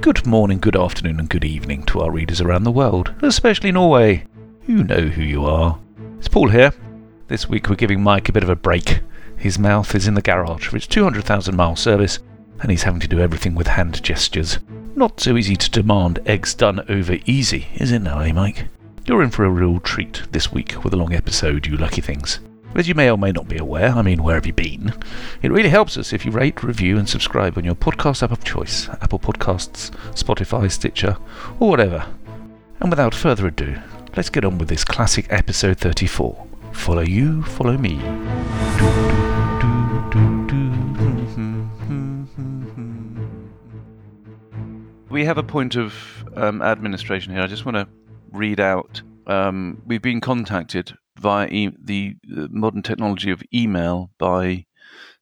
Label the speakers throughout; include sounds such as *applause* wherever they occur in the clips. Speaker 1: Good morning, good afternoon, and good evening to our readers around the world, especially Norway. You know who you are. It's Paul here. This week we're giving Mike a bit of a break. His mouth is in the garage for its 200,000 mile service, and he's having to do everything with hand gestures. Not so easy to demand eggs done over easy, is it now, eh, Mike? You're in for a real treat this week with a long episode, you lucky things. As you may or may not be aware, I mean, where have you been? It really helps us if you rate, review, and subscribe on your podcast app of choice Apple Podcasts, Spotify, Stitcher, or whatever. And without further ado, let's get on with this classic episode 34 Follow You, Follow Me. We have a point of um, administration here. I just want to read out. Um, we've been contacted via e- the uh, modern technology of email by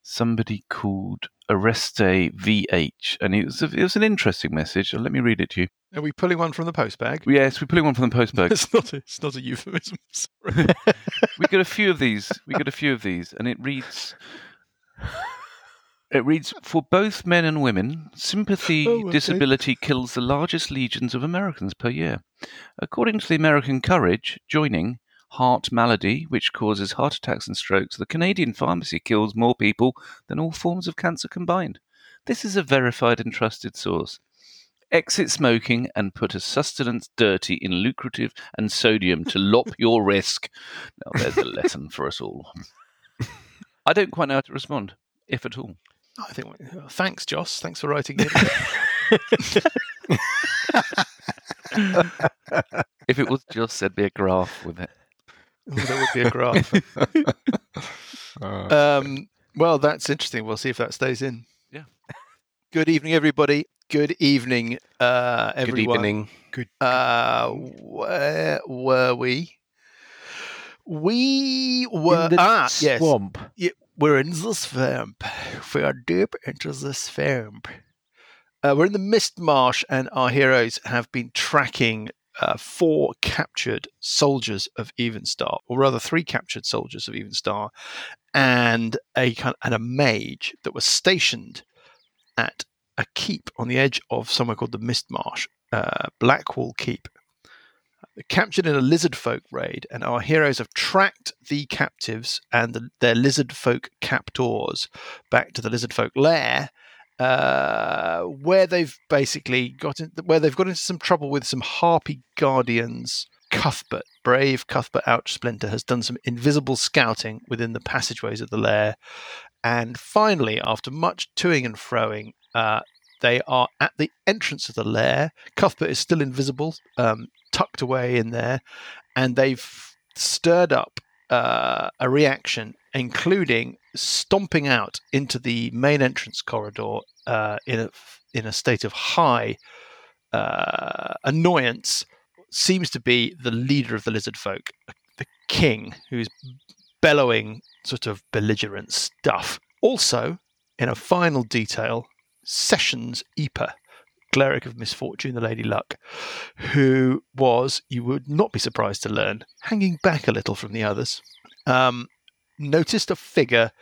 Speaker 1: somebody called Arreste VH, and it was, a, it was an interesting message. Let me read it to you.
Speaker 2: Are we pulling one from the *laughs* postbag?
Speaker 1: Yes, we're pulling one from the postbag.
Speaker 2: It's not a, it's not a euphemism. *laughs* Sorry.
Speaker 1: we got a few of these. We got a few of these, and it reads. It reads For both men and women, sympathy
Speaker 2: Oh, okay.
Speaker 1: disability kills the largest legions of Americans per year. According to the American Courage, joining heart malady, which causes heart attacks and strokes, the Canadian pharmacy kills more people than all forms of cancer combined. This is a verified and trusted source. Exit smoking and put a sustenance dirty in lucrative and sodium to lop your risk. Now, there's a lesson for us all. I don't quite know how to respond, if at all.
Speaker 2: I think. uh, Thanks, Joss. Thanks for writing it.
Speaker 1: If it was just, there'd be a graph with it.
Speaker 2: Oh, that would be a graph. Um, well, that's interesting. We'll see if that stays in.
Speaker 1: Yeah.
Speaker 2: Good evening, everybody. Good evening, uh, everyone. Uh, where were we? We were ah yes,
Speaker 3: swamp.
Speaker 2: Yeah, we're in the swamp. We are deep into the swamp. Uh, we're in the mist marsh, and our heroes have been tracking uh, four captured soldiers of Evenstar, or rather, three captured soldiers of Evenstar, and a kind and a mage that was stationed at a keep on the edge of somewhere called the mist marsh, uh, Blackwall Keep. They're captured in a lizard folk raid, and our heroes have tracked the captives and the, their lizard folk captors back to the lizard folk lair, uh, where they've basically got in, where they've got into some trouble with some harpy guardians. Cuthbert, brave Cuthbert Ouch Splinter, has done some invisible scouting within the passageways of the lair, and finally, after much toing and froing, uh, they are at the entrance of the lair. Cuthbert is still invisible, um, tucked away in there, and they've stirred up uh, a reaction, including stomping out into the main entrance corridor uh, in a in a state of high uh, annoyance. Seems to be the leader of the lizard folk, the king, who's bellowing sort of belligerent stuff. Also, in a final detail, Sessions Epa, cleric of misfortune, the Lady Luck, who was, you would not be surprised to learn, hanging back a little from the others, um, noticed a figure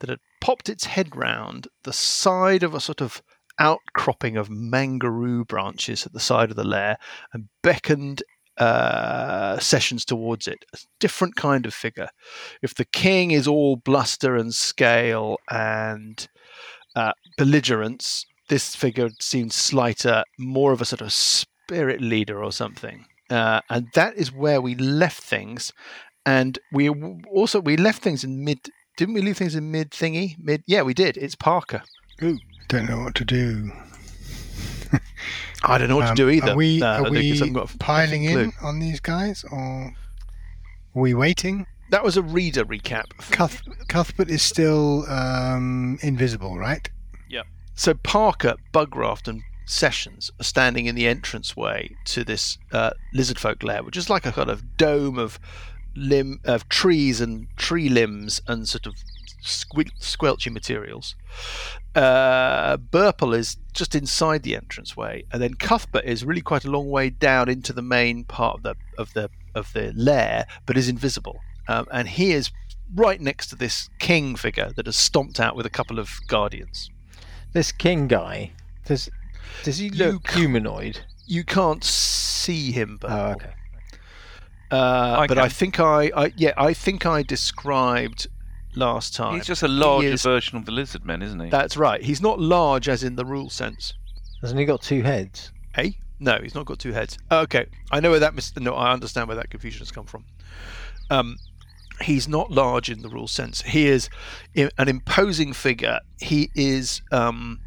Speaker 2: that had popped its head round the side of a sort of outcropping of mangaroo branches at the side of the lair and beckoned uh, Sessions towards it. A different kind of figure. If the king is all bluster and scale and uh, belligerence, this figure seemed slighter, more of a sort of spirit leader or something. Uh, and that is where we left things. And we w- also we left things in mid. Didn't we leave things in mid thingy? Mid. Yeah, we did. It's Parker.
Speaker 4: Don't know what to do.
Speaker 2: I don't know what to
Speaker 4: Um,
Speaker 2: do either.
Speaker 4: Are we,
Speaker 2: uh,
Speaker 4: are
Speaker 2: Lucas, I
Speaker 4: we
Speaker 2: haven't got a
Speaker 4: piling
Speaker 2: clue.
Speaker 4: in on these guys, or are we waiting?
Speaker 2: That was a reader recap.
Speaker 4: Cuth- Cuthbert is still um, invisible, right?
Speaker 2: So Parker, Bugraft, and Sessions are standing in the entranceway to this uh, lizard folk lair, which is like a kind of dome of limb of trees and tree limbs and sort of squil- squelchy materials. Uh, Burple is just inside the entranceway, and then Cuthbert is really quite a long way down into the main part of the of the of the lair, but is invisible, um, and he is right next to this king figure that has stomped out with a couple of guardians.
Speaker 3: This king guy. Does Does he
Speaker 2: You
Speaker 3: look
Speaker 2: c-
Speaker 3: humanoid?
Speaker 2: You can't see him, but
Speaker 3: Oh, okay.
Speaker 2: uh,
Speaker 5: I
Speaker 2: but
Speaker 5: can.
Speaker 2: I think I, I yeah I think I described last time.
Speaker 5: He's just a larger
Speaker 2: is-
Speaker 5: version of the lizard men, isn't he?
Speaker 2: That's right. He's not large as in the rule sense.
Speaker 3: Hasn't he got two heads?
Speaker 2: Eh? No, he's not got two heads. Okay, I know where that mis- no, I understand where that confusion has come from. Um, he's not large in the rule sense. He is i- an imposing figure. He is um,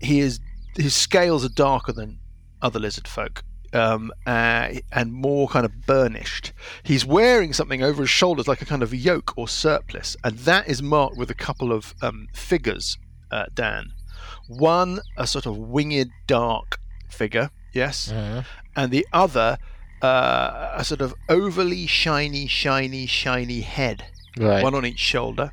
Speaker 2: he is his scales are darker than other lizard folk. Um, uh, and more kind of burnished. He's wearing something over his shoulders, like a kind of yoke or surplice, and that is marked with a couple of um, figures, uh, Dan. One, a sort of winged dark figure, yes,
Speaker 3: Mm-hmm.
Speaker 2: and the other uh, a sort of overly shiny, shiny, shiny head,
Speaker 3: Right.
Speaker 2: one on each shoulder,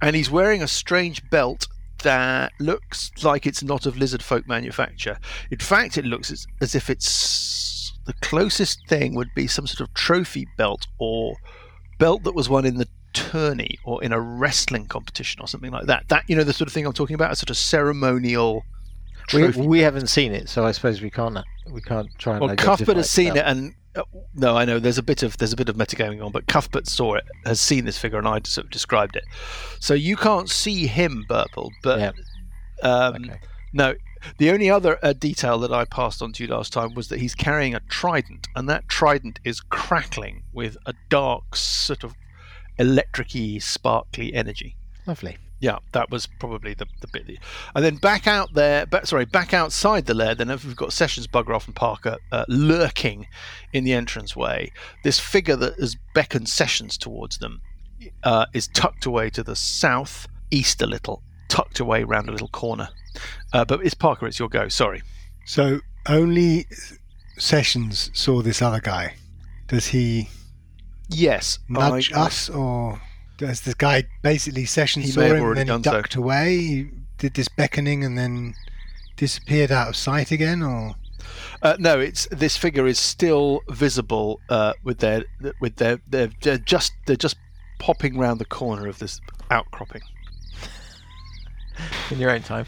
Speaker 2: and he's wearing a strange belt that looks like it's not of lizard folk manufacture. In fact, it looks as, as if it's the closest thing would be some sort of trophy belt or belt that was won in the tourney or in a wrestling competition or something like that. That you know the sort of thing I'm talking about, a sort of ceremonial.
Speaker 3: we,
Speaker 2: trophy
Speaker 3: we haven't seen it, so I suppose we can't we can't try and.
Speaker 2: Well, Cuthbert has seen it, and uh, no, I know there's a bit of there's a bit of metagaming on, but Cuthbert saw it, has seen this figure, and I sort of described it. So you can't see him, Burple, but
Speaker 3: Yeah.
Speaker 2: um,
Speaker 3: Okay.
Speaker 2: no. The only other uh, detail that I passed on to you last time was that he's carrying a trident, and that trident is crackling with a dark sort of electricy, sparkly energy.
Speaker 3: Lovely.
Speaker 2: Yeah, that was probably the, the bit. That, and then back out there, back, sorry, back outside the lair, then if we've got Sessions, Buggeroff, and Parker uh, lurking in the entranceway. This figure that has beckoned Sessions towards them uh, is tucked away to the south east a little, tucked away round a little corner. Uh, but it's Parker, it's your go, sorry.
Speaker 4: So only Sessions saw this other guy. Does he
Speaker 2: Yes.
Speaker 4: nudge
Speaker 2: I-
Speaker 4: us, or does this guy basically Sessions
Speaker 2: He
Speaker 4: saw
Speaker 2: may have
Speaker 4: him and
Speaker 2: already
Speaker 4: then he
Speaker 2: done so.
Speaker 4: ducked away? He did this beckoning and then disappeared out of sight again, or
Speaker 2: Uh, no, it's this figure is still visible uh, with their with their they're, they're just they're just popping round the corner of this outcropping.
Speaker 3: In your own time.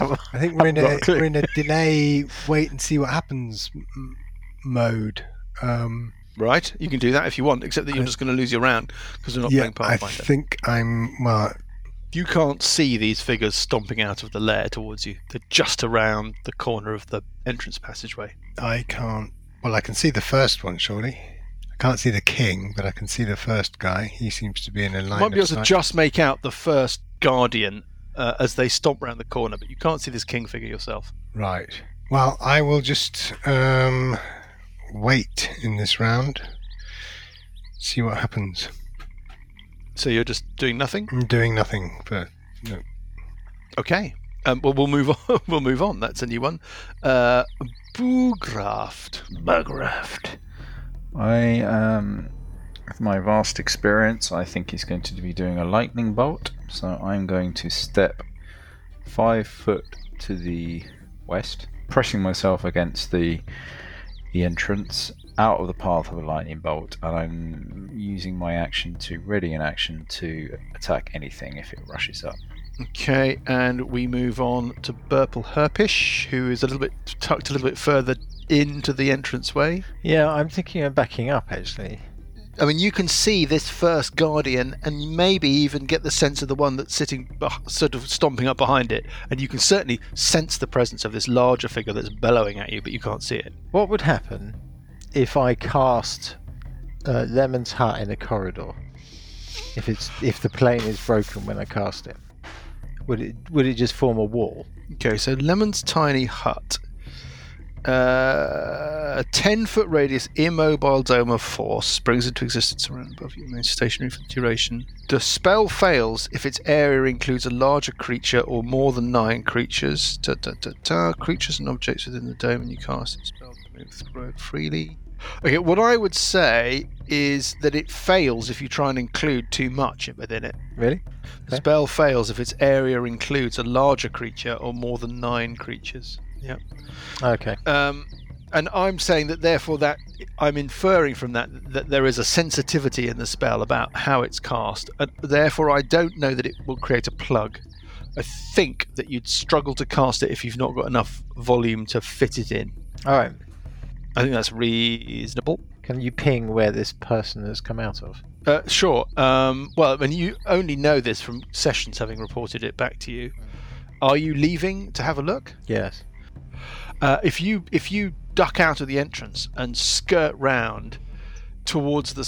Speaker 4: I think we're in
Speaker 3: Not
Speaker 4: a
Speaker 3: a clue.
Speaker 4: we're in a delay, wait and see what happens m- mode. Um,
Speaker 2: Right, you can do that if you want, except that you're just going to lose your round because we're not
Speaker 4: yeah,
Speaker 2: playing
Speaker 4: I
Speaker 2: Pathfinder.
Speaker 4: think I'm well.
Speaker 2: you can't see these figures stomping out of the lair towards you. They're just around the corner of the entrance passageway.
Speaker 4: I can't. Well, I can see the first one, surely. I can't see the king, but I can see the first guy. He seems to be in a
Speaker 2: You
Speaker 4: line.
Speaker 2: might be able
Speaker 4: of
Speaker 2: to
Speaker 4: sight.
Speaker 2: just make out the first guardian uh, as they stomp round the corner, but you can't see this king figure yourself.
Speaker 4: Right. Well, I will just um, wait in this round. See what happens.
Speaker 2: So you're just doing nothing.
Speaker 4: I'm doing nothing for.
Speaker 2: Okay. Um, well, we'll move *laughs* on. we'll move on. That's a new one. Uh, Boograft.
Speaker 5: Bugraft.
Speaker 6: I um, with my vast experience, I think he's going to be doing a lightning bolt. So I'm going to step five foot to the west, pressing myself against the the entrance out of the path of a lightning bolt, and I'm using my action to ready an action to attack anything if it rushes up.
Speaker 2: Okay, and we move on to Burple Herpish, who is a little bit tucked a little bit further into the entranceway.
Speaker 3: Yeah, I'm thinking of backing up actually.
Speaker 2: I mean, you can see this first guardian, and maybe even get the sense of the one that's sitting, beh- sort of stomping up behind it. And you can certainly sense the presence of this larger figure that's bellowing at you, but you can't see it.
Speaker 3: What would happen if I cast uh, Lemon's Hut in a corridor? If it's if the plane is broken when I cast it, would it would it just form a wall?
Speaker 2: Okay, so Lemon's tiny hut. Uh, a 10 foot radius immobile dome of force springs into existence around above you, remains stationary for the duration. The spell fails if its area includes a larger creature or more than nine creatures. Ta ta ta ta. Creatures and objects within the dome, and you cast the spell to move through it freely. Okay, what I would say is that it fails if you try and include too much within it.
Speaker 3: Really?
Speaker 2: The
Speaker 3: Okay.
Speaker 2: spell fails if its area includes a larger creature or more than nine creatures. Yeah.
Speaker 3: Okay.
Speaker 2: Um, and I'm saying that therefore that I'm inferring from that that there is a Uh, sensitivity in the spell about how it's cast, and therefore I don't know that it will create a plug. I think that you'd struggle to cast it if you've not got enough volume to fit it in.
Speaker 3: All right.
Speaker 2: I think that's reasonable.
Speaker 3: Can you ping where this person has come out of?
Speaker 2: Uh, sure. Um, well, and you only know this from sessions having reported it back to you. Are you leaving to have a look?
Speaker 3: Yes.
Speaker 2: Uh, if you if you duck out of the entrance and skirt round towards the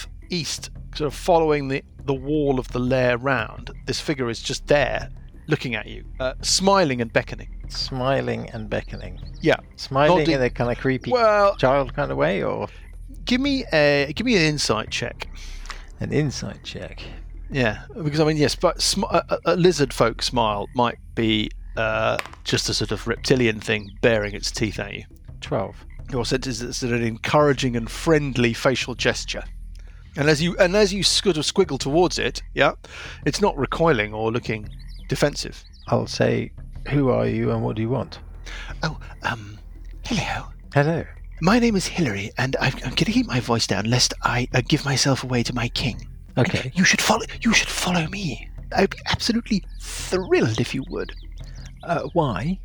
Speaker 2: southeast, sort of following the the wall of the lair round, this figure is just there, looking at you, uh, smiling and beckoning.
Speaker 3: Smiling and beckoning.
Speaker 2: Yeah.
Speaker 3: Smiling
Speaker 2: Nodding-
Speaker 3: in a kind of creepy
Speaker 2: Well,
Speaker 3: child kind of way, or
Speaker 2: give me a give me an insight check.
Speaker 3: an insight check.
Speaker 2: Yeah, because I mean, yes, but sm- a, a- a lizard folk smile might be uh, just a sort of reptilian thing baring its teeth at you.
Speaker 3: Twelve.
Speaker 2: Your sense is it's an encouraging and friendly facial gesture. And as you and as you sort of squiggle towards it, yeah, it's not recoiling or looking defensive.
Speaker 3: I'll say, "Who are you and what do you want?"
Speaker 2: Oh, um, hello.
Speaker 3: Hello.
Speaker 2: My name is Hilary, and I'm, I'm going to keep my voice down lest I uh, give myself away to my king.
Speaker 3: Okay.
Speaker 2: You should follow. You should follow me. I'd be absolutely thrilled if you would.
Speaker 3: *laughs* Uh, why?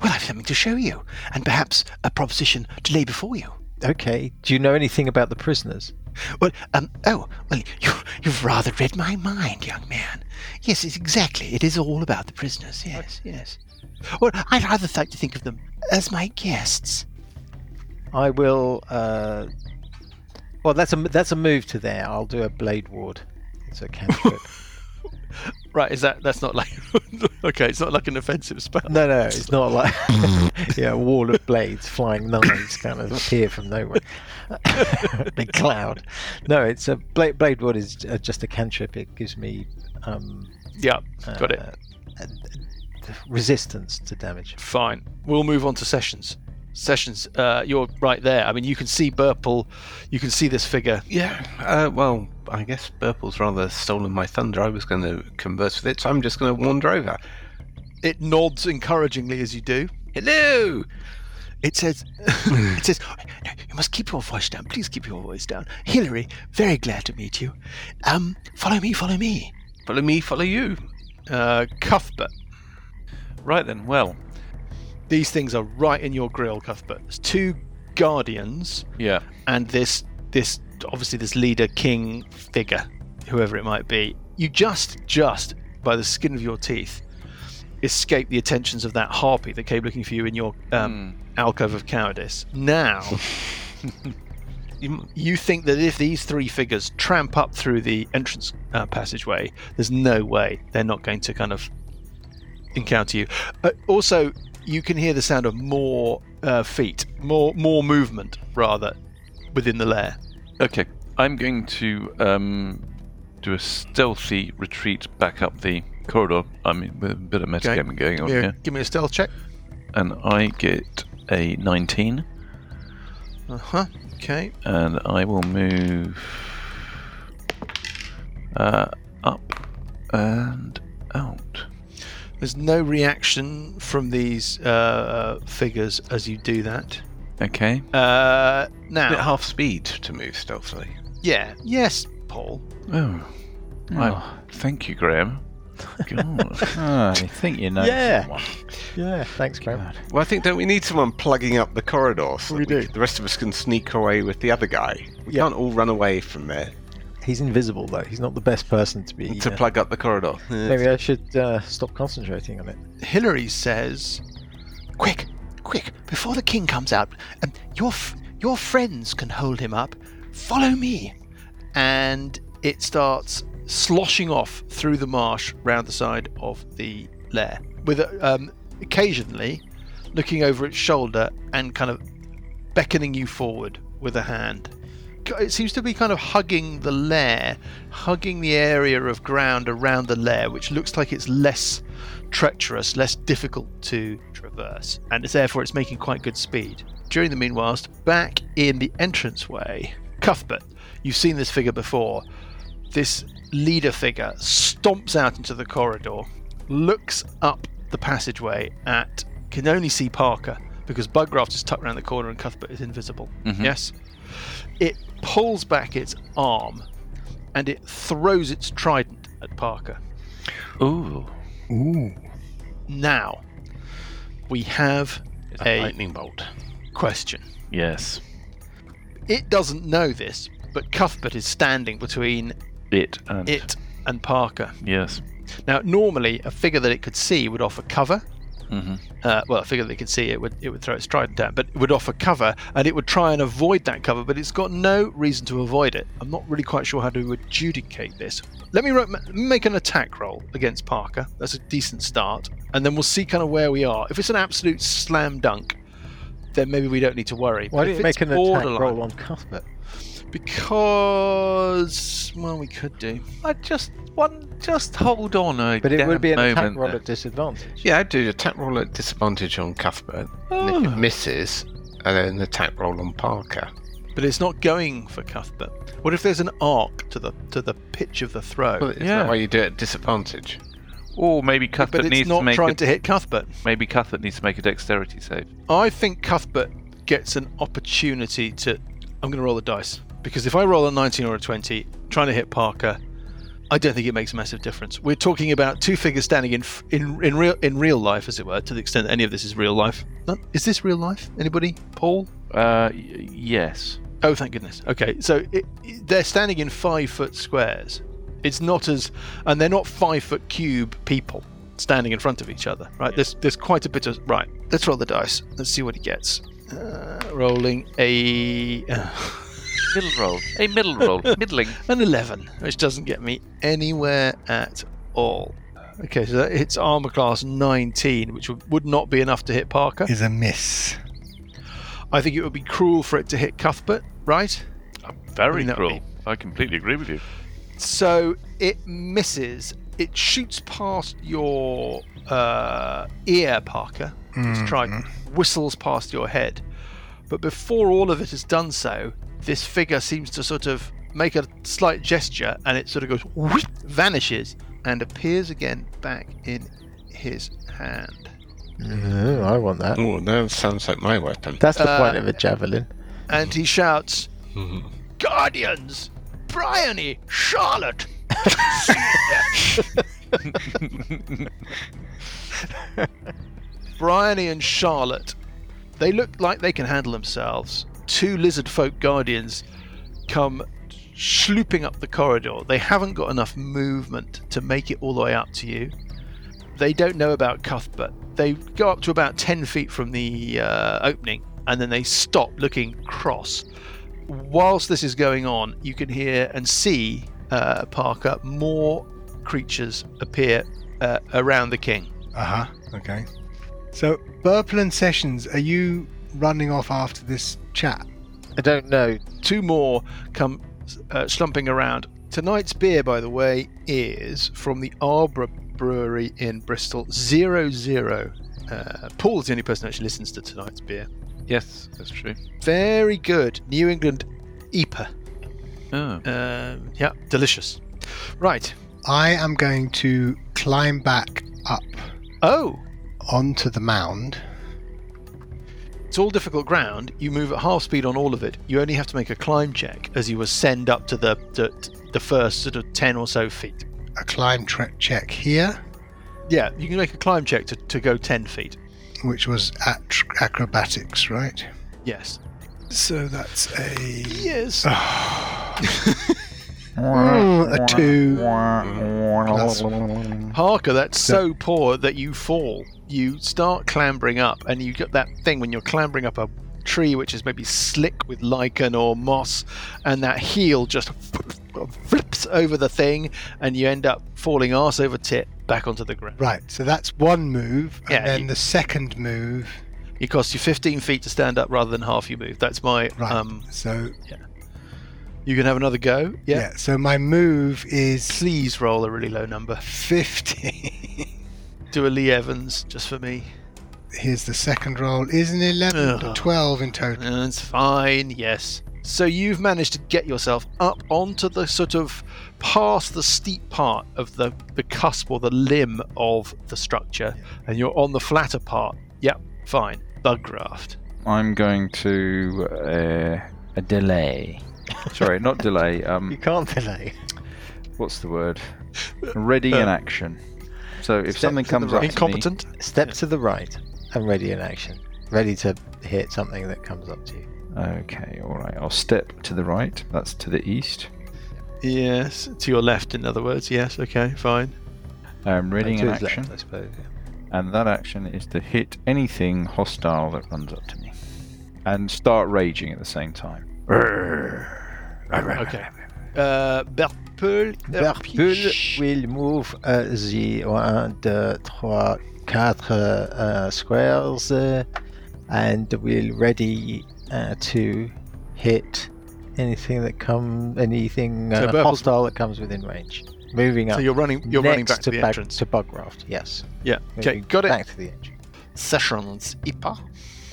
Speaker 2: Well, I've something to show you, and perhaps a proposition to lay before you.
Speaker 3: Okay. Do you know anything about the prisoners?
Speaker 2: Well, um, oh, well, you, you've rather read my mind, young man. Yes, it's exactly. It is all about the prisoners. Yes, yes. Well, I rather like to think of them as my guests.
Speaker 3: I will. Uh, well, that's a that's a move to there. I'll do a blade ward. It's a *laughs* cantrip.
Speaker 2: Right? Is that that's not like *laughs* okay? It's not like an offensive spell.
Speaker 3: no, *laughs* no, it's not like yeah, a wall of blades, flying knives, kind of appear from nowhere. *laughs* a cloud. No, it's a blade. Blade ward is uh, just a cantrip. It gives me. Um,
Speaker 2: Yeah, got it.
Speaker 3: uh, uh, Resistance to damage.
Speaker 2: Fine. We'll move on to sessions. Sessions, uh, you're right there. I mean, you can see Burple, you can see this figure.
Speaker 7: Yeah, uh, well, I guess Burple's rather stolen my thunder. I was going to converse with it, so I'm just going to wander over.
Speaker 2: It nods encouragingly as you do.
Speaker 7: Hello!
Speaker 2: It says, *laughs* it says, "No, you must keep your voice down. Please keep your voice down. Hilary, very glad to meet you. Um, follow me, follow me.
Speaker 7: Follow me, follow you.
Speaker 2: Uh, Cuthbert,
Speaker 5: Right then, well,
Speaker 2: these things are right in your grill, Cuthbert. There's two guardians
Speaker 5: yeah.
Speaker 2: and this, this, obviously this leader king figure, whoever it might be. You just, just by the skin of your teeth, escape the attentions of that harpy that came looking for you in your um, alcove of cowardice. Now.
Speaker 7: You m-
Speaker 2: you think that if these three figures tramp up through the entrance uh, passageway, there's no way they're not going to kind of encounter you. Uh, also, you can hear the sound of more uh, feet, more more movement rather within the lair.
Speaker 5: Okay, I'm going to um, do a stealthy retreat back up the corridor. I mean, with a bit of metagaming going on
Speaker 2: Yeah,
Speaker 5: here.
Speaker 2: Give me a stealth check.
Speaker 5: And I get a 19,
Speaker 2: Uh huh. Okay.
Speaker 5: and I will move uh, up and out.
Speaker 2: There's no reaction from these uh, figures as you do that.
Speaker 5: Okay.
Speaker 2: Uh,
Speaker 7: I'm at
Speaker 2: now,
Speaker 7: half speed to move stealthily.
Speaker 2: yeah, yes, Paul.
Speaker 5: Oh, I, thank you, Graham. *laughs* God.
Speaker 6: Ah, I think you know
Speaker 3: Yeah.
Speaker 6: someone.
Speaker 3: Yeah. Thanks, Graham.
Speaker 7: Well, I think, don't we need someone plugging up the corridor so
Speaker 2: We
Speaker 7: that we
Speaker 2: do.
Speaker 7: c- the rest of us can sneak away with the other guy? We can't all run away from there
Speaker 3: He's invisible though. He's not the best person to be.
Speaker 7: to
Speaker 3: uh,
Speaker 7: plug up the corridor.
Speaker 3: Maybe I should uh, stop concentrating on it.
Speaker 2: Hillary says, "Quick, quick! Before the king comes out, and your f- your friends can hold him up. Follow me." And it starts sloshing off through the marsh round the side of the lair, with a, um, occasionally looking over its shoulder and kind of beckoning you forward with a hand. It seems to be kind of hugging the lair, hugging the area of ground around the lair, which looks like it's less treacherous, less difficult to traverse, and it's therefore it's making quite good speed. During the meanwhile, back in the entranceway, Cuthbert, you've seen this figure before. This leader figure stomps out into the corridor, looks up the passageway at can only see Parker because Bugraft is tucked around the corner and Cuthbert is invisible. Yes. It pulls back its arm and it throws its trident at Parker.
Speaker 5: Ooh.
Speaker 4: Ooh.
Speaker 2: Now, we have
Speaker 7: It's
Speaker 2: a
Speaker 7: a lightning bolt.
Speaker 2: question.
Speaker 1: Yes.
Speaker 2: It doesn't know this, but Cuthbert is standing between
Speaker 1: It and
Speaker 2: it and Parker.
Speaker 1: Yes.
Speaker 2: Now, normally, a figure that it could see would offer cover.
Speaker 1: Mhm.
Speaker 2: Uh, well, a figure that it could see, it would it would throw its trident down, but it would offer cover, and it would try and avoid that cover, but it's got no reason to avoid it. I'm not really quite sure how to adjudicate this. Let me ro- ma- make an attack roll against Parker. That's a decent start, and then we'll see kind of where we are. If it's an absolute slam dunk, then maybe we don't need to worry.
Speaker 3: Why
Speaker 2: But
Speaker 3: don't
Speaker 2: if
Speaker 3: you make
Speaker 2: it's
Speaker 3: an
Speaker 2: borderline-
Speaker 3: attack roll on Cuthbert?
Speaker 2: Because well, we could do.
Speaker 5: I just one, just hold on a
Speaker 3: But it would be an
Speaker 5: damn
Speaker 3: attack
Speaker 5: moment
Speaker 3: roll
Speaker 5: there.
Speaker 3: at disadvantage.
Speaker 7: Yeah, I'd do the attack roll at disadvantage on Cuthbert. And if
Speaker 5: Oh.
Speaker 7: it misses, and then an attack roll on Parker.
Speaker 2: But it's not going for Cuthbert. What if there's an arc to the to the pitch of the throw?
Speaker 7: Well, isn't
Speaker 5: yeah.
Speaker 7: that why you do it at disadvantage?
Speaker 5: Or maybe
Speaker 2: but
Speaker 5: Cuthbert
Speaker 2: it's
Speaker 5: needs
Speaker 2: not
Speaker 5: to make
Speaker 2: trying
Speaker 5: a,
Speaker 2: to hit Cuthbert.
Speaker 5: maybe Cuthbert needs to make a dexterity save.
Speaker 2: I think Cuthbert gets an opportunity to. I'm going to roll the dice because if I roll a 19 or a 20, trying to hit Parker, I don't think it makes a massive difference. We're talking about two figures standing in f- in in real in real life, as it were, to the extent any of this is real life. None- Is this real life? Anybody? Paul?
Speaker 1: Uh, y- yes.
Speaker 2: Oh, thank goodness. Okay, so it, it- they're standing in five foot squares. It's not as, and they're not five foot cube people standing in front of each other, right? There's there's quite a bit of right. Let's roll the dice. Let's see what he gets. Uh, rolling a uh,
Speaker 5: Middle roll, a middle
Speaker 2: *laughs*
Speaker 5: roll, middling.
Speaker 2: an eleven, which doesn't get me anywhere at all. Okay, so that hits armor class 19, which would would not be enough to hit Parker.
Speaker 4: Is a miss.
Speaker 2: I think it would be cruel for it to hit Cuthbert, right?
Speaker 1: Very
Speaker 2: I mean, that would
Speaker 1: cruel. I completely agree with you.
Speaker 2: So it misses. It shoots past your uh, ear, Parker. It's trident whistles past your head. But before all of it has done so, this figure seems to sort of make a slight gesture and it sort of goes, wheep, vanishes, and appears again back in his hand.
Speaker 3: No, I want that.
Speaker 7: Oh, that sounds like my weapon.
Speaker 3: That's the
Speaker 2: Uh,
Speaker 3: point of a javelin.
Speaker 2: And he shouts, Guardians! Bryony! Charlotte! Bryony and Charlotte. They look like they can handle themselves. Two lizard folk guardians come slooping up the corridor. They haven't got enough movement to make it all the way up to you. They don't know about Cuthbert. They go up to about 10 feet from the uh, opening and then they stop looking cross. Whilst this is going on, you can hear and see uh, Parker more creatures appear uh, around the king.
Speaker 4: Uh huh. Okay. So, Burple and Sessions, are you running off after this chat?
Speaker 3: I don't know.
Speaker 2: two more come uh, slumping around. Tonight's beer, by the way, is from the Arbor Brewery in Bristol. Zero zero. Uh, Paul's the only person who actually listens to tonight's beer.
Speaker 5: Yes, that's true.
Speaker 2: Very good, New England E IPA.
Speaker 1: Ah.
Speaker 5: Oh.
Speaker 2: Um, yeah, delicious. Right.
Speaker 4: I am going to climb back up
Speaker 2: Oh,
Speaker 4: onto the mound.
Speaker 2: it's all difficult ground. You move at half speed on all of it. You only have to make a climb check as you ascend up to the the, the first sort of ten or so feet.
Speaker 4: A climb tre- check here,
Speaker 2: Yeah, you can make a climb check to, to go ten feet.
Speaker 4: which was at acrobatics, right?
Speaker 2: Yes.
Speaker 4: So that's a
Speaker 2: Yes.
Speaker 4: Mm, a two.
Speaker 2: *laughs* Parker, that's so poor that you fall. You start clambering up, and you get that thing when you're clambering up a tree which is maybe slick with lichen or moss, and that heel just flips over the thing, and you end up falling arse over tit back onto the ground.
Speaker 4: right. So that's one move, and
Speaker 2: Yeah,
Speaker 4: then
Speaker 2: you-
Speaker 4: the second move.
Speaker 2: It costs you 15 feet to stand up rather than half you move. That's my.
Speaker 4: Right.
Speaker 2: Um,
Speaker 4: so
Speaker 2: you can have another go.
Speaker 4: yeah.
Speaker 2: Yeah.
Speaker 4: So my move is
Speaker 2: Please roll a really low number.
Speaker 4: fifty.
Speaker 2: Do a Lee Evans just for me.
Speaker 4: Here's the second roll. Is an eleven to
Speaker 2: Ugh.
Speaker 4: twelve in total.
Speaker 2: It's fine, yes. So you've managed to get yourself up onto the sort of past the steep part of the, the cusp or the limb of the structure, and you're on the flatter part. Yep, fine. Bug graft.
Speaker 6: I'm going to uh, a delay. Sorry, not delay.
Speaker 3: *laughs* You
Speaker 6: Um,
Speaker 3: can't delay.
Speaker 6: what's the word? Ready in action. So if
Speaker 3: Step
Speaker 6: something
Speaker 3: to the
Speaker 6: comes up
Speaker 3: right.
Speaker 6: to me-
Speaker 2: Incompetent.
Speaker 3: Step to the right and ready in action. Ready to hit something that comes up to you.
Speaker 6: okay, all right. I'll step to the right. That's to the east.
Speaker 2: Yes, to your left, in other words. Yes, okay, fine.
Speaker 6: I'm readying
Speaker 3: Uh, To
Speaker 6: an
Speaker 3: his left,
Speaker 6: action,
Speaker 3: I suppose. yeah.
Speaker 6: and that action is to hit anything hostile that runs up to me, and start raging at the same time.
Speaker 2: Okay. Uh, Berpul,
Speaker 3: Verpul will move uh, the one, two, three, quatre uh, squares uh, and will ready uh, to hit anything that come anything
Speaker 2: So
Speaker 3: uh,
Speaker 2: Verpul's-
Speaker 3: hostile that comes within range. Moving up.
Speaker 2: So you're running. You're running
Speaker 3: next
Speaker 2: back to the
Speaker 3: bug-
Speaker 2: entrance.
Speaker 3: to Bugraft. Yes.
Speaker 2: yeah. Okay.
Speaker 3: Moving
Speaker 2: Got it.
Speaker 3: Back to the entrance.
Speaker 2: Sessions. Ipa.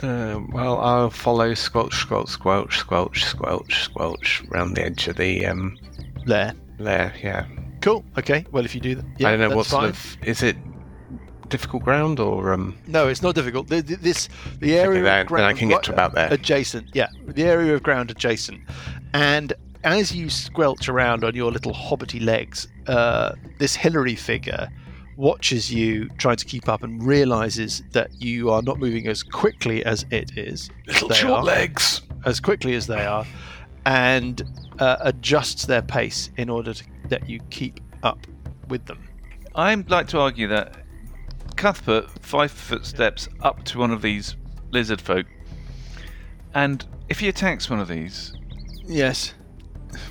Speaker 7: Uh, well, I'll follow squelch, squelch, squelch, squelch, squelch, squelch round the edge of the um
Speaker 2: There.
Speaker 7: lair. Yeah,
Speaker 2: Cool. Okay. Well, if you do that, yeah,
Speaker 7: I don't know
Speaker 2: that's
Speaker 7: what sort
Speaker 2: fine.
Speaker 7: of is it difficult ground or um.
Speaker 2: No, it's not difficult. The, the, this the area
Speaker 7: then-
Speaker 2: of
Speaker 7: then I
Speaker 2: ground uh,
Speaker 7: can get to about there.
Speaker 2: adjacent. Yeah, the area of ground adjacent, and as you squelch around on your little hobbity legs, uh, this Hillary figure watches you trying to keep up and realizes that you are not moving as quickly as it is. Little short legs. As quickly as they are, and uh, adjusts their pace in order to, that you keep up with them.
Speaker 1: I'd like to argue that Cuthbert five footsteps up to one of these lizard folk, and if he attacks one of these,
Speaker 2: Yes.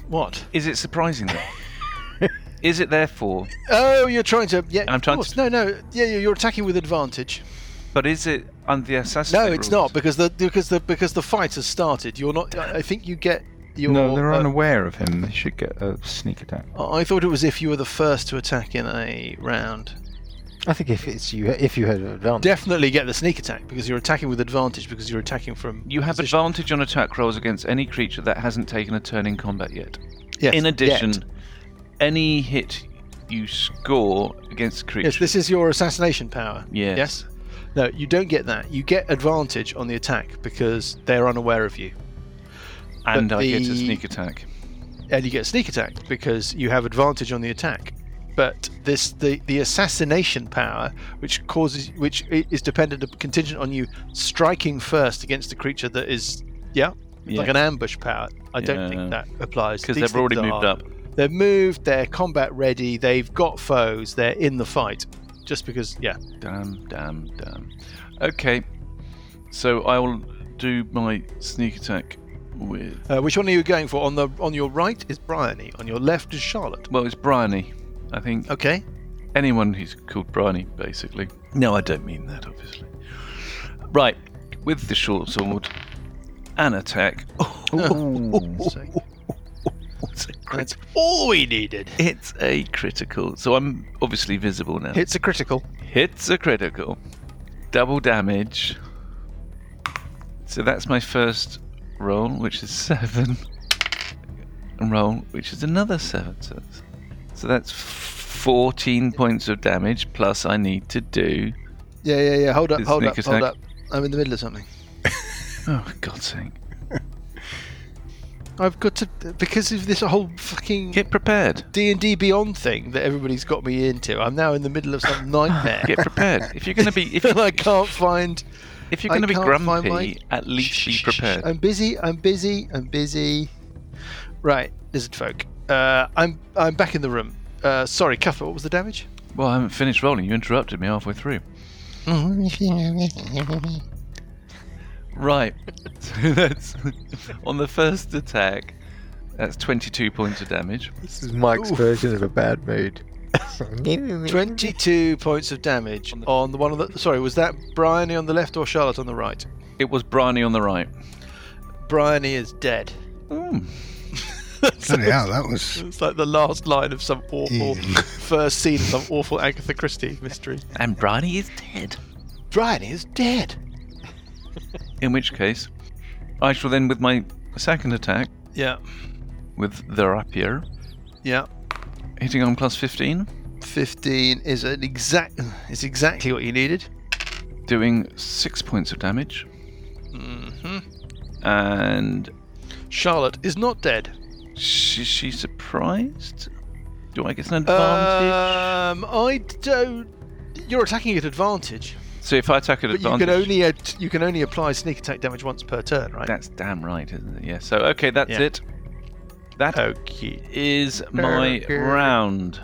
Speaker 2: What?
Speaker 1: is it surprising
Speaker 2: *laughs*
Speaker 1: them? is it therefore?
Speaker 2: Oh, you're trying to. Yeah,
Speaker 1: And I'm
Speaker 2: of
Speaker 1: trying
Speaker 2: course.
Speaker 1: to-
Speaker 2: No, no. Yeah, yeah, you're attacking with advantage.
Speaker 1: But is it under the assassin?
Speaker 2: No, it's not because the because the because the fight has started. You're not. I I think you get your.
Speaker 6: no, they're
Speaker 2: uh,
Speaker 6: unaware of him. They should get a sneak attack.
Speaker 2: I thought it was if you were the first to attack in a round.
Speaker 3: I think if it's you, if you had advantage.
Speaker 2: Definitely get the sneak attack because you're attacking with advantage because you're attacking from.
Speaker 1: You have
Speaker 2: position.
Speaker 1: advantage on attack rolls against any creature that hasn't taken a turn in combat yet.
Speaker 2: Yes,
Speaker 1: in addition,
Speaker 2: yet.
Speaker 1: any hit you score against a creature.
Speaker 2: Yes, this is your assassination power.
Speaker 1: Yes.
Speaker 2: Yes. No, you don't get that. You get advantage on the attack because they're unaware of you.
Speaker 1: and
Speaker 2: but
Speaker 1: I get a
Speaker 2: the-
Speaker 1: sneak attack.
Speaker 2: and you get sneak attack because you have advantage on the attack. But this the, the assassination power, which causes which i- is dependent contingent on you striking first against a creature that is yeah,
Speaker 1: Yeah.
Speaker 2: like an ambush power. I don't
Speaker 1: Yeah.
Speaker 2: think that applies
Speaker 1: Because
Speaker 2: These
Speaker 1: they've already
Speaker 2: things
Speaker 1: moved
Speaker 2: are-
Speaker 1: up.
Speaker 2: They're moved. They're combat ready. They've got foes. They're in the fight. Just because yeah,
Speaker 1: Damn, damn, damn. Okay. So I will do my sneak attack with.
Speaker 2: uh, which one are you going for? On the on your right is Bryony. On your left is Charlotte.
Speaker 1: Well, it's Bryony. I think
Speaker 2: Okay.
Speaker 1: anyone who's called Bryony, basically. No, I don't mean that, obviously. Right. With the short sword, an attack. *laughs* it's, a crit-
Speaker 2: That's all we needed.
Speaker 1: it's a critical. So I'm obviously visible now.
Speaker 2: It's a critical.
Speaker 1: Hits a critical. Double damage. So that's my first roll, which is seven. And roll, which is another seven. So that's- So that's 14 points of damage, plus I need to do.
Speaker 2: Yeah, yeah, yeah. Hold up,
Speaker 1: It's
Speaker 2: hold up,
Speaker 1: sneak
Speaker 2: hold
Speaker 1: attack.
Speaker 2: up. I'm in the middle of something.
Speaker 1: Oh, for God's sake.
Speaker 2: I've got to because of this whole fucking
Speaker 1: Get prepared.
Speaker 2: D and D Beyond thing that everybody's got me into. I'm now in the middle of
Speaker 1: *laughs*
Speaker 2: some nightmare,
Speaker 1: Get prepared. If you're going to be if,
Speaker 2: and
Speaker 1: you,
Speaker 2: *laughs* I can't find.
Speaker 1: if you're
Speaker 2: I
Speaker 1: going to be
Speaker 2: can't find
Speaker 1: grumpy,
Speaker 2: my-
Speaker 1: at least be
Speaker 2: Shh, shh, shh,
Speaker 1: prepared.
Speaker 2: I'm busy. I'm busy. I'm busy. Right, lizard folk. Uh, I'm I'm back in the room. Uh, sorry, Cuthbert. What was the damage?
Speaker 1: Well, I haven't finished rolling. You interrupted me halfway *laughs* through. right. *laughs* So that's *laughs* on the first attack. That's 22 points of damage.
Speaker 3: This is Mike's version of a bad *laughs* mood.
Speaker 2: Twenty-two points of damage on the one on the. Sorry, was that Bryony on the left or Charlotte on the right?
Speaker 1: It was Bryony on the right.
Speaker 2: Bryony is *laughs* dead.
Speaker 1: Mm.
Speaker 4: Bloody hell, that was.
Speaker 2: It's like the last line of some awful
Speaker 4: Yeah.
Speaker 2: *laughs* first scene of some awful Agatha Christie mystery.
Speaker 1: And Bryony is dead.
Speaker 2: Brian is dead.
Speaker 1: In which case, I shall then, with my second attack,
Speaker 2: Yeah,
Speaker 1: with the rapier,
Speaker 2: yeah.
Speaker 1: hitting on plus 15,
Speaker 2: Fifteen is an exact. It's exactly what you needed.
Speaker 1: doing 6 points of damage.
Speaker 2: hmm
Speaker 1: And
Speaker 2: Charlotte is not dead.
Speaker 1: she, Uh, she's surprised. Do I get an advantage?
Speaker 2: Um, I don't You're attacking at advantage,
Speaker 1: So if I attack at
Speaker 2: but you
Speaker 1: advantage,
Speaker 2: can only ad- you can only apply sneak attack damage once per turn, right?
Speaker 1: that's damn right, isn't it? Yeah. Oh. So okay, that's
Speaker 2: Yeah.
Speaker 1: it. That is
Speaker 2: okay.
Speaker 1: my
Speaker 2: Oh, Okay.
Speaker 1: round.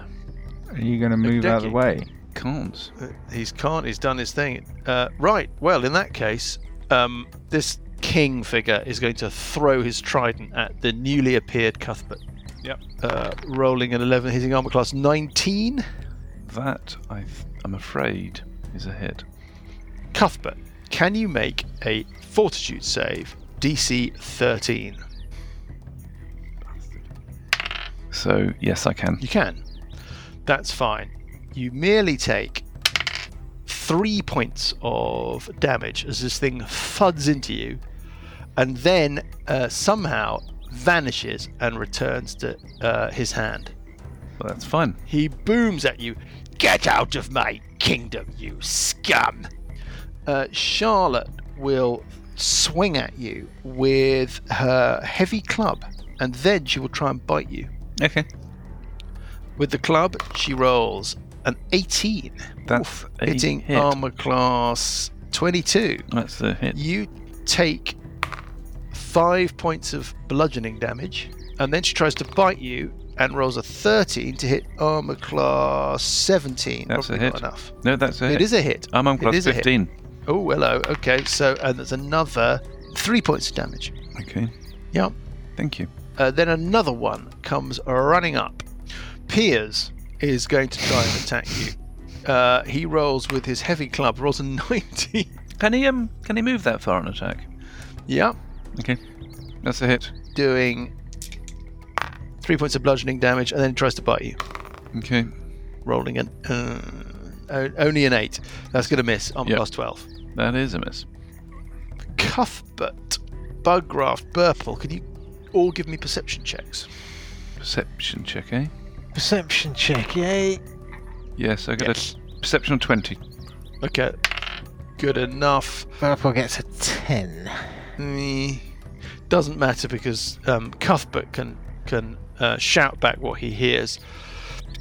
Speaker 6: Are you going to move out of the way?
Speaker 1: Can't.
Speaker 2: Uh, He's can't. He's done his thing. Uh, right. Well, in that case, um, this king figure is going to throw his trident at the newly appeared Cuthbert.
Speaker 1: Yep.
Speaker 2: Uh, rolling an 11, hitting armor class 19.
Speaker 1: That I th- I'm afraid is a hit.
Speaker 2: Cuthbert, can you make a fortitude save? DC 13.
Speaker 1: So yes, I can.
Speaker 2: You can. That's fine. You merely take three points of damage as this thing thuds into you, and then uh, somehow vanishes and returns to uh, his hand.
Speaker 1: Well, that's fine.
Speaker 2: He booms at you, Get out of my kingdom, you scum! Uh, Charlotte will swing at you with her heavy club, and then she will try and bite you.
Speaker 1: Okay.
Speaker 2: With the club, she rolls an 18,
Speaker 1: That's a
Speaker 2: hitting um,
Speaker 1: hit.
Speaker 2: armor class 22.
Speaker 1: That's the hit.
Speaker 2: You take five points of bludgeoning damage, and then she tries to bite you and rolls a 13 to hit armor class 17.
Speaker 1: That's a
Speaker 2: Probably not
Speaker 1: hit.
Speaker 2: enough.
Speaker 1: No, that's a hit.
Speaker 2: It is a hit.
Speaker 1: I'm on
Speaker 2: It
Speaker 1: class
Speaker 2: is a hit.
Speaker 1: 15.
Speaker 2: Oh, hello. Okay, so and there's another three points of damage.
Speaker 1: Okay.
Speaker 2: Yeah.
Speaker 1: Thank you.
Speaker 2: Uh, then another one comes running up. Piers is going to try and attack you. Uh, he rolls with his heavy club, rolls a *laughs* 90.
Speaker 1: Can he um can he move that far and attack?
Speaker 2: yep,
Speaker 1: Okay. That's a hit.
Speaker 2: doing three points of bludgeoning damage, and then he tries to bite you,
Speaker 1: Okay.
Speaker 2: rolling an uh, o- only an eight. That's going to miss on
Speaker 1: Yep.
Speaker 2: plus 12.
Speaker 1: That is a miss.
Speaker 2: Cuthbert, Bugraft, Burple, can you all give me perception checks?
Speaker 1: Perception check, eh?
Speaker 3: Perception check, yay!
Speaker 1: Yes, I got a perception of 20.
Speaker 2: Okay, good enough.
Speaker 3: Purple gets a 10.
Speaker 2: Mm, doesn't matter because um, Cuthbert can can uh, shout back what he hears.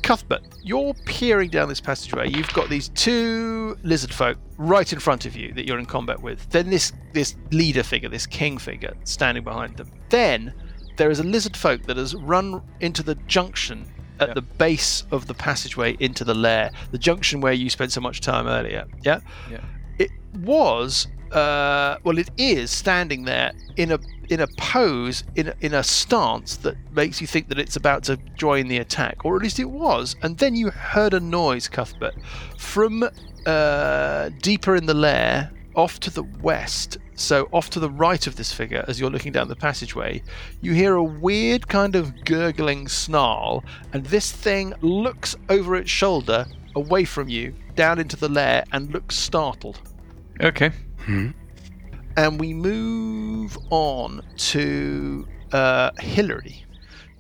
Speaker 2: Cuthbert, you're peering down this passageway. You've got these two lizard folk right in front of you that you're in combat with. Then this this leader figure, this king figure, standing behind them. Then there is a lizard folk that has run into the junction at the base of the passageway into the lair, the junction where you spent so much time earlier. Yeah it was uh, well it is standing there in a in a pose in a, in a stance that makes you think that it's about to join the attack or at least it was and then you heard a noise cuthbert from uh, deeper in the lair off to the west so off to the right of this figure as you're looking down the passageway you hear a weird kind of gurgling snarl and this thing looks over its shoulder away from you down into the lair and looks startled
Speaker 1: Okay.
Speaker 2: and we move on to uh, Hillary.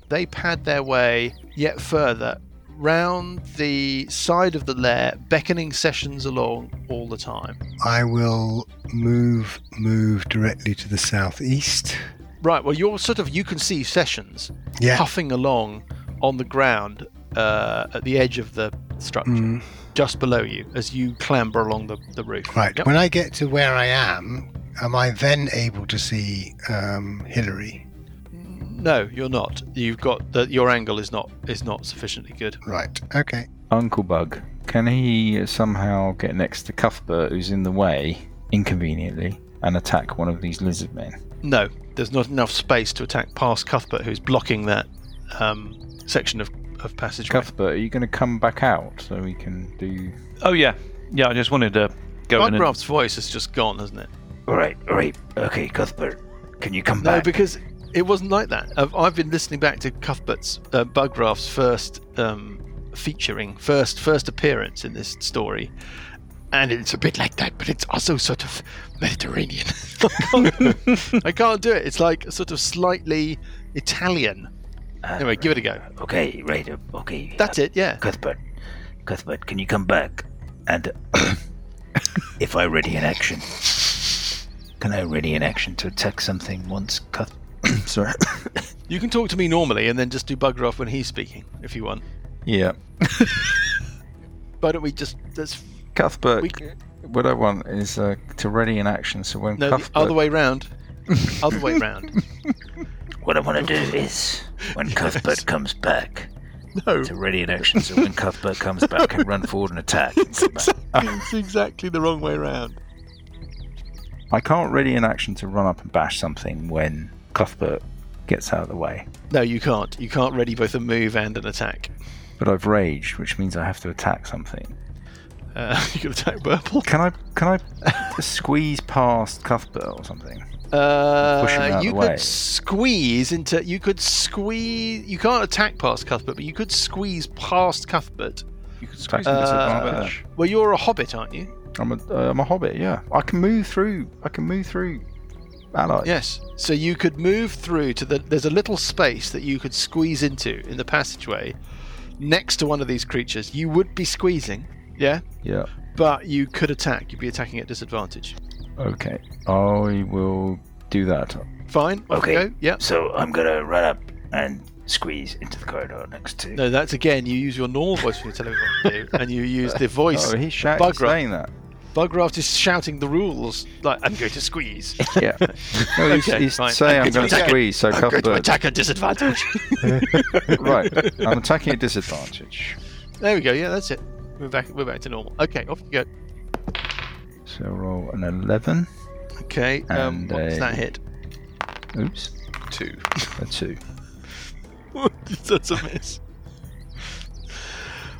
Speaker 2: They pad their way yet further round the side of the lair, beckoning sessions along all the time.
Speaker 4: I will move move directly to the southeast.
Speaker 2: Right. Well, you're sort of you can see sessions
Speaker 4: Yeah.
Speaker 2: puffing along on the ground uh, at the edge of the structure,
Speaker 4: Mm.
Speaker 2: just below you, as you clamber along the, the roof.
Speaker 4: Right.
Speaker 2: Yep.
Speaker 4: When I get to where I am, am I then able to see um, Hillary?
Speaker 2: No, you're not. You've got the, your angle is not is not sufficiently good.
Speaker 4: Right. Okay.
Speaker 6: Uncle Bug, can he somehow get next to Cuthbert, who's in the way, inconveniently, and attack one of these lizard men?
Speaker 2: No, there's not enough space to attack past Cuthbert, who's blocking that um, section of, of passageway.
Speaker 6: Cuthbert, are you going to come back out so we can do.
Speaker 1: Oh, yeah. Yeah, I just wanted to go in and...
Speaker 2: Bugraft's voice has just gone, hasn't it?
Speaker 8: Alright, alright. Okay, Cuthbert. Can you come
Speaker 2: No,
Speaker 8: back?
Speaker 2: because it wasn't like that. I've, I've been listening back to Cuthbert's uh, Bugraft's first um, featuring, first first appearance in this story, and it's a bit like that, but it's also sort of Mediterranean. *laughs* I, can't, I can't do it. It's like sort of slightly Italian. Anyway, give it a go.
Speaker 8: Ah, okay, right. uh, Okay.
Speaker 2: That's it. Yeah.
Speaker 8: Cuthbert. Cuthbert, can you come back? And *coughs* if I ready an action, can I ready an action to attack something once Cuth? *coughs* Sorry.
Speaker 2: You can talk to me normally and then just do bugger off when he's speaking if you want.
Speaker 6: Yeah.
Speaker 2: Why don't we just let's
Speaker 6: Cuthbert,
Speaker 2: We-
Speaker 6: what I want is uh, to ready in action. So when
Speaker 2: No, the
Speaker 6: Cuthbert,
Speaker 2: other way
Speaker 6: *laughs*
Speaker 2: round. other way round.
Speaker 8: What I want to do is, *laughs* when Cuthbert comes back, *laughs*
Speaker 2: No,
Speaker 8: to ready in action. So when Cuthbert comes back, I can run forward and attack. and come back.
Speaker 2: it's exactly the wrong way round.
Speaker 6: I can't ready in action to run up and bash something when Cuthbert gets out of the way.
Speaker 2: No, you can't. You can't ready both a move and an attack.
Speaker 6: But I've raged, which means I have to attack something.
Speaker 2: Uh, *laughs* you can attack Burple.
Speaker 6: Can I? Can I
Speaker 2: *laughs*
Speaker 6: just squeeze past Cuthbert or something? Push him
Speaker 2: Uh,
Speaker 6: out
Speaker 2: you
Speaker 6: of the
Speaker 2: could
Speaker 6: way.
Speaker 2: squeeze into. You could squeeze. You can't attack past Cuthbert, but you could squeeze past Cuthbert.
Speaker 6: You can squeeze
Speaker 2: Uh,
Speaker 6: disadvantage.
Speaker 2: Well, you're a hobbit, aren't you?
Speaker 6: I'm a, uh, I'm a hobbit. Yeah, I can move through. I can move through allies.
Speaker 2: Yes. So you could move through to the. There's a little space that you could squeeze into in the passageway, next to one of these creatures. You would be squeezing. Yeah.
Speaker 6: Yeah.
Speaker 2: But you could attack. You'd be attacking at disadvantage.
Speaker 6: Okay. I will do that.
Speaker 2: Fine. off you
Speaker 8: Okay.
Speaker 2: Go. Yeah.
Speaker 8: So I'm gonna run up and squeeze into the corridor next to.
Speaker 2: No, that's again. You use your normal voice when you're telling me what to do, and you use the voice.
Speaker 6: Oh, he's shouting,
Speaker 2: Bug rub. *laughs*
Speaker 6: saying that.
Speaker 2: Bugraft is shouting the rules like, "I'm going to squeeze."
Speaker 6: Yeah. No, he's,
Speaker 2: Okay,
Speaker 6: he's
Speaker 2: fine.
Speaker 6: saying I'm
Speaker 2: It's
Speaker 6: going to
Speaker 2: attack.
Speaker 6: squeeze, so
Speaker 2: I'm going to
Speaker 6: Cuthbert.
Speaker 2: attack at disadvantage. *laughs*
Speaker 6: Right. I'm attacking at disadvantage.
Speaker 2: there we go. Yeah, that's it. We're back. We're back to normal. Okay, off you go.
Speaker 6: So roll an 11.
Speaker 2: Okay. Um,
Speaker 6: And
Speaker 2: what does
Speaker 6: a-
Speaker 2: that hit?
Speaker 6: Oops.
Speaker 7: Two.
Speaker 6: A 2.
Speaker 2: that's a miss.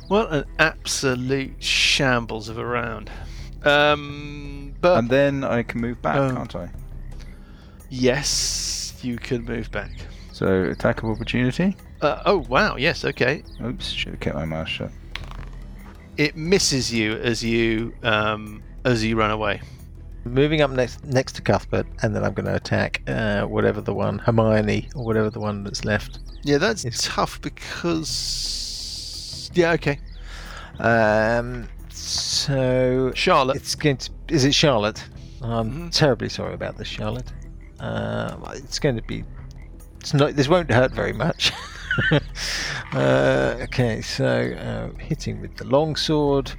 Speaker 2: What an absolute shambles of a round. Um, but
Speaker 6: And then I can move back,
Speaker 2: Um,
Speaker 6: can't I?
Speaker 2: yes, you can move back.
Speaker 6: So attack of opportunity.
Speaker 2: Uh, oh wow! Yes. Okay.
Speaker 6: Oops. Should have kept my mouth shut.
Speaker 2: It misses you as you um, as you run away.
Speaker 3: Moving up next next to Cuthbert, and then I'm going to attack uh, whatever the one Hermione or whatever the one that's left.
Speaker 2: Yeah, that's
Speaker 3: It's-
Speaker 2: tough because. Yeah, okay.
Speaker 3: Um, so
Speaker 2: Charlotte.
Speaker 3: it's going to is it Charlotte? I'm
Speaker 2: Mhm.
Speaker 3: terribly sorry about this, Charlotte. Um, it's going to be it's not this won't hurt very much. *laughs* uh, okay, so uh, hitting with the longsword,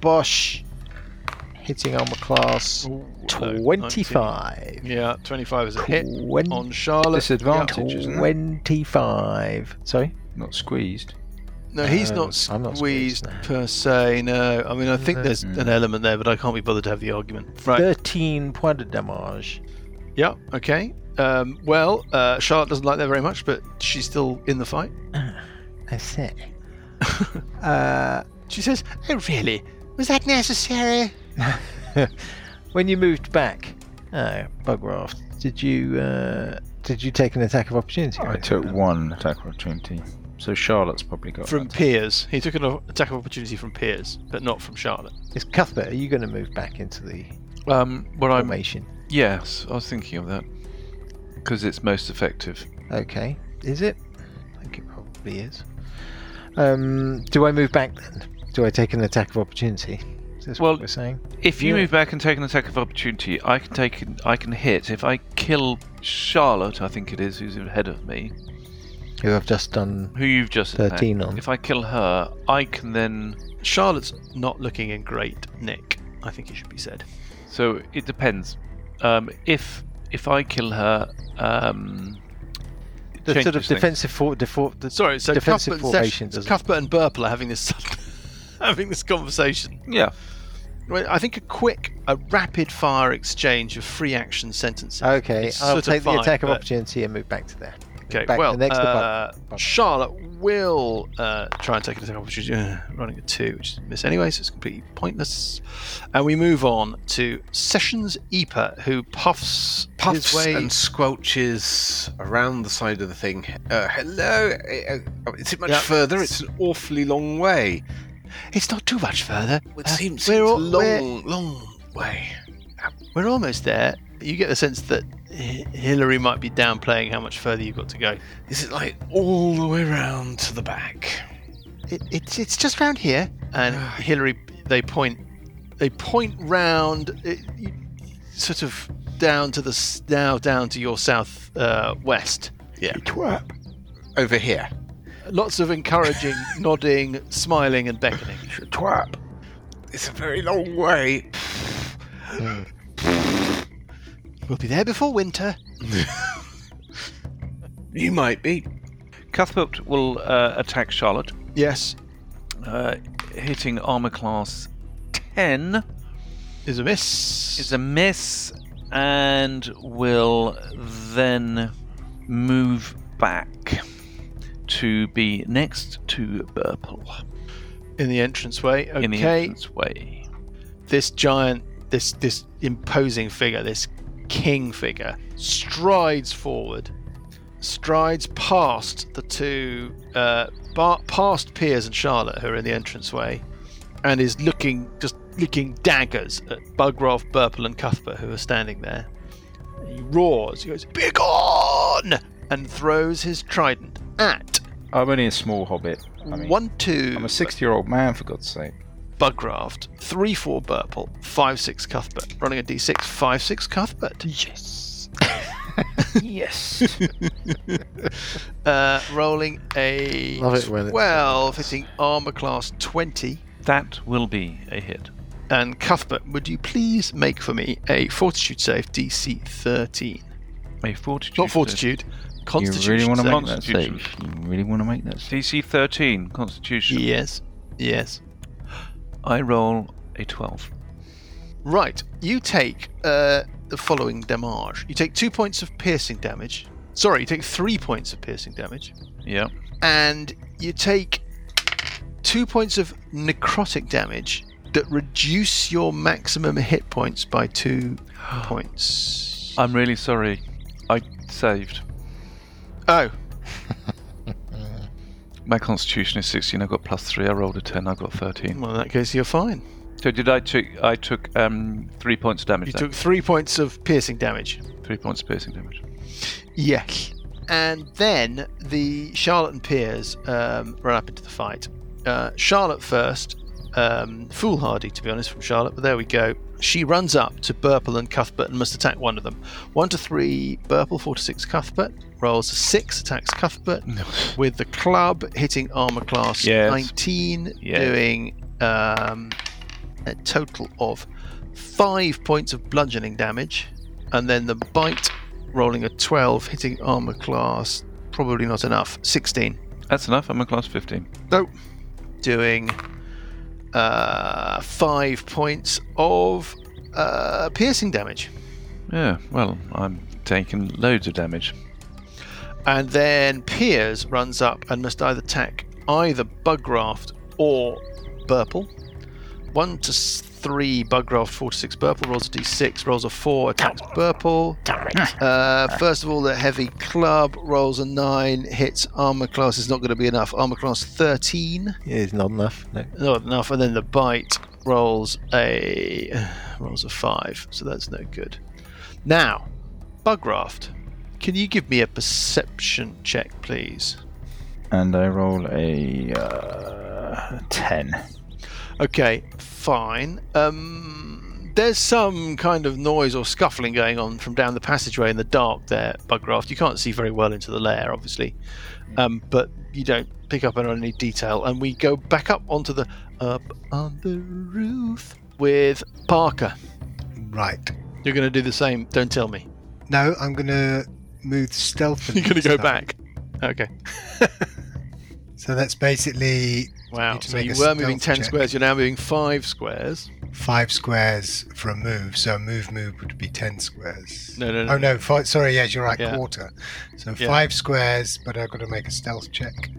Speaker 3: Bosch, hitting armor class
Speaker 2: Ooh, no,
Speaker 3: 25.
Speaker 2: 19. Yeah, 25 is a hit
Speaker 3: Twen-
Speaker 2: on Charlotte.
Speaker 6: Disadvantage, isn't it?
Speaker 3: 25. Sorry?
Speaker 6: Not squeezed.
Speaker 2: No, he's
Speaker 3: No,
Speaker 2: not
Speaker 3: Uh, I'm not
Speaker 2: squeezed
Speaker 3: squeezed, no.
Speaker 2: per se, no. I mean, I think
Speaker 3: No.
Speaker 2: there's
Speaker 6: Mm.
Speaker 2: an element there, but I can't be bothered to have the argument. Right.
Speaker 3: 13 point of damage.
Speaker 2: Yeah, okay. Um, well, uh, Charlotte doesn't like that very much, but she's still in the fight.
Speaker 3: I see. uh,
Speaker 2: She says, Oh, really? Was that necessary?
Speaker 3: when you moved back, uh, Bugraft, did you uh, did you take an attack of
Speaker 2: Oh,
Speaker 3: opportunity?
Speaker 6: Oh, I took one attack of opportunity. So Charlotte's probably got
Speaker 2: From
Speaker 6: that.
Speaker 2: Piers. He took an o- attack of opportunity from Piers, but not from Charlotte.
Speaker 3: It's Cuthbert. Are you going to move back into the
Speaker 1: Um, what I'm
Speaker 3: formation?
Speaker 1: yes, I was thinking of that because it's most effective.
Speaker 3: Okay. Is it? I think it probably is. Um, do I move back then? Do I take an attack of opportunity? Is this
Speaker 1: Well,
Speaker 3: what we're saying?
Speaker 1: If you
Speaker 3: Yeah.
Speaker 1: move back and take an attack of opportunity, I can take an- I can hit. If I kill Charlotte, I think it is who's ahead of me,
Speaker 3: Who I've just done.
Speaker 1: who you've just attacked.
Speaker 3: 13 on.
Speaker 1: If I kill her, I can then.
Speaker 2: Charlotte's not looking in great nick, I think it should be said.
Speaker 1: So it depends. Um, if if I kill her, um, it
Speaker 3: The sort of
Speaker 1: changes things.
Speaker 3: defensive for, default. The,
Speaker 2: Sorry, so
Speaker 3: Defensive
Speaker 2: Cuthbert,
Speaker 3: formation
Speaker 2: and Sesh-
Speaker 3: doesn't-
Speaker 2: Cuthbert and Burple are having this *laughs* having this conversation.
Speaker 1: Yeah.
Speaker 2: Well, I think a quick, a rapid fire exchange of free action sentences.
Speaker 3: Okay,
Speaker 2: is
Speaker 3: I'll
Speaker 2: sort
Speaker 3: take the
Speaker 2: fine,
Speaker 3: attack of
Speaker 2: but-
Speaker 3: opportunity and move back to there.
Speaker 2: Okay,
Speaker 3: back
Speaker 2: well,
Speaker 3: the next to
Speaker 2: uh,
Speaker 3: Bub- Bub.
Speaker 2: Charlotte will uh, try and take an attack opportunity. Uh, running a two, which is a miss anyway, so it's completely pointless. And we move on to Sessions Eeper, who puffs,
Speaker 7: puffs
Speaker 2: his way.
Speaker 7: and squelches around the side of the thing. Uh, hello? Uh, uh, is it much
Speaker 2: Yeah.
Speaker 7: further? It's an awfully long way.
Speaker 2: It's not too much further.
Speaker 7: It
Speaker 2: Uh,
Speaker 7: seems,
Speaker 2: we're
Speaker 7: seems a
Speaker 2: all- we're-
Speaker 7: long, long way.
Speaker 2: We're almost there. You get the sense that Hi- Hillary might be downplaying how much further you've got to go.
Speaker 7: Is it like all the way round to the back?
Speaker 2: It, it's it's just round here.
Speaker 3: *sighs*
Speaker 2: And Hillary, they point, they point round, it, you- sort of down to the s- now down to your south uh, west.
Speaker 7: Over here.
Speaker 2: *laughs* Lots of encouraging, nodding, smiling, and beckoning.
Speaker 7: Twap. It's a very long way.
Speaker 2: We'll be there before winter.
Speaker 7: You might be.
Speaker 1: Cuthbert will uh, attack Charlotte,
Speaker 2: Yes,
Speaker 1: uh, hitting armor class 10
Speaker 2: is a miss.
Speaker 1: is a miss, and will then move back to be next to Burple
Speaker 2: in the entranceway. Okay.
Speaker 1: in the entrance way.
Speaker 2: this giant, this this imposing figure, this king figure, strides forward, strides past the two, uh, bar, past Piers and Charlotte, who are in the entranceway, and is looking just looking daggers at Bugroff, Burple, and Cuthbert, who are standing there. He roars. He goes, "Begone!" and throws his trident at
Speaker 6: I'm only a small hobbit. I mean,
Speaker 2: one, two.
Speaker 6: I'm a 60 year old man, for God's sake.
Speaker 2: Bugraft, 3 4 Burple, 5 6 Cuthbert. Running a d6, 5 6 Cuthbert. *laughs*
Speaker 8: Yes. yes.
Speaker 2: Uh, rolling a
Speaker 3: Love it when it's
Speaker 2: 12, hitting armor class 20.
Speaker 1: That will be a hit.
Speaker 2: And Cuthbert, would you please make for me a fortitude save DC 13?
Speaker 1: A
Speaker 3: uh,
Speaker 1: fortitude.
Speaker 2: Not fortitude,
Speaker 6: You
Speaker 2: constitution.
Speaker 6: really want to
Speaker 2: save.
Speaker 6: make that
Speaker 1: Constitution.
Speaker 6: save? You really want to make that save?
Speaker 1: DC 13 Constitution.
Speaker 2: Yes, yes.
Speaker 1: I roll a 12.
Speaker 2: Right, you take uh, the following damage. You take two points of piercing damage. Sorry, you take three points of piercing damage.
Speaker 1: Yeah.
Speaker 2: and you take two points of necrotic damage that reduce your maximum hit points by two points.
Speaker 1: I'm really sorry. I saved.
Speaker 2: Oh,
Speaker 1: My Constitution is 16. I got plus 3. I rolled a 10. I got 13.
Speaker 2: well, in that case, you're fine.
Speaker 1: So did I took I took um 3 points of damage
Speaker 2: You
Speaker 1: then.
Speaker 2: took three points of piercing damage.
Speaker 1: 3 points of piercing damage.
Speaker 2: Yes. And then the Charlotte and Piers um, run up into the fight. Uh, Charlotte first, um, foolhardy to be honest from Charlotte, but there we go. She runs up to Burple and Cuthbert and must attack one of them. One to three Burple, four to six Cuthbert. Rolls a six, attacks Cuthbert with the club, hitting armor class
Speaker 1: Yes.
Speaker 2: 19,
Speaker 1: Yes.
Speaker 2: doing um, a total of five points of bludgeoning damage, and then the bite rolling a 12, hitting armor class, probably not enough, 16,
Speaker 1: That's enough. I'm a class 15.
Speaker 2: doing uh, five points of uh, piercing damage.
Speaker 1: Yeah. Well, I'm taking loads of damage.
Speaker 2: And then Piers runs up and must either attack either Bugraft or Burple. One to s- three Bugraft, four to six Burple, rolls a d6, rolls a four, attacks Burple.
Speaker 8: Damn it.
Speaker 2: Uh, first of all, the heavy club rolls a nine, hits armor class is not going to be enough. Armor class 13,
Speaker 3: Yeah, it's not enough. No.
Speaker 2: not enough. And then the bite rolls a *sighs* rolls a five, so that's no good. Now, Bugraft, can you give me a perception check, please?
Speaker 6: And I roll a uh, 10.
Speaker 2: Okay, fine. Um, there's some kind of noise or scuffling going on from down the passageway in the dark there, Bugraft. You can't see very well into the lair, obviously, um, but you don't pick up on any detail. And we go back up onto the up on the roof with Parker.
Speaker 4: Right.
Speaker 2: You're going to do the same. Don't tell me.
Speaker 4: No, I'm going to move
Speaker 2: *laughs*
Speaker 4: stealthily.
Speaker 2: You're going to go
Speaker 4: So-
Speaker 2: back. Okay.
Speaker 4: So that's basically
Speaker 2: Wow.
Speaker 4: Need to
Speaker 2: So
Speaker 4: make
Speaker 2: you
Speaker 4: a
Speaker 2: were moving
Speaker 4: stealth
Speaker 2: ten
Speaker 4: check.
Speaker 2: squares. You're now moving five squares.
Speaker 4: five squares for a move. So a move move would be 10 squares.
Speaker 2: No, no, no.
Speaker 4: Oh no! Five, sorry, yes, you're right.
Speaker 2: Yeah.
Speaker 4: Quarter, so
Speaker 2: Yeah.
Speaker 4: five squares, but I've got to make a stealth check.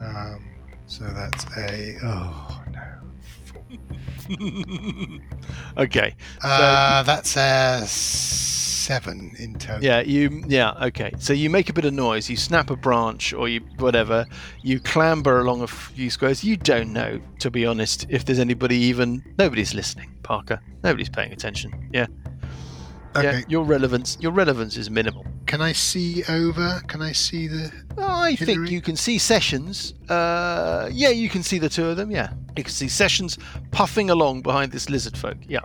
Speaker 4: Um, so that's a oh no,
Speaker 2: *laughs* okay.
Speaker 4: uh, that's a seven in total.
Speaker 2: Yeah, you. Yeah, okay. So you make a bit of noise. You snap a branch, or you whatever. You clamber along a few squares. You don't know, to be honest, if there's anybody even. Nobody's listening, Parker. Nobody's paying attention. Yeah.
Speaker 4: Okay,
Speaker 2: Yeah. Your relevance. Your relevance is minimal.
Speaker 4: can I see over? Can I see the?
Speaker 2: I think
Speaker 4: Hillary?
Speaker 2: you can see Sessions. Uh, yeah, you can see the two of them. Yeah, you can see Sessions puffing along behind this lizard folk. Yeah.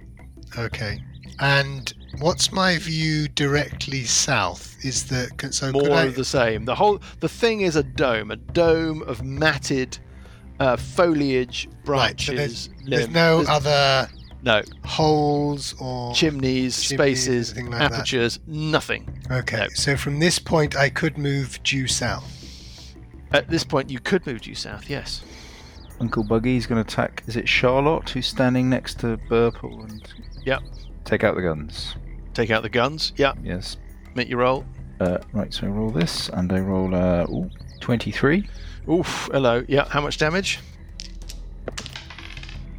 Speaker 4: Okay, and what's my view directly south? Is the can- so could
Speaker 2: more
Speaker 4: I,
Speaker 2: of the same. The whole the thing is a dome, a dome of matted uh, foliage,
Speaker 4: Right, so
Speaker 2: branches,
Speaker 4: there's, there's
Speaker 2: limbs.
Speaker 4: no
Speaker 2: There's-
Speaker 4: other
Speaker 2: no
Speaker 4: holes or.
Speaker 2: chimneys,
Speaker 4: chimneys,
Speaker 2: spaces,
Speaker 4: anything like that.
Speaker 2: apertures, nothing.
Speaker 4: okay,
Speaker 2: no.
Speaker 4: so from this point, I could move due south.
Speaker 2: At this point, you could move due south. Yes.
Speaker 6: Uncle Buggy's going to attack. Is it Charlotte who's standing next to Burple? And
Speaker 2: Yep.
Speaker 6: Take out the guns.
Speaker 2: Take out the guns. Yeah.
Speaker 6: Yes.
Speaker 2: Make your roll.
Speaker 6: Uh, right, so I roll this, and I roll uh, ooh, 23.
Speaker 2: Oof. Hello. Yeah. How much damage?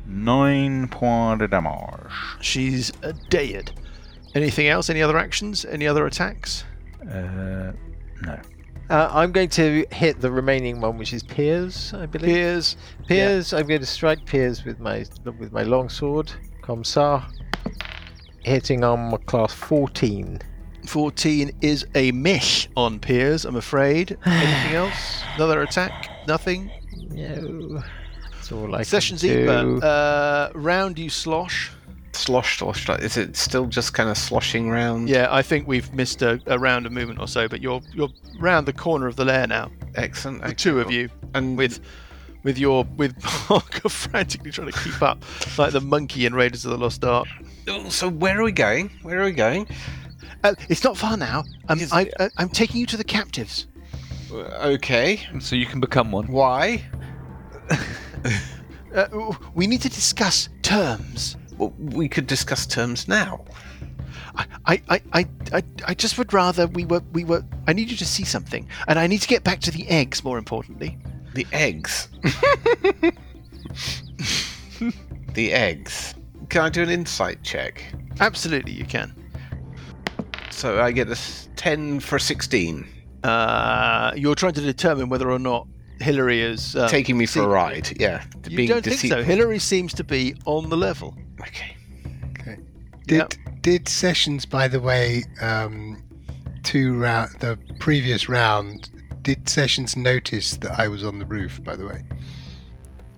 Speaker 6: Nine point de damage.
Speaker 2: She's a dead. Anything else? Any other actions? Any other attacks?
Speaker 6: Uh, no.
Speaker 3: Uh, I'm going to hit the remaining one, which is Piers, I believe.
Speaker 2: Piers.
Speaker 3: Piers, I'm going to strike Piers with my with my longsword, Comsar, hitting on my class 14.
Speaker 2: 14 is a mish on Piers, I'm afraid. Anything else? Another attack? Nothing?
Speaker 3: No, that's all I
Speaker 2: Sessions e-
Speaker 3: can do.
Speaker 2: Eber. Uh, round you slosh.
Speaker 7: Slosh, slosh, like, is it still just kind of sloshing round?
Speaker 2: Yeah, I think we've missed a, a round of movement or so, but you're you're round the corner of the lair now.
Speaker 7: Excellent.
Speaker 2: The
Speaker 7: okay,
Speaker 2: two of
Speaker 7: cool.
Speaker 2: you.
Speaker 7: And with
Speaker 2: With with your with *laughs* Parker frantically trying to keep up. Like the monkey in Raiders of the Lost Ark.
Speaker 7: oh, so where are we going? Where are we going?
Speaker 2: Uh, it's not far now. Um,
Speaker 7: Is-
Speaker 2: I, I, I'm taking you to the captives.
Speaker 7: Uh, Okay.
Speaker 1: So you can become one.
Speaker 7: Why?
Speaker 2: Uh, w- we need to discuss terms.
Speaker 7: Well, we could discuss terms now.
Speaker 2: I, I, I, I, I- I just would rather we were, we were. I need you to see something, and I need to get back to the eggs. More importantly,
Speaker 7: The
Speaker 2: *laughs*
Speaker 7: eggs. the eggs. Can I do an insight check?
Speaker 2: absolutely, you can.
Speaker 7: So I get a s- 10 for 16,
Speaker 2: Uh, you're trying to determine whether or not Hillary is um,
Speaker 7: taking me for a
Speaker 2: see-
Speaker 7: ride. Yeah.
Speaker 2: You don't think so? Hillary seems to be on the level.
Speaker 7: Okay.
Speaker 4: Did
Speaker 2: Yep.
Speaker 4: did sessions, by the way, um, two round the previous round? Did sessions notice that I was on the roof? By the way,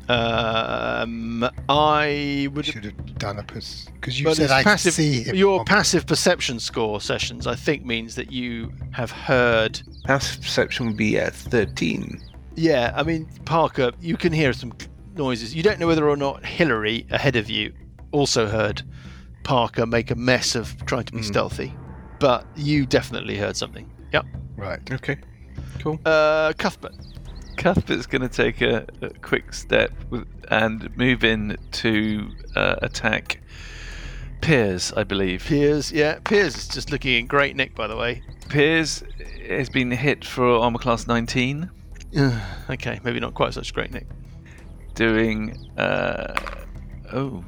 Speaker 2: Um, I would.
Speaker 4: should have done a because you
Speaker 2: but
Speaker 4: said
Speaker 2: it's
Speaker 4: I could
Speaker 2: passive-
Speaker 4: see him.
Speaker 2: Your
Speaker 7: um,
Speaker 4: on-
Speaker 2: passive perception score sessions, I think, means that you have heard
Speaker 7: Passive perception would be at 13.
Speaker 2: Yeah, I mean, Parker, you can hear some noises. You don't know whether or not Hillary ahead of you also heard Parker make a mess of trying to be stealthy, but you definitely heard something. Yep.
Speaker 4: right.
Speaker 7: Okay.
Speaker 2: Uh, Cuthbert.
Speaker 1: Cuthbert's going to take a, a quick step with, and move in to uh, attack Piers, I believe.
Speaker 2: Piers, yeah. Piers is just looking in great nick, by the way.
Speaker 1: Piers has been hit for armor class 19,
Speaker 2: okay, maybe not quite such great nick.
Speaker 1: doing. Uh,
Speaker 2: *laughs*
Speaker 1: oh.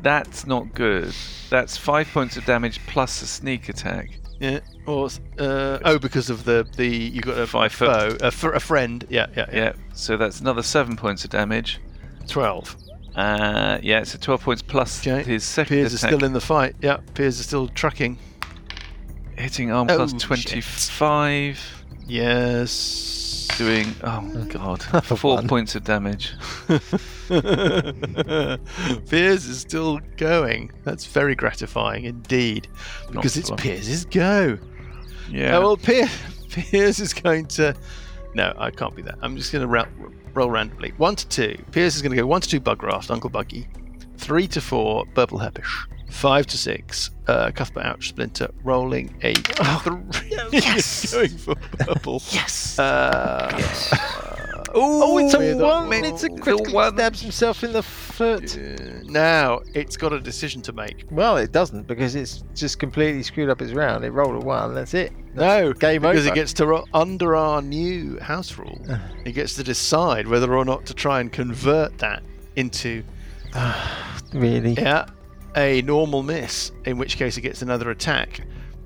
Speaker 1: That's not good. That's five points of damage plus a sneak attack.
Speaker 2: Yeah. Or, uh, oh, because of the, the you got a
Speaker 1: Five
Speaker 2: foe,
Speaker 1: foot.
Speaker 2: a, fr- a friend. Yeah, yeah, yeah.
Speaker 1: Yeah, so that's another seven points of damage.
Speaker 2: 12.
Speaker 1: Uh, yeah, so 12 points plus
Speaker 2: Okay.
Speaker 1: his second
Speaker 2: Piers is
Speaker 1: attack.
Speaker 2: still in the fight. Yeah, Piers is still trucking.
Speaker 1: Hitting arm
Speaker 2: Oh,
Speaker 1: class
Speaker 2: shit.
Speaker 1: 25,
Speaker 2: Yes.
Speaker 1: doing,
Speaker 2: *laughs*
Speaker 1: oh god, four
Speaker 3: one.
Speaker 1: points of damage.
Speaker 2: *laughs* Piers is still going. That's very gratifying indeed, because it's
Speaker 1: bluff.
Speaker 2: Piers's go.
Speaker 1: Yeah.
Speaker 2: Oh, well, Piers, *laughs* Piers is going to. No, I can't be that. I'm just going to ra- roll randomly. One to two. Piers is going to go one to two. Bugraft, Uncle Buggy. Three to four. Burble Heppish. Five to six. Uh, Cuthbert Ouch Splinter rolling a three. *laughs* Yes. going for Burble. yes. Uh,
Speaker 8: Yes.
Speaker 2: oh, it's a
Speaker 3: one.
Speaker 2: It's a
Speaker 3: Critically stabs himself in the foot.
Speaker 2: Uh, *laughs* now it's got a decision to make.
Speaker 3: Well, it doesn't because it's just completely screwed up its round. It rolled a one. That's it.
Speaker 2: No,
Speaker 3: game
Speaker 2: because
Speaker 3: over. Uh.
Speaker 2: it gets to ro- under our new house rule, it gets to decide whether or not to try and convert that into
Speaker 3: Really?
Speaker 2: yeah a normal miss. In which case, it gets another attack.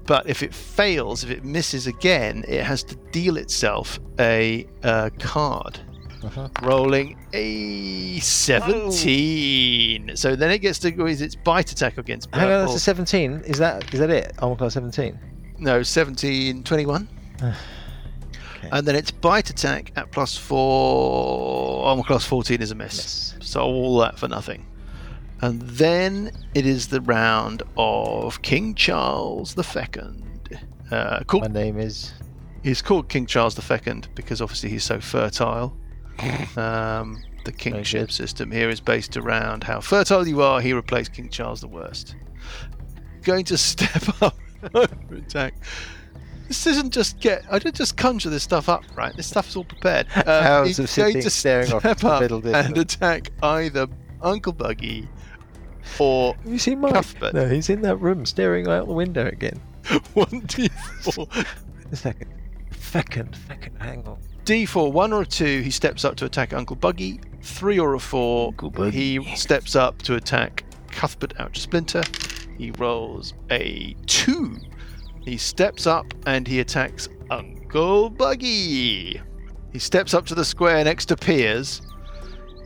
Speaker 2: But if it fails, if it misses again, it has to deal itself a uh, card.
Speaker 3: Uh-huh.
Speaker 2: Rolling a 17. So then it gets to go its bite attack against
Speaker 3: Hang on, that's
Speaker 2: purple.
Speaker 3: a 17. Is that is that it? Armor class 17.
Speaker 2: No, 17, 21. And then it's bite attack at plus four. Armor class 14 is a miss. So all that for nothing. And then it is the round of King Charles the Second. Uh,
Speaker 3: My
Speaker 2: called,
Speaker 3: name is.
Speaker 2: he's called King Charles the Second because obviously he's so fertile. Um, the kingship system here is based around how fertile you are. He replaced King Charles the Worst. Going to *laughs* step up over attack. This isn't just get. I didn't just conjure this stuff up, right? This stuff's all
Speaker 3: *laughs*
Speaker 2: prepared. Um,
Speaker 3: Hours
Speaker 2: he's
Speaker 3: of
Speaker 2: going
Speaker 3: sitting
Speaker 2: to
Speaker 3: staring off
Speaker 2: step
Speaker 3: into the
Speaker 2: up
Speaker 3: middle
Speaker 2: and
Speaker 3: distance.
Speaker 2: attack either Uncle Buggy
Speaker 3: *laughs*
Speaker 2: or
Speaker 3: Have you seen Mike?
Speaker 2: Cuthbert.
Speaker 3: No, he's in that room staring out the window again.
Speaker 2: one d4.
Speaker 3: A second. Second, second, hang on.
Speaker 2: D4, one or a two, he steps up to attack Uncle Buggy. Three or a four, he steps up to attack Cuthbert Ouch Splinter. He rolls a two. He steps up and he attacks Uncle Buggy. He steps up to the square next to Piers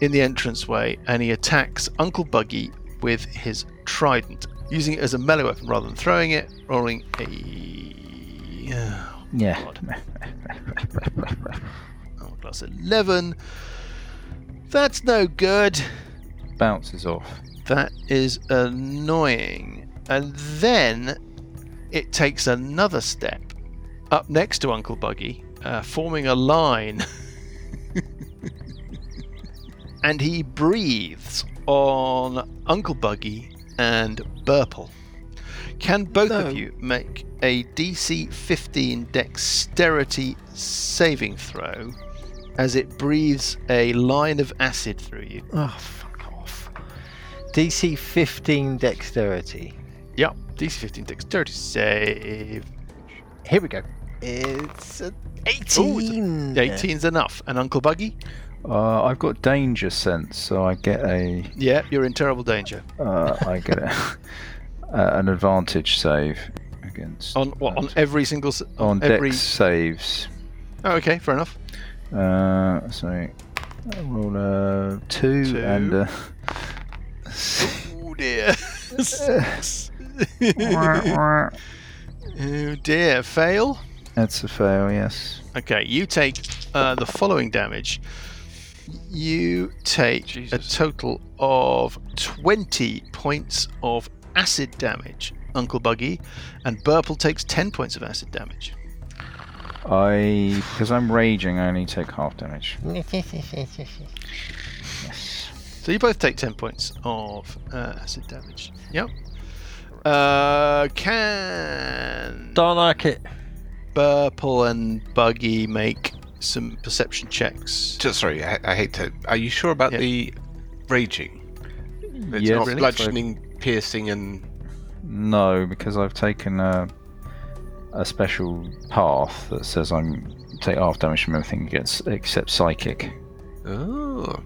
Speaker 2: in the entranceway and he attacks Uncle Buggy with his trident, using it as a melee weapon rather than throwing it, rolling a. uh,
Speaker 6: Yeah.
Speaker 2: Oh, plus 11. That's no good.
Speaker 6: *laughs* Bounces off.
Speaker 2: That is annoying. And then it takes another step up next to Uncle Buggy, uh, forming a line. *laughs* and he breathes on Uncle Buggy and Burple. Can both
Speaker 3: No.
Speaker 2: of you make a DC 15 dexterity saving throw as it breathes a line of acid through you?
Speaker 3: Oh, fuck off. DC 15 dexterity.
Speaker 2: Yep, DC 15 dexterity save.
Speaker 3: Here we go. It's a
Speaker 2: Ooh,
Speaker 3: 18.
Speaker 2: 18's enough. And Uncle Buggy?
Speaker 6: Uh, I've got danger sense, so I get a
Speaker 2: Yeah, you're in terrible danger.
Speaker 6: uh, I get a, *laughs* uh, an advantage save against
Speaker 2: On what? On every single. s-
Speaker 6: on
Speaker 2: every-
Speaker 6: dex saves.
Speaker 2: Oh, okay, fair enough.
Speaker 6: Uh, so I roll a two,
Speaker 2: Two.
Speaker 6: and uh,
Speaker 2: Oh dear. *laughs* Six. *laughs* oh dear, fail.
Speaker 6: *laughs* that's a fail. Yes.
Speaker 2: Okay, you take uh, the following damage. You take
Speaker 1: Jesus.
Speaker 2: a total of 20 points of acid damage, Uncle Buggy, and Burple takes 10 points of acid damage.
Speaker 6: I because I'm raging, I only take half damage.
Speaker 2: So you both take 10 points of uh, acid damage. Yep. Uh, can
Speaker 3: Don't like it.
Speaker 2: Burple and Buggy make some perception checks?
Speaker 7: Just sorry, I, I hate to. Are you sure about
Speaker 2: Yeah.
Speaker 7: the raging? It's
Speaker 6: Yes.
Speaker 7: not
Speaker 6: Really?
Speaker 7: bludgeoning, piercing, and
Speaker 6: No, because I've taken a a special path that says I'm take half damage from everything gets except psychic.
Speaker 7: oh,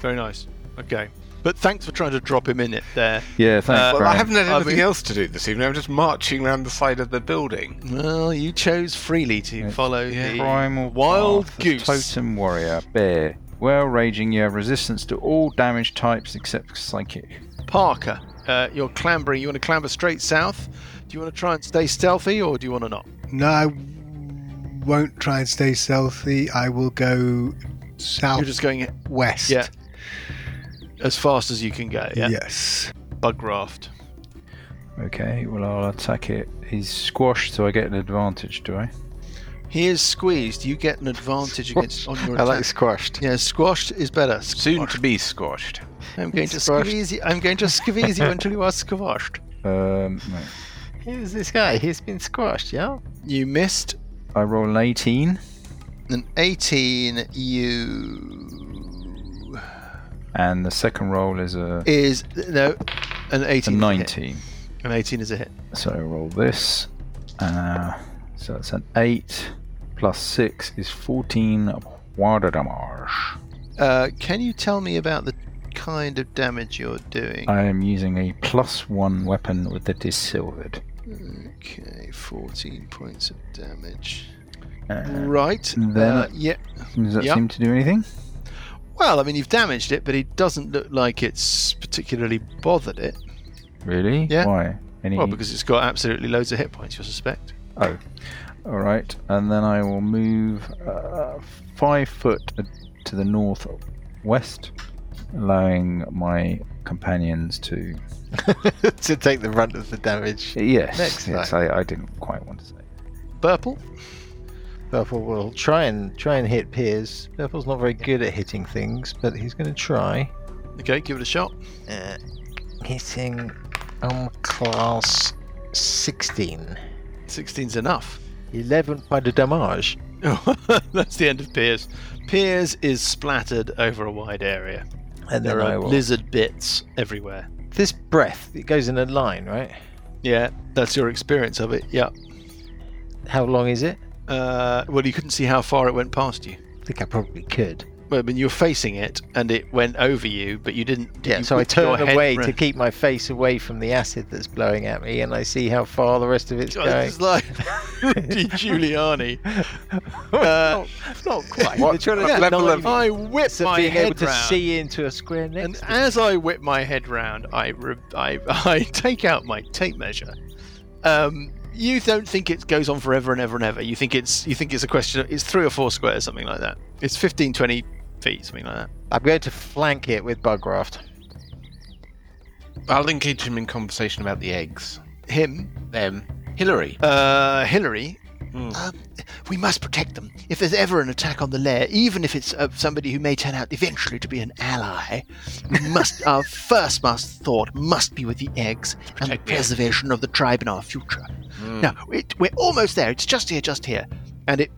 Speaker 2: Very nice. Okay. But thanks for trying to drop him in it there.
Speaker 6: Yeah, thanks.
Speaker 2: Uh,
Speaker 7: well,
Speaker 6: Graham.
Speaker 7: I haven't had
Speaker 2: I
Speaker 7: anything
Speaker 2: mean-
Speaker 7: else to do this evening. I'm just marching around the side of the building.
Speaker 2: Well, you chose freely to
Speaker 6: It's-
Speaker 2: follow
Speaker 7: yeah.
Speaker 2: the
Speaker 6: Primal
Speaker 2: wild
Speaker 6: Path,
Speaker 2: goose.
Speaker 6: Totem Warrior, Bear. Well raging, you have resistance to all damage types except psychic.
Speaker 2: Parker. Uh, you're clambering. You want to clamber straight south? Do you want to try and stay stealthy or do you want to not?
Speaker 4: No, I won't try and stay stealthy. I will go
Speaker 2: You're just
Speaker 4: southwest.
Speaker 2: going yeah, as fast as you can go. Yeah.
Speaker 4: Yes.
Speaker 2: Bug raft.
Speaker 6: Okay, well I'll attack it. He's squashed, so I get an advantage, do I?
Speaker 2: He is squeezed. You get an advantage against on your
Speaker 3: I
Speaker 2: attack.
Speaker 3: like squashed.
Speaker 2: yeah, squashed is better.
Speaker 7: Soon to be squashed.
Speaker 2: I'm going to
Speaker 3: Squashed.
Speaker 2: squeeze you. I'm going to squeeze you until you are squashed.
Speaker 6: Um, no.
Speaker 3: Who's this guy? He's been squashed, yeah?
Speaker 2: You missed
Speaker 6: I roll an 18
Speaker 2: an 18. You
Speaker 6: and the second roll is a,
Speaker 2: is no an 18. is
Speaker 6: a
Speaker 2: hit.
Speaker 6: 19.
Speaker 2: An 18 is a hit.
Speaker 6: So I roll this. Uh, so it's an 8 plus 6 is 14 water damage.
Speaker 2: Uh, can you tell me about the kind of damage you're doing?
Speaker 6: I am using a plus 1 weapon that is silvered.
Speaker 2: Okay, 14 points of damage.
Speaker 6: Uh,
Speaker 2: Right.
Speaker 6: then-
Speaker 2: uh, yeah.
Speaker 6: Does that
Speaker 2: Yep.
Speaker 6: seem to do anything?
Speaker 2: Well, I mean, you've damaged it, but it doesn't look like it's particularly bothered it.
Speaker 6: Really?
Speaker 2: Yeah.
Speaker 6: Why?
Speaker 3: Mm.
Speaker 6: Any?
Speaker 2: Well, because it's got absolutely loads of hit points, you suspect.
Speaker 6: Oh, all right. And then I will move uh, five foot to the northwest, allowing my companions to.
Speaker 3: to take the brunt of the damage.
Speaker 6: Yes.
Speaker 3: Next
Speaker 6: yes. I, I didn't quite want to say.
Speaker 2: Burple?
Speaker 3: Purple will try and try and hit Piers. Purple's not very good at hitting things, but he's going to try.
Speaker 2: Okay, give it a shot.
Speaker 3: Uh, hitting um class 16.
Speaker 2: 16's enough. *laughs*
Speaker 3: 11 by the damage.
Speaker 2: That's the end of Piers. Piers is splattered over a wide area.
Speaker 3: And then
Speaker 2: There
Speaker 3: I
Speaker 2: are
Speaker 3: will.
Speaker 2: lizard bits everywhere.
Speaker 3: This breath, it goes in a line, right?
Speaker 2: Yeah, that's your experience of it. Yeah.
Speaker 3: How long is it?
Speaker 2: Uh, well, you couldn't see how far it went past you.
Speaker 3: I think I probably could.
Speaker 2: Well, I mean, you were facing it, and it went over you, but you didn't.
Speaker 3: Yeah,
Speaker 2: you
Speaker 3: so I
Speaker 2: whipped your
Speaker 3: turn
Speaker 2: head
Speaker 3: away
Speaker 2: round. *laughs*
Speaker 3: to keep my face away from the acid that's blowing at me, and I see how far the rest of it's
Speaker 2: Oh,
Speaker 3: going.
Speaker 2: This is like Di Giuliani.
Speaker 3: *laughs* Well, not, not *laughs* quite. They're trying to-
Speaker 2: Yeah,
Speaker 3: not
Speaker 2: no,
Speaker 3: even-
Speaker 2: I whip
Speaker 3: it's
Speaker 2: my
Speaker 3: being
Speaker 2: head
Speaker 3: able to
Speaker 2: round.
Speaker 3: see into a square
Speaker 2: And
Speaker 3: next. to
Speaker 2: as I whip my head round, I, re- I, *laughs* I take out my tape measure. Um, you don't think it goes on forever and ever and ever. You think it's you think it's a question. Of, it's three or four squares, something like that. It's 15, 20 feet, something like that.
Speaker 3: I'm going to flank it with bug raft.
Speaker 7: I'll engage him in conversation about the eggs.
Speaker 2: Him,
Speaker 7: Them. Hillary.
Speaker 2: uh, Hillary.
Speaker 7: Hmm.
Speaker 2: Um, we must protect them. If there's ever an attack on the lair, even if it's uh, somebody who may turn out eventually to be an ally,
Speaker 7: *laughs*
Speaker 2: we must our first must thought must be with the eggs and the
Speaker 7: Protect the eggs.
Speaker 2: preservation of the tribe and our future.
Speaker 7: Hmm.
Speaker 2: No, it, we're almost there. It's just here, just here. And it,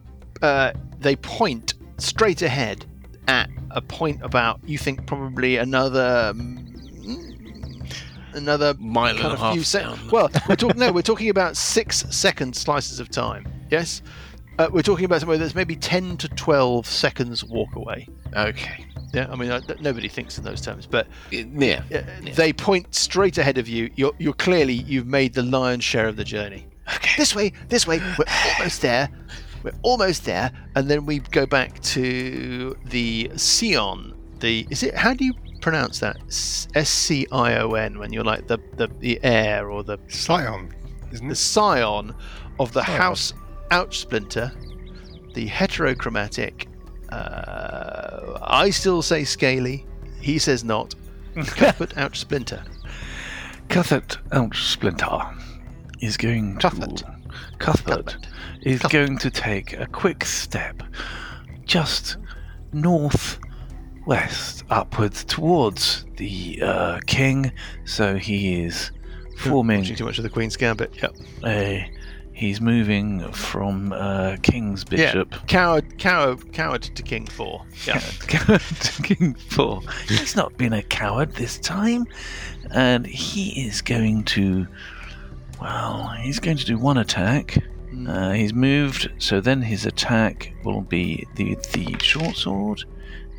Speaker 2: uh, they point straight ahead at a point about you think probably another, mm, another
Speaker 7: Mile and
Speaker 2: kind
Speaker 7: a
Speaker 2: of
Speaker 7: half
Speaker 2: few sec-
Speaker 7: down.
Speaker 2: Well, we're talking no, we're talking about six second slices of time. Yes, uh, we're talking about somewhere that's maybe ten to twelve seconds walk away.
Speaker 7: Okay.
Speaker 2: Yeah, I mean I, nobody thinks in those terms, but
Speaker 7: It- near.
Speaker 2: uh, they point straight ahead of you. You're, you're clearly you've made the lion's share of the journey. Okay. This way, this way. *sighs* We're almost there. We're almost there, and then we go back to the Sion. The is it? How do you pronounce that? S C I O N. When you're like the the the heir or the
Speaker 4: Scion, isn't
Speaker 2: the
Speaker 4: it?
Speaker 2: Hmm. scion of the house outsplinter, the heterochromatic. Uh, I still say scaly. He says *laughs* not. Cuthbert outsplinter.
Speaker 1: Cuthbert Ouch Splinter is going
Speaker 2: Cuthbert.
Speaker 1: to Cuthbert,
Speaker 2: Cuthbert.
Speaker 1: is
Speaker 2: Cuthbert.
Speaker 1: going to take a quick step just north west upwards towards the uh, king so he is forming
Speaker 2: Watching too much of the Queen's Gambit. Yep.
Speaker 1: a he's moving from uh, king's bishop
Speaker 2: Coward, coward, coward to King Four.
Speaker 1: *laughs*
Speaker 2: Yeah.
Speaker 1: coward to King Four. He's not been a coward this time, and he is going to. Well, he's going to do one attack. Uh, he's moved, so then his attack will be the the short sword,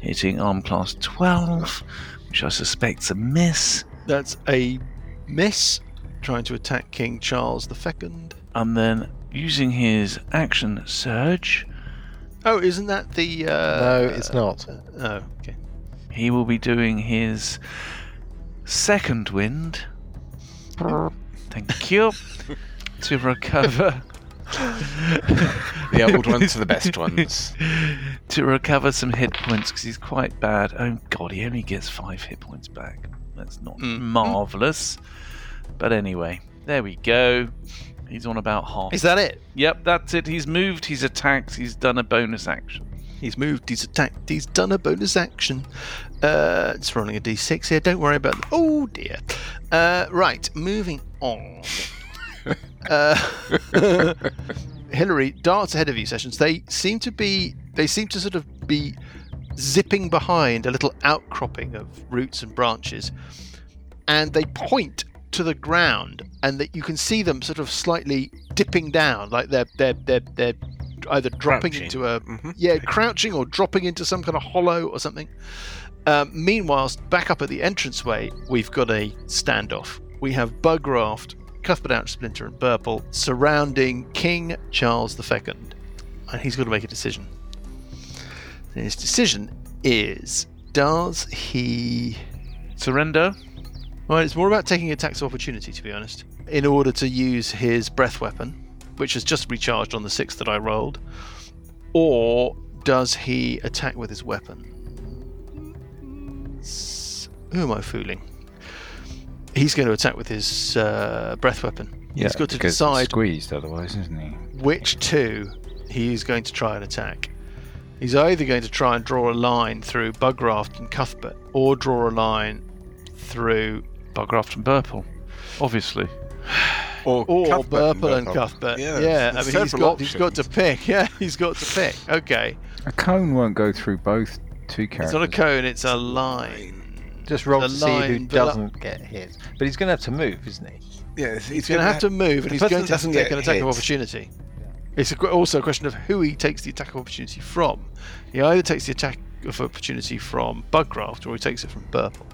Speaker 1: hitting arm class twelve, which I suspect's a miss.
Speaker 2: That's a miss. Trying to attack King Charles the Second.
Speaker 1: And then using his action surge,
Speaker 2: Oh, isn't that the? Uh,
Speaker 3: no, it's not.
Speaker 2: Oh, okay.
Speaker 1: he will be doing his second wind. Thank
Speaker 7: *laughs*
Speaker 1: you. to recover.
Speaker 7: The old ones are the *laughs* best ones.
Speaker 1: *laughs* to recover some hit points because he's quite bad. Oh god, he only gets five hit points back. That's not
Speaker 2: Mm.
Speaker 7: Mm-hmm.
Speaker 1: marvelous. But anyway, there we go. He's on about half.
Speaker 2: Is that it?
Speaker 1: Yep, that's it. He's moved. He's attacked. He's done a bonus action.
Speaker 2: He's moved, he's attacked, he's done a bonus action. Uh, it's rolling a d6 here, don't worry about that. Oh dear. Uh, right, moving on. uh, *laughs* Hillary darts ahead of you, Sessions. They seem to be, they seem to sort of be zipping behind a little outcropping of roots and branches. And they point to the ground, and that you can see them sort of slightly dipping down, like they're, they're, they're, they're either dropping
Speaker 7: Crouching.
Speaker 2: into a
Speaker 7: Mhm.
Speaker 2: yeah, crouching or dropping into some kind of hollow or something. Um, meanwhile, back up at the entranceway, we've got a standoff. We have Bugraft, Cuthbert Ouch Splinter, and Burple surrounding King Charles II. And he's got to make a decision. And his decision is does he.
Speaker 1: Surrender.
Speaker 2: Well, it's more about taking attacks of opportunity, to be honest, in order to use his breath weapon, which has just recharged on the six that I rolled, or does he attack with his weapon? S- Who am I fooling? He's going to attack with his uh, breath weapon. He's got to
Speaker 6: because it's
Speaker 2: decide
Speaker 6: Squeezed, otherwise, isn't he?
Speaker 2: which two he is going to try and attack. He's either going to try and draw a line through Bugraft and Cuthbert, or draw a line through
Speaker 1: Bugraft and Burple, obviously.
Speaker 7: Or,
Speaker 2: or
Speaker 7: Cuthbert
Speaker 2: Burple and
Speaker 7: Burple.
Speaker 2: Cuthbert. Yeah,
Speaker 7: there's-
Speaker 2: I
Speaker 7: there's
Speaker 2: mean he's
Speaker 7: several
Speaker 2: got he's got to
Speaker 7: options.
Speaker 2: pick. *laughs* Yeah, he's got to pick. Okay,
Speaker 6: A cone won't go through both two
Speaker 2: it's
Speaker 6: characters.
Speaker 2: not a cone, it's a line.
Speaker 3: Just roll
Speaker 2: The
Speaker 3: to see who
Speaker 2: line built up.
Speaker 3: doesn't get hit. But he's going to have to move, isn't he?
Speaker 7: Yeah, he's,
Speaker 2: He's going to have to move, and he's
Speaker 7: person
Speaker 2: going to have
Speaker 7: that
Speaker 2: to
Speaker 7: doesn't
Speaker 2: take
Speaker 7: get
Speaker 2: an attack
Speaker 7: hit.
Speaker 2: of opportunity. It's a, que- also a question of who he takes the attack of opportunity from. He either takes the attack of opportunity from Bugcraft, or he takes it from Burple.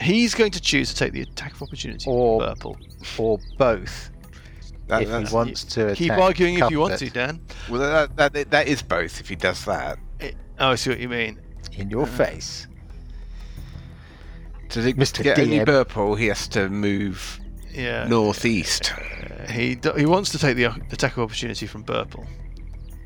Speaker 2: He's going to choose to take the attack of opportunity
Speaker 3: Or-
Speaker 2: from Burple.
Speaker 3: Or both,
Speaker 7: That,
Speaker 3: if
Speaker 7: that's-
Speaker 3: he wants to.
Speaker 2: Keep
Speaker 3: attack
Speaker 2: arguing if you want to,
Speaker 3: Cuthbert.
Speaker 2: Dan.
Speaker 7: well, that, that- that, that is both if he does that.
Speaker 2: It- oh, I see what you mean.
Speaker 3: In your face.
Speaker 7: To, to
Speaker 3: Mr.
Speaker 7: get any
Speaker 3: DM.
Speaker 7: Burple, he has to move
Speaker 2: Yeah.
Speaker 7: northeast.
Speaker 2: He do- he wants to take the uh, attack of opportunity from Burple.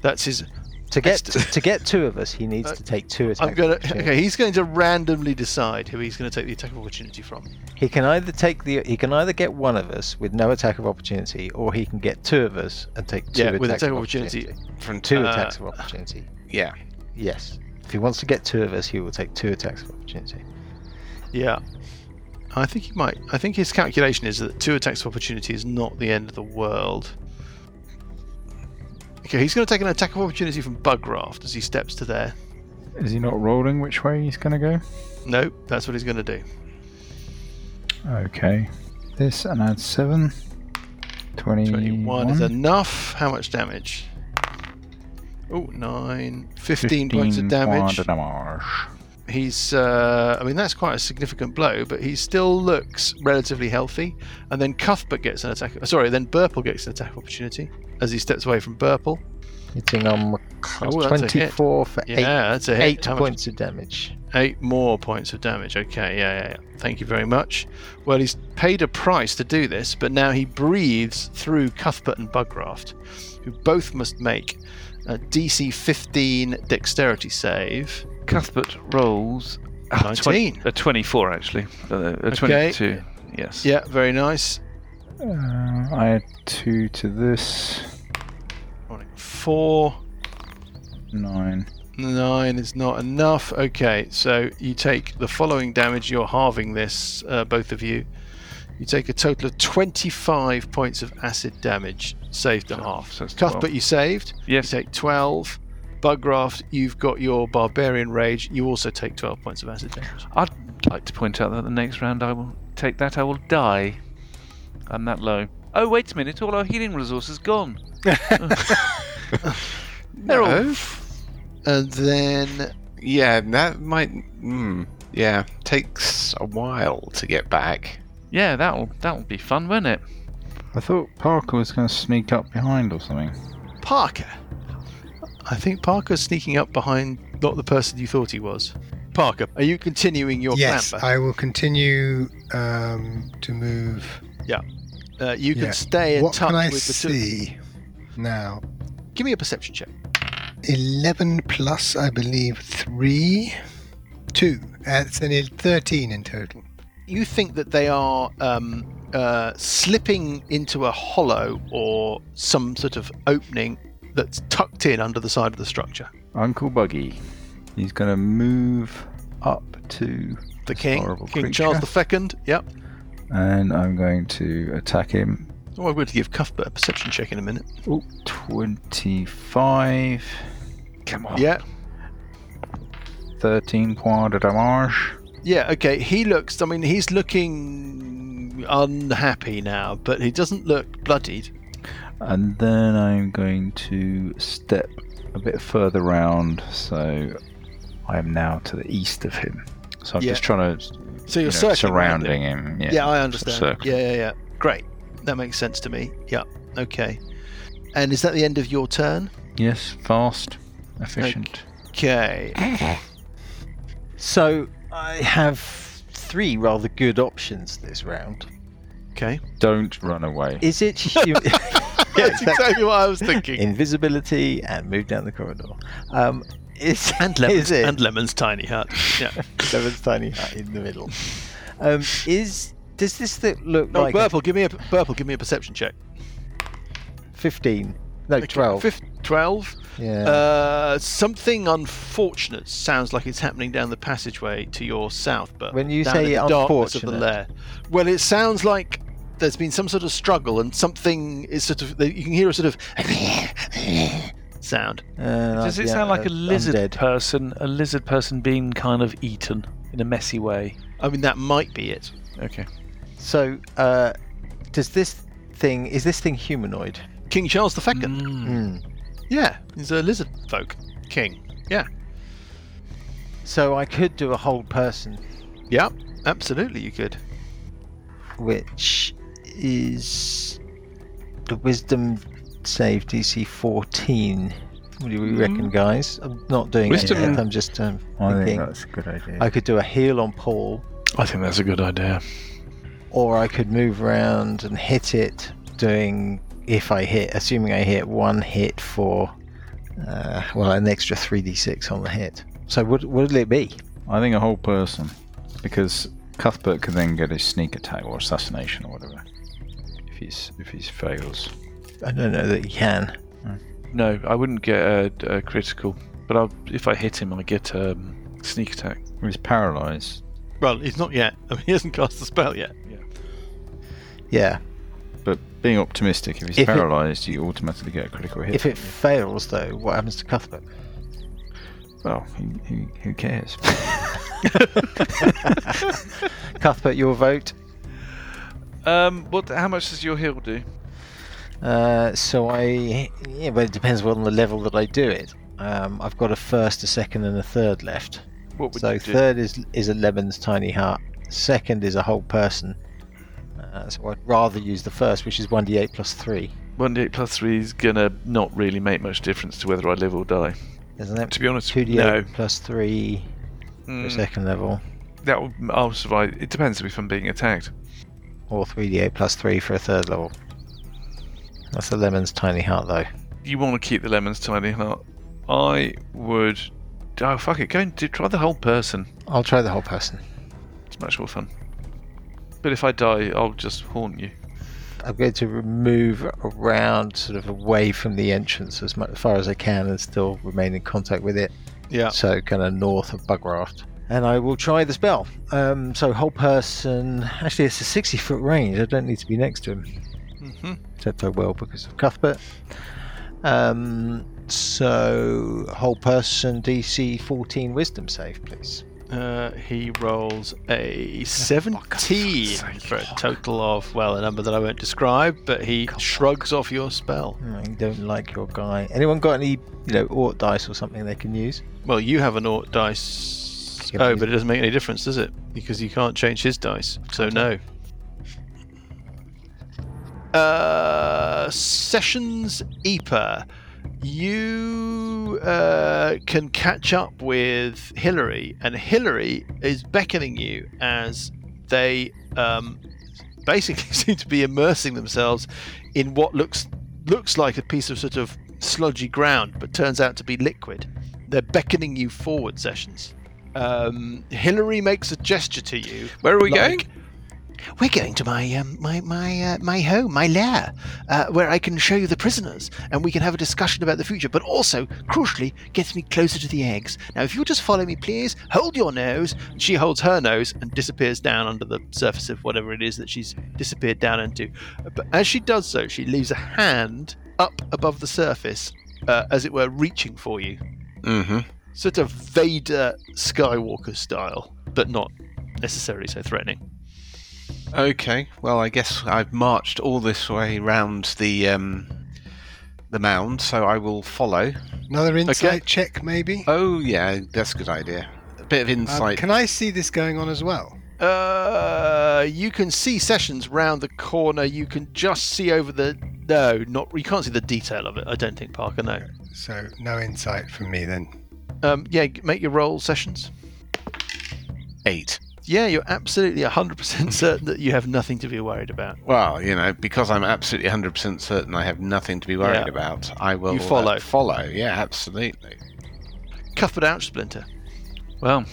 Speaker 2: That's his.
Speaker 3: To get to get two of us, he needs to take two attacks.
Speaker 2: Uh, I'm gonna.
Speaker 3: opportunity.
Speaker 2: Okay, he's going to randomly decide who he's going to take the attack of opportunity from.
Speaker 3: He can either take the he can either get one of us with no attack of opportunity, or he can get two of us and take two
Speaker 2: Yeah,
Speaker 3: attacks
Speaker 2: with attack
Speaker 3: of
Speaker 2: of opportunity.
Speaker 7: From two.
Speaker 3: Two
Speaker 2: Uh,
Speaker 3: attacks of opportunity.
Speaker 7: Yeah.
Speaker 3: Yes. If he wants to get two of us, he will take two attacks of opportunity.
Speaker 2: Yeah. I think he might. I think his calculation is that two attacks of opportunity is not the end of the world. Okay, he's going to take an attack of opportunity from Bugraft as he steps to there.
Speaker 6: Is he not rolling which way he's going to go?
Speaker 2: No, that's what he's going to do.
Speaker 6: Okay. This and add 7. 21.
Speaker 2: 21 is enough. How much damage? Oh, nine. 15, points of damage.
Speaker 6: points of damage.
Speaker 2: He's, uh, I mean, that's quite a significant blow, but he still looks relatively healthy. And then Cuthbert gets an attack. Sorry, then Burple gets an attack of opportunity as he steps away from Burple.
Speaker 3: Hitting on
Speaker 2: Oh, that's a hit.
Speaker 3: 24 for
Speaker 2: Yeah, that's a hit.
Speaker 3: eight, eight
Speaker 2: How much-
Speaker 3: points of damage.
Speaker 2: Eight more points of damage. Okay, yeah, yeah, yeah. Thank you very much. Well, he's paid a price to do this, but now he breathes through Cuthbert and Bugraft, who both must make a DC 15 dexterity save.
Speaker 1: Cuthbert rolls
Speaker 3: Ah,
Speaker 1: a,
Speaker 2: 19.
Speaker 1: a 24, uh, actually. Uh, a
Speaker 2: Okay.
Speaker 1: 22. Yes.
Speaker 2: Yeah, very nice.
Speaker 6: Uh, I add 2 to this.
Speaker 2: Rolling Four,
Speaker 6: 9.
Speaker 2: nine is not enough. Okay, so you take the following damage. You're halving this, uh, both of you. You take a total of 25 points of acid damage, saved to half.
Speaker 1: so it's 12.
Speaker 2: Cuthbert, you saved.
Speaker 1: Yes.
Speaker 2: You take 12. Bugraft, you've got your Barbarian Rage. You also take 12 points of acid damage.
Speaker 1: I'd like to point out that the next round I will take that, I will die. I'm that low. Oh, wait a minute, all our healing resource is gone. They're all.
Speaker 2: And then,
Speaker 7: Yeah, that might. Mm, yeah, takes a while to get back.
Speaker 1: Yeah, that'll that'll be fun, won't it?
Speaker 6: I thought Parker was going to sneak up behind or something.
Speaker 2: Parker. I think Parker's sneaking up behind not the person you thought he was. Parker, are you continuing your
Speaker 4: yes,
Speaker 2: clamber?
Speaker 4: I will continue um, to move.
Speaker 2: uh, you can
Speaker 4: yeah.
Speaker 2: stay in
Speaker 4: what
Speaker 2: touch
Speaker 4: can I
Speaker 2: with the two.
Speaker 4: see now?
Speaker 2: Give me a perception check.
Speaker 4: 11 plus, I believe, 3. 2. That's an il- 13 in total.
Speaker 2: you think that they are um, uh, slipping into a hollow or some sort of opening that's tucked in under the side of the structure.
Speaker 6: Uncle Buggy. He's going to move up to.
Speaker 2: The king,
Speaker 6: horrible
Speaker 2: King
Speaker 6: creature.
Speaker 2: Charles II. Yep.
Speaker 6: And I'm going to attack him.
Speaker 2: Oh, I'm going to give Cuthbert a perception check in a minute.
Speaker 6: Oh, 25. Come on.
Speaker 2: Yeah.
Speaker 6: 13 points of damage.
Speaker 2: Yeah. Okay. He looks. I mean, he's looking unhappy now, but he doesn't look bloodied.
Speaker 6: And then I'm going to step a bit further round, so I am now to the east of him. So I'm
Speaker 2: Yeah.
Speaker 6: just trying to
Speaker 2: So you're
Speaker 6: you know,
Speaker 2: circling around him.
Speaker 6: surrounding him. Yeah,
Speaker 2: Yeah, I
Speaker 6: sort of
Speaker 2: understand.
Speaker 6: circle.
Speaker 2: Yeah, yeah, yeah. Great. That makes sense to me. Yeah. Okay. And is that the end of your turn?
Speaker 6: Yes, fast, efficient.
Speaker 2: *clears throat* Okay.
Speaker 3: So I have three rather good options this round.
Speaker 2: Okay.
Speaker 6: Don't run away.
Speaker 2: *laughs*
Speaker 3: Is it human?
Speaker 2: *laughs*
Speaker 3: *laughs*
Speaker 2: That's
Speaker 7: *laughs*
Speaker 2: exactly what *laughs* I was thinking.
Speaker 3: invisibility and move down the corridor. Um, is,
Speaker 2: *laughs* and lemons
Speaker 3: is it
Speaker 2: and lemons tiny hut
Speaker 3: *laughs*
Speaker 2: yeah
Speaker 3: Lemon's tiny hut in the middle? Um, is does this th- look
Speaker 2: no
Speaker 3: like
Speaker 2: burple give me a burple give me a perception check
Speaker 3: fifteen? No,
Speaker 2: Okay,
Speaker 3: twelve.
Speaker 2: fif- 12.
Speaker 3: Yeah.
Speaker 2: Uh, something unfortunate sounds like it's happening down the passageway to your south, but
Speaker 3: When you
Speaker 2: down
Speaker 3: say
Speaker 2: in the darkness of the
Speaker 3: unfortunate-
Speaker 2: lair. Well, it sounds like there's been some sort of struggle and something is sort of you can hear a sort of *laughs* sound.
Speaker 3: Uh,
Speaker 5: Does it
Speaker 3: yeah,
Speaker 5: sound like a
Speaker 3: uh,
Speaker 5: lizard
Speaker 3: undead.
Speaker 5: person? A lizard person being kind of eaten in a messy way.
Speaker 2: I mean, that might be it.
Speaker 5: Okay.
Speaker 3: So, uh, does this thing is this thing humanoid?
Speaker 2: King Charles II.
Speaker 3: Hmm.
Speaker 2: Yeah, he's a lizard folk king. Yeah,
Speaker 3: So I could do a whole person,
Speaker 2: yeah, absolutely, you could.
Speaker 3: which is the wisdom save DC 14. What do we reckon, guys? I'm not doing
Speaker 7: Wisdom-
Speaker 3: it. I'm just um,
Speaker 6: I think
Speaker 3: thinking.
Speaker 6: that's a good idea.
Speaker 3: I could do a heal on Paul,
Speaker 7: I think that's a good idea.
Speaker 3: or I could move around and hit it, doing if I hit, assuming I hit one hit for, uh, well, an extra 3d6 on the hit. So what what will it be?
Speaker 6: I think a whole person, because Cuthbert could then get his sneak attack or assassination or whatever. If he's if he fails,
Speaker 3: I don't know that you can.
Speaker 1: No, I wouldn't get a, a critical, but I'll, if I hit him, I get um, sneak attack.
Speaker 6: Or he's paralysed.
Speaker 2: Well, he's not yet. *laughs* I mean, he hasn't cast the spell yet.
Speaker 3: Yeah.
Speaker 6: But being optimistic, if he's
Speaker 3: If it-
Speaker 6: paralysed, you automatically get a critical hit.
Speaker 3: If it fails, though, what happens to Cuthbert?
Speaker 6: well, who, who, who cares?
Speaker 3: *laughs* Cuthbert, your vote.
Speaker 1: Um, what? How much does your heal do?
Speaker 3: Uh, so I, yeah, but it depends on the level that I do it. Um, I've got a first, a second, and a third left.
Speaker 1: What would
Speaker 3: so
Speaker 1: you do?
Speaker 3: third is is a lemon's tiny heart. Second is a whole person. Uh, so I'd rather use the first, which is one d8 plus three,
Speaker 1: One d8 plus three is gonna not really make much difference to whether I live or die.
Speaker 3: isn't it?
Speaker 1: To be honest,
Speaker 3: Two d8
Speaker 1: no.
Speaker 3: plus three for
Speaker 1: Mm,
Speaker 3: second level,
Speaker 1: that will, I'll survive. It depends if I'm being attacked.
Speaker 3: or three d8 plus three for a third level. That's the lemon's tiny heart, though.
Speaker 1: You want to keep the lemons tiny heart. I would. Oh fuck it! Go and do, try the whole person.
Speaker 3: I'll try the whole person.
Speaker 1: It's much more fun. But if I die, I'll just haunt you.
Speaker 3: I'm going to move around, sort of away from the entrance as much as far as I can, and still remain in contact with it.
Speaker 2: Yeah.
Speaker 3: So kind of north of Bugraft. And I will try the spell. Um, so whole person. Actually, it's a 60 foot range. I don't need to be next to him,
Speaker 2: Mm-hmm.
Speaker 3: except I will because of Cuthbert. Um, so whole person DC 14 Wisdom save, please.
Speaker 2: Uh, he rolls a 17 Oh, for a total of, well, a number that I won't describe, but he shrugs off your spell.
Speaker 3: Hmm, I don't like your guy. Anyone got any, you know, ort dice or something they can use?
Speaker 2: Well, you have an ort dice.
Speaker 3: Yeah, but
Speaker 2: Oh,
Speaker 3: you-
Speaker 2: but it doesn't make any difference, does it? Because you can't change his dice. So, no. Uh, Sessions Eper. You uh, can catch up with Hillary, and Hillary is beckoning you as they um, basically *laughs* seem to be immersing themselves in what looks looks like a piece of sort of sludgy ground, but turns out to be liquid. They're beckoning you forward, Sessions. Um, Hillary makes a gesture to you.
Speaker 7: Where are we
Speaker 2: like,
Speaker 7: going?
Speaker 2: We're going to my um, my my uh, my home, my lair, uh, where I can show you the prisoners, and we can have a discussion about the future. But also, crucially, gets me closer to the eggs. Now, if you'll just follow me, please, hold your nose. She holds her nose and disappears down under the surface of whatever it is that she's disappeared down into. But as she does so, she leaves a hand up above the surface, uh, as it were, reaching for you,
Speaker 7: Mm-hmm.
Speaker 2: sort of Vader Skywalker style, but not necessarily so threatening.
Speaker 7: Okay. Well, I guess I've marched all this way round the um, the mound, so I will follow.
Speaker 4: Another insight check,
Speaker 3: Uh,
Speaker 4: maybe.
Speaker 7: Oh yeah, that's a good idea. A bit of
Speaker 4: Um,
Speaker 7: insight.
Speaker 4: can I see this going on as well?
Speaker 2: Uh, you can see sessions round the corner. You can just see over the no, not you can't see the detail of it. I don't think Parker. No.
Speaker 4: So no insight from me then.
Speaker 2: Um, yeah, g- make your roll sessions.
Speaker 7: Eight.
Speaker 2: Yeah, you're absolutely 100% *laughs* certain that you have nothing to be worried about.
Speaker 7: Well, you know, because I'm absolutely 100% certain I have nothing to be worried
Speaker 2: Yeah.
Speaker 7: about, I will
Speaker 2: You follow.
Speaker 7: uh, follow, yeah, absolutely.
Speaker 2: Cuthbert out, Splinter.
Speaker 1: Well,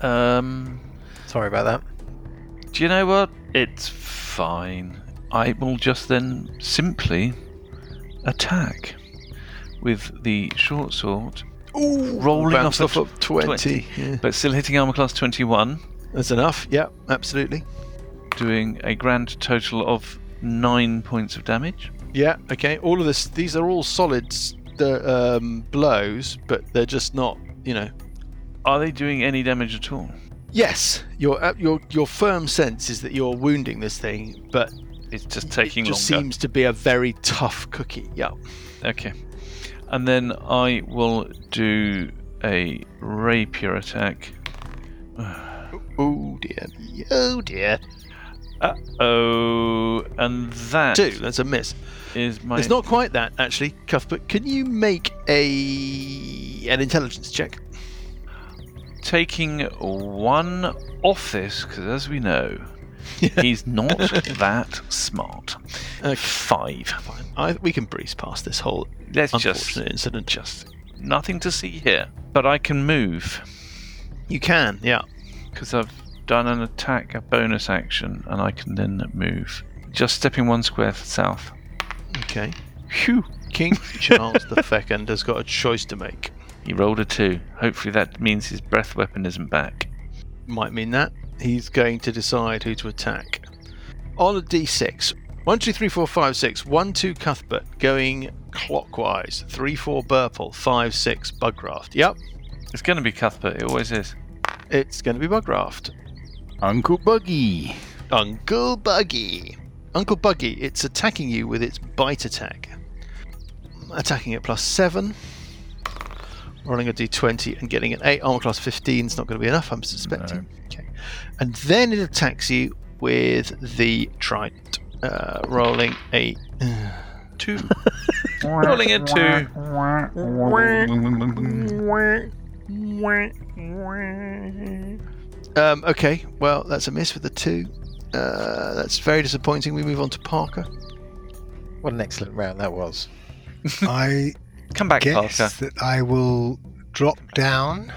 Speaker 1: um,
Speaker 3: Sorry about that.
Speaker 1: Do you know what? It's fine. I will just then simply attack. with the short sword,
Speaker 2: Ooh,
Speaker 1: rolling off
Speaker 2: bounced
Speaker 1: a
Speaker 2: off of 20.
Speaker 1: 20.
Speaker 2: Yeah.
Speaker 1: but still hitting armor class 21,
Speaker 2: That's enough. Yeah, absolutely.
Speaker 1: doing a grand total of nine points of damage.
Speaker 2: Yeah, okay. All of this, these are all solids, the um, blows, but they're just not, you know.
Speaker 1: Are they doing any damage at all?
Speaker 2: Yes, your uh, your your firm sense is that you're wounding this thing, but
Speaker 1: It's just taking
Speaker 2: it just
Speaker 1: longer.
Speaker 2: seems to be a very tough cookie. Yeah.
Speaker 1: Okay. And then I will do a rapier attack.
Speaker 2: Oh dear. Oh dear.
Speaker 1: Oh, and that
Speaker 2: Two.
Speaker 1: is
Speaker 2: That's a miss.
Speaker 1: my.
Speaker 2: It's not quite that actually, Cuthbert. Can you make a an intelligence check?
Speaker 1: taking one off this because, as we
Speaker 2: *laughs*
Speaker 1: know, he's not that smart. Five.
Speaker 2: Uh, I, we can breeze past this whole
Speaker 1: Let's just
Speaker 2: unfortunate incident.
Speaker 1: just nothing to see here. But I can move
Speaker 2: You can. Yeah.
Speaker 1: because I've done an attack, a bonus action, and I can then move. Just stepping one square south.
Speaker 2: Okay. Phew.
Speaker 1: *laughs*
Speaker 2: King Charles the Second has got a choice to make.
Speaker 1: He rolled a two. Hopefully that means his breath weapon isn't back.
Speaker 2: might mean that. He's going to decide who to attack. On a d6, 1, 2, 3, 4, 5, 6, 1, 2, Cuthbert, going clockwise, 3, 4, Burple, 5, 6, Bugraft. Yep,
Speaker 1: It's going to be Cuthbert. It always is.
Speaker 2: it's going to be Bugraft.
Speaker 6: Uncle Buggy.
Speaker 2: Uncle Buggy. Uncle Buggy, it's attacking you with its bite attack. Attacking at plus 7. Rolling a d20 and getting an 8. Armor class 15 is not going to be enough, I'm suspecting. Okay. And then it attacks you with the trident. Uh, rolling a. *sighs*
Speaker 1: Two. Rolling a two.
Speaker 2: Um, okay, well, that's a miss with the 2. Uh, that's very disappointing. We move on to Parker.
Speaker 3: What an excellent round that was. *laughs*
Speaker 4: I
Speaker 1: Come back,
Speaker 4: guess
Speaker 1: Parker.
Speaker 4: that I will drop down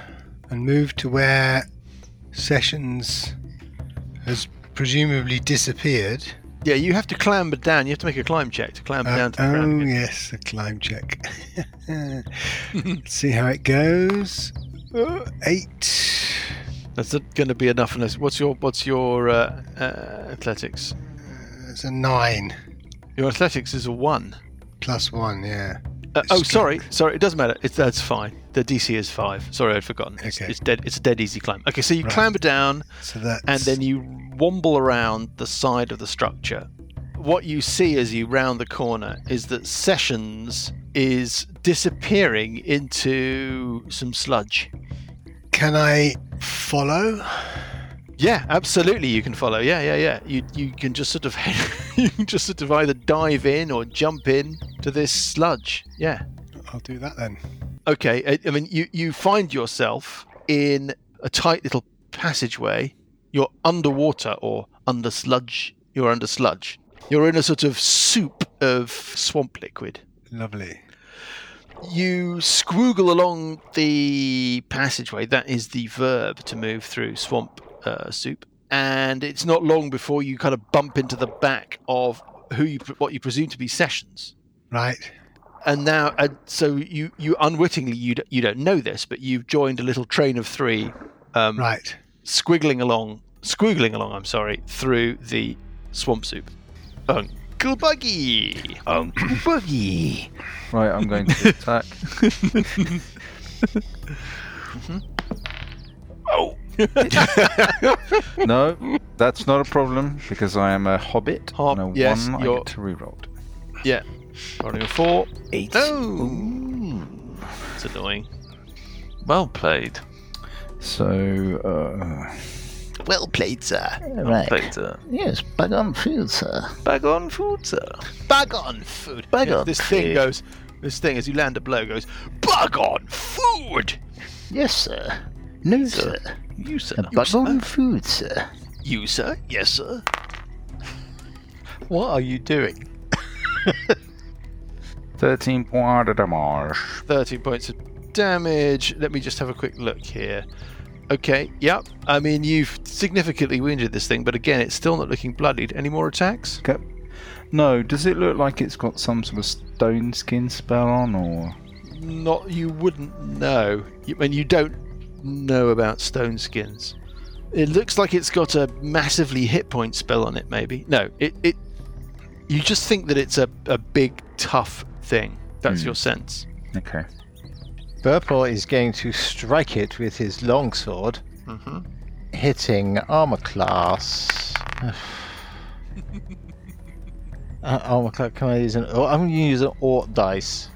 Speaker 4: and move to where Sessions has presumably disappeared.
Speaker 2: Yeah, you have to clamber down. You have to make a climb check to clamber
Speaker 4: Uh,
Speaker 2: down to the ground.
Speaker 4: oh
Speaker 2: again.
Speaker 4: yes, a climb check. *laughs* Let's see how it goes. Uh, eight.
Speaker 2: That's not going to be enough unless. What's your What's your uh, uh, athletics?
Speaker 4: It's a nine
Speaker 2: Your athletics is a one.
Speaker 4: plus one. Yeah.
Speaker 2: Uh, oh,
Speaker 4: Strength.
Speaker 2: sorry, sorry. It doesn't matter. It's that's fine. The DC is five. Sorry, I'd forgotten. It's,
Speaker 4: Okay.
Speaker 2: it's dead. It's a dead easy climb. Okay, so you
Speaker 4: Right.
Speaker 2: clamber down
Speaker 4: So that's
Speaker 2: and then you womble around the side of the structure. What you see as you round the corner is that Sessions is disappearing into some sludge.
Speaker 4: can I follow?
Speaker 2: Yeah, absolutely. You can follow. Yeah, yeah, yeah. You you can just sort of *laughs* you can just sort of either dive in or jump in to this sludge. Yeah.
Speaker 4: I'll do that then.
Speaker 2: Okay. I, I mean, you you find yourself in a tight little passageway. You're underwater or under sludge. You're under sludge. You're in a sort of soup of swamp liquid.
Speaker 4: Lovely.
Speaker 2: You squoogle along the passageway. That is the verb to move through swamp uh, soup. And it's not long before you kind of bump into the back of who you what you presume to be Sessions.
Speaker 4: Right.
Speaker 2: And now, and so you you unwittingly you d- you don't know this, but you've joined a little train of three, um,
Speaker 4: Right.
Speaker 2: squiggling along, squiggling along. I'm sorry, through the swamp soup. Uncle Buggy.
Speaker 8: Uncle
Speaker 2: *laughs*
Speaker 8: Boogie.
Speaker 6: Right, I'm going to *laughs* attack. oh! no, that's not a problem because I am a hobbit.
Speaker 2: Hob-
Speaker 6: and a
Speaker 2: yes,
Speaker 6: one, I
Speaker 2: you're-
Speaker 6: get to reroll. it.
Speaker 2: Yeah, rolling a four.
Speaker 8: Eight.
Speaker 2: No. It's annoying.
Speaker 1: Well played.
Speaker 6: So, uh,
Speaker 2: Well played, sir.
Speaker 8: Right.
Speaker 1: Played, uh, sir.
Speaker 8: Yes, bug on food, sir.
Speaker 1: Bag on food, sir.
Speaker 2: Bug on food.
Speaker 8: Bug
Speaker 2: Yeah,
Speaker 8: on
Speaker 2: this thing
Speaker 8: food.
Speaker 2: goes. This thing, as you land a blow, goes. Bug on food.
Speaker 8: Yes, sir. No, sir.
Speaker 1: You, sir.
Speaker 8: A bug on food, sir.
Speaker 2: You, sir? Yes, sir. What are you doing?
Speaker 6: 13 point of damage.
Speaker 2: 13 points of damage. Let me just have a quick look here. Okay, yep. I mean, you've significantly wounded this thing, but again, it's still not looking bloodied. Any more attacks?
Speaker 6: Okay. No, does it look like it's got some sort of stone skin spell on, or
Speaker 2: not you wouldn't know. You, and you don't know about stone skins. It looks like it's got a massively hit point spell on it. Maybe no. It it. You just think that it's a, a big tough thing. That's
Speaker 6: Hmm.
Speaker 2: your sense.
Speaker 6: Okay.
Speaker 3: Burple is going to strike it with his longsword,
Speaker 2: Mm-hmm.
Speaker 3: hitting armor class. *sighs* uh, armor class. Can I use an? Oh, I'm going to use an Ort dice.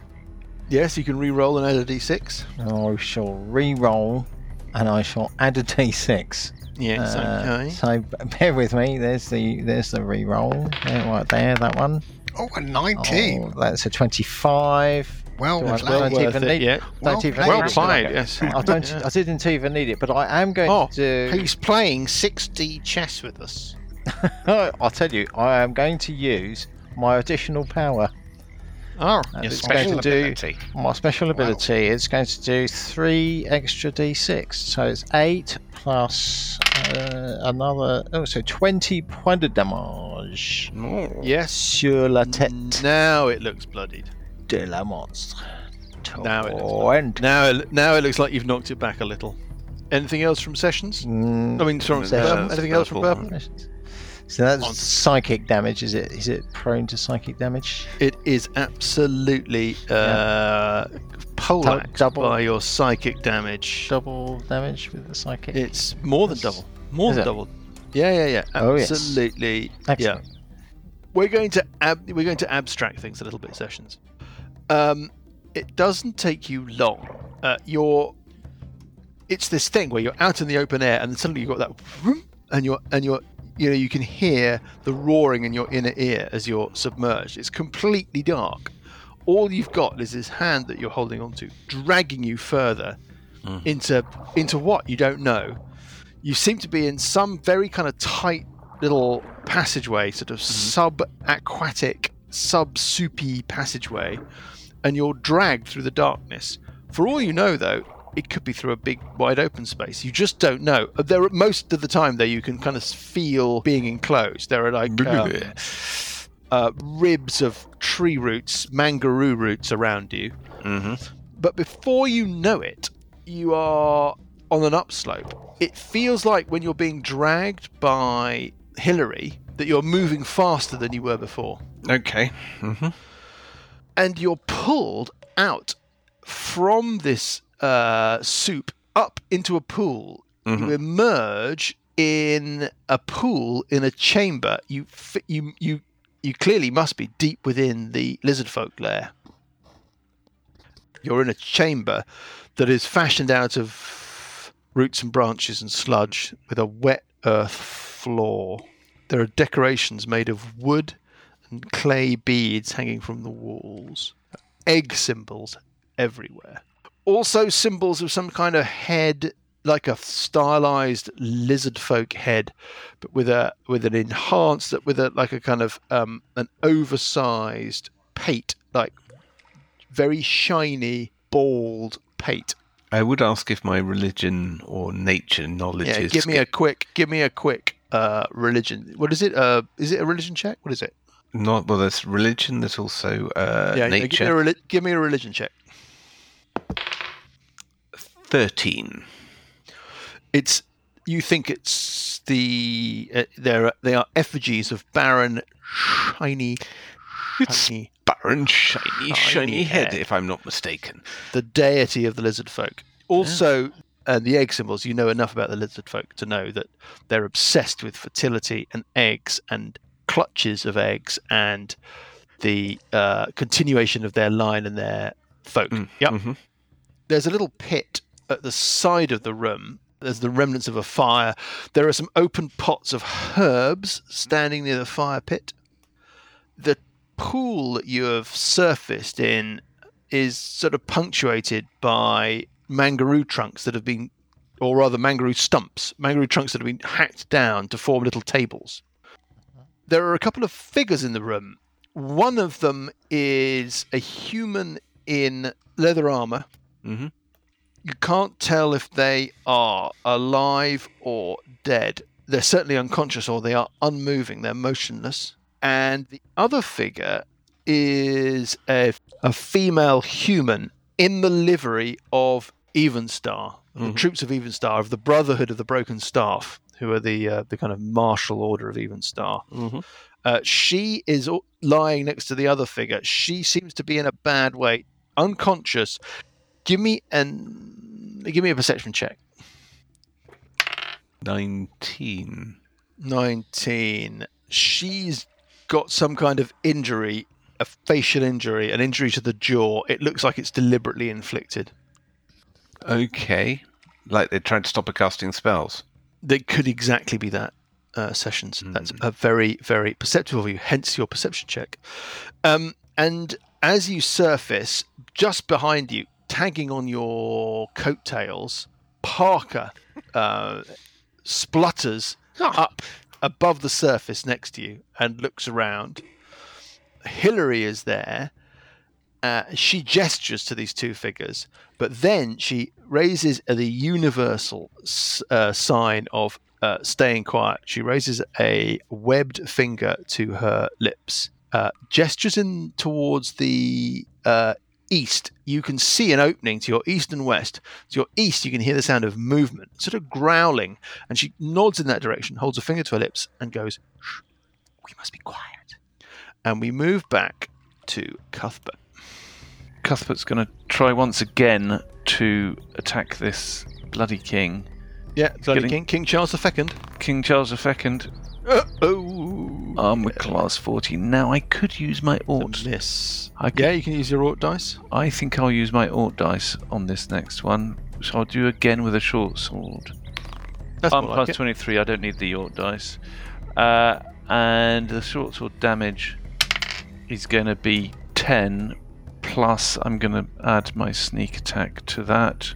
Speaker 2: Yes, you can re-roll and add a d6.
Speaker 3: And I shall re-roll, and I shall add a d6.
Speaker 2: Yes,
Speaker 3: Uh,
Speaker 2: okay.
Speaker 3: So b- bear with me. There's the there's the re-roll. There, right there, that one.
Speaker 4: Oh, a 19.
Speaker 3: Oh, that's a 25.
Speaker 4: well,
Speaker 3: Do I-
Speaker 4: played.
Speaker 3: well don't
Speaker 2: worth
Speaker 3: even
Speaker 2: it,
Speaker 3: need.
Speaker 2: yeah.
Speaker 4: Well
Speaker 3: Don't even
Speaker 4: played.
Speaker 3: need
Speaker 2: Well
Speaker 3: it.
Speaker 2: played. Yes.
Speaker 3: I don't. I didn't even need it, but I am going
Speaker 2: Oh,
Speaker 3: to.
Speaker 2: *laughs* He's playing 6D chess with us.
Speaker 3: I'll tell you, I am going to use my additional power.
Speaker 2: Oh,
Speaker 3: And
Speaker 7: Yes,
Speaker 3: it's going
Speaker 7: special
Speaker 3: to do-
Speaker 7: ability.
Speaker 3: My special ability is going to do three extra d6. So it's eight plus uh, another. Oh, so 20 points of damage.
Speaker 2: yes.
Speaker 3: Sur la tête
Speaker 2: Now it looks bloodied.
Speaker 3: de la monstre.
Speaker 2: Now it looks
Speaker 3: Twenty-
Speaker 2: Now, it, now it looks like you've knocked it back a little. Anything else from Sessions?
Speaker 3: Mm,
Speaker 2: I mean, sorry,
Speaker 3: Sessions,
Speaker 2: Burp, anything else from
Speaker 1: Purple.
Speaker 2: Burp?
Speaker 3: So that's
Speaker 2: On-
Speaker 3: psychic damage. Is it? Is it prone to psychic damage?
Speaker 2: It is absolutely uh, polaxed
Speaker 3: double-
Speaker 2: by your psychic damage.
Speaker 3: Double damage with the psychic.
Speaker 2: It's more than
Speaker 3: That's-
Speaker 2: double. More
Speaker 3: Is
Speaker 2: than
Speaker 3: it?
Speaker 2: double. Yeah, yeah, yeah.
Speaker 3: Oh, yes.
Speaker 2: Absolutely. Yeah.
Speaker 3: Excellent.
Speaker 2: we're going to ab- we're going to abstract things a little bit sessions um it doesn't take you long uh, you're it's this thing where you're out in the open air and then suddenly you've got that vroom, and you're and you're you know you can hear the roaring in your inner ear as you're submerged it's completely dark all you've got is this hand that you're holding onto dragging you further into into what you don't know you seem to be in some very kind of tight little passageway, sort of sub-aquatic, sub-soupy passageway, and you're dragged through the darkness. For all you know, though, it could be through a big, wide-open space. You just don't know. There, are, most of the time, though, you can kind of feel being enclosed. There are like um, uh, ribs of tree roots, mangaroo roots around you.
Speaker 7: Mm-hmm.
Speaker 2: But before you know it, you are on an upslope. It feels like when you're being dragged by Hillary that you're moving faster than you were before.
Speaker 7: Okay. Mm-hmm.
Speaker 2: And you're pulled out from this uh, soup up into a pool you
Speaker 7: Mm-hmm.
Speaker 2: emerge in a pool in a chamber. You fi- you you you clearly must be deep within the lizard folk lair. You're in a chamber that is fashioned out of roots and branches and sludge with a wet earth floor. There are decorations made of wood and clay beads hanging from the walls. Egg symbols everywhere. Also symbols of some kind of head like a stylized lizard folk head, but with a with an enhanced with a like a kind of um, an oversized pate, like very shiny bald pate.
Speaker 7: I would ask if my religion or nature knowledge
Speaker 2: Yeah,
Speaker 7: is.
Speaker 2: give me a quick, give me a quick uh, religion. What is it? Uh, is it a religion check? What is it?
Speaker 7: Not well. There's religion. There's also uh,
Speaker 2: yeah, yeah, give me, a
Speaker 7: nature.
Speaker 2: reli- give me a religion check.
Speaker 7: Thirteen.
Speaker 2: it's you think it's the uh, there are they are effigies of barren shiny shiny
Speaker 7: Baron, shiny, shiny,
Speaker 2: Shiny
Speaker 7: head.
Speaker 2: head.
Speaker 7: If I'm not mistaken.
Speaker 2: the deity of the lizard folk also and the egg symbols you know enough about the lizard folk to know that they're obsessed with fertility and eggs and clutches of eggs and the uh, continuation of their line and their folk
Speaker 7: Mm,
Speaker 2: yep
Speaker 7: mhm.
Speaker 2: there's a little pit at the side of the room. There's the remnants of a fire. There are some open pots of herbs standing near the fire pit. The pool that you have surfaced in is sort of punctuated by mangaroo trunks that have been, or rather, mangaroo stumps, mangaroo trunks that have been hacked down to form little tables. There are a couple of figures in the room. One of them is a human in leather armor you can't tell if they are alive or dead. They're certainly unconscious or they are unmoving, they're motionless. And the other figure is a, a female human in the livery of Evenstar, the troops of Evenstar, of the Brotherhood of the Broken Staff, who are the uh, the kind of martial order of Evenstar.
Speaker 7: Mhm.
Speaker 2: Uh, she is o- lying next to the other figure. She seems to be in a bad way, unconscious. Give me an give me a perception check.
Speaker 7: 19.
Speaker 2: 19. She's got some kind of injury, a facial injury, an injury to the jaw. It looks like it's deliberately inflicted.
Speaker 7: Okay. Like they tried to stop her casting spells.
Speaker 2: That could exactly be that, uh, Sessions. That's a very, very perceptive of you, hence your perception check. Um, and as you surface, just behind you, tagging on your coattails, Parker uh, splutters up above the surface next to you and looks around. Hillary is there. Uh, she gestures to these two figures, but then she raises the universal s- uh, sign of uh, staying quiet. She raises a webbed finger to her lips, uh, gestures in towards the uh, east. You can see an opening to your east and west. To your east, you can hear the sound of movement, sort of growling, and she nods in that direction, holds a finger to her lips, and goes, Shh, "We must be quiet." And we move back to Cuthbert.
Speaker 1: Cuthbert's going to try once again to attack this bloody king.
Speaker 2: Yeah, bloody
Speaker 1: Getting-
Speaker 2: King, King Charles II.
Speaker 1: King Charles II,
Speaker 2: Oh,
Speaker 1: armed with class 14. Now, I could use my
Speaker 2: What's
Speaker 1: ort.
Speaker 2: this?
Speaker 1: I could
Speaker 2: Yeah, you can use your aught dice.
Speaker 1: I think I'll use my Ort dice on this next one, which I'll do again with a short sword.
Speaker 2: That's
Speaker 1: Arm
Speaker 2: more
Speaker 1: class
Speaker 2: like it.
Speaker 1: 23, I don't need the Ort dice. Uh, and the short sword damage is going to be 10, plus I'm going to add my sneak attack to that.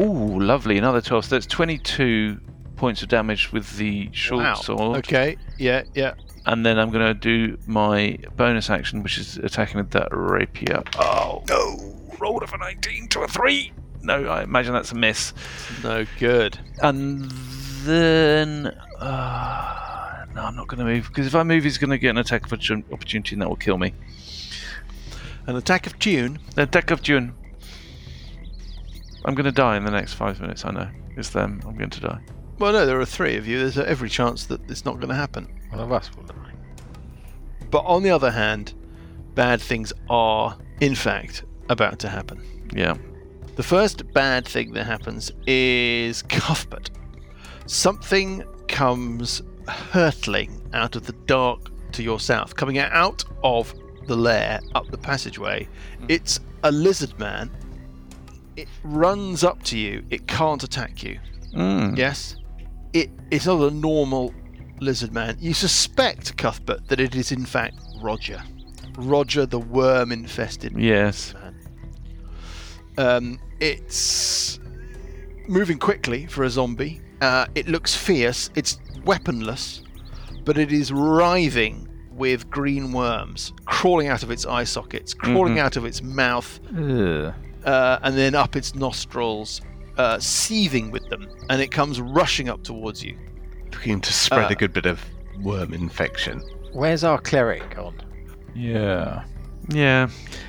Speaker 1: Ooh, lovely, another 12. So that's 22 points of damage with the short
Speaker 2: Wow.
Speaker 1: sword.
Speaker 2: Okay, yeah, yeah.
Speaker 1: And then I'm going to do my bonus action, which is attacking with that rapier. Oh, no. Rolled off a 19 to a 3. No, I imagine that's a miss.
Speaker 2: No good.
Speaker 1: And then. Uh, no, I'm not going to move, because if I move, he's going to get an attack of opportun- opportunity, and that will kill me.
Speaker 2: An attack of tune.
Speaker 1: The attack of June. I'm going to die in the next five minutes, I know. It's them. I'm going to die.
Speaker 2: Well, no, there are three of you. There's every chance that it's not going to happen.
Speaker 3: One of us will die.
Speaker 2: But on the other hand, bad things are, in fact, about to happen.
Speaker 1: Yeah.
Speaker 2: The first bad thing that happens is Cuthbert. Something comes hurtling out of the dark to your south, coming out of the lair up the passageway. It's a lizard man. It runs up to you. It can't attack you.
Speaker 7: Hmm.
Speaker 1: Mm.
Speaker 2: Yes. It it's not a normal lizard man. You suspect, Cuthbert, that it is in fact Roger. Roger the worm infested
Speaker 1: Yes.
Speaker 2: um, it's moving quickly for a zombie. Uh, it looks fierce. It's weaponless, but it is writhing with green worms crawling out of its eye sockets, crawling out of its mouth,
Speaker 6: Ugh.
Speaker 2: uh, and then up its nostrils, uh, seething with them. And it comes rushing up towards you.
Speaker 7: Looking to spread
Speaker 2: Uh,
Speaker 7: a good bit of worm infection.
Speaker 3: Where's our cleric gone?
Speaker 6: Yeah.
Speaker 1: Yeah.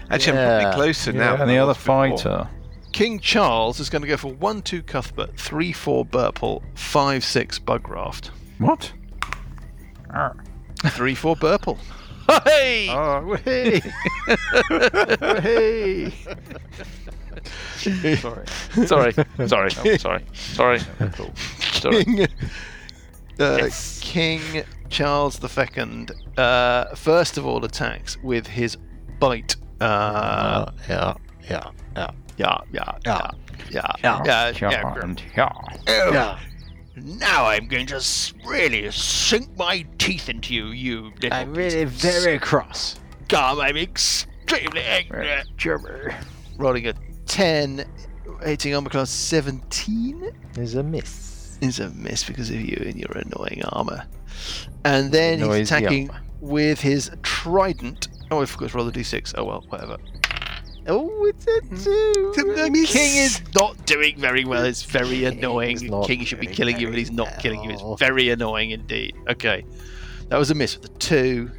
Speaker 7: Actually, I'm
Speaker 3: yeah.
Speaker 7: probably closer now.
Speaker 6: and
Speaker 7: than
Speaker 6: the
Speaker 7: I
Speaker 6: other
Speaker 7: was before.
Speaker 6: fighter.
Speaker 2: King Charles is going to go for 1 2 Cuthbert, 3 4 Burple, 5 6 Bugraft.
Speaker 6: What?
Speaker 2: 3 4 Burple. Hey!
Speaker 6: Ah,
Speaker 3: Oh,
Speaker 6: *laughs*
Speaker 3: hey! hey!
Speaker 7: *laughs*
Speaker 1: Sorry. sorry. Sorry. Sorry. Sorry.
Speaker 2: King, uh, King Charles II, uh, first of all, attacks with his bite. Uh,
Speaker 3: yeah, yeah, yeah.
Speaker 2: yeah, yeah, yeah, yeah, yeah,
Speaker 3: Yeah.
Speaker 2: yeah. Now I'm going to s- really sink my teeth into you, you little
Speaker 3: I'm really very cross.
Speaker 2: scum. I'm extremely angry.
Speaker 3: Gerber.
Speaker 2: Rolling a 10, hitting armor class 17.
Speaker 3: There's a miss.
Speaker 2: is a miss because of you and your annoying armor. And then he's
Speaker 3: Annoys the
Speaker 2: attacking
Speaker 3: armor.
Speaker 2: with his trident. Oh, I forgot to roll the d6. Oh well, whatever.
Speaker 3: Oh, it's a two.
Speaker 2: King is not doing very well. It's very annoying.
Speaker 3: He's not
Speaker 2: King should be
Speaker 3: doing
Speaker 2: killing you,
Speaker 3: very
Speaker 2: and he's not killing you.
Speaker 3: well.
Speaker 2: It's very annoying indeed. Okay, that was a miss with the two.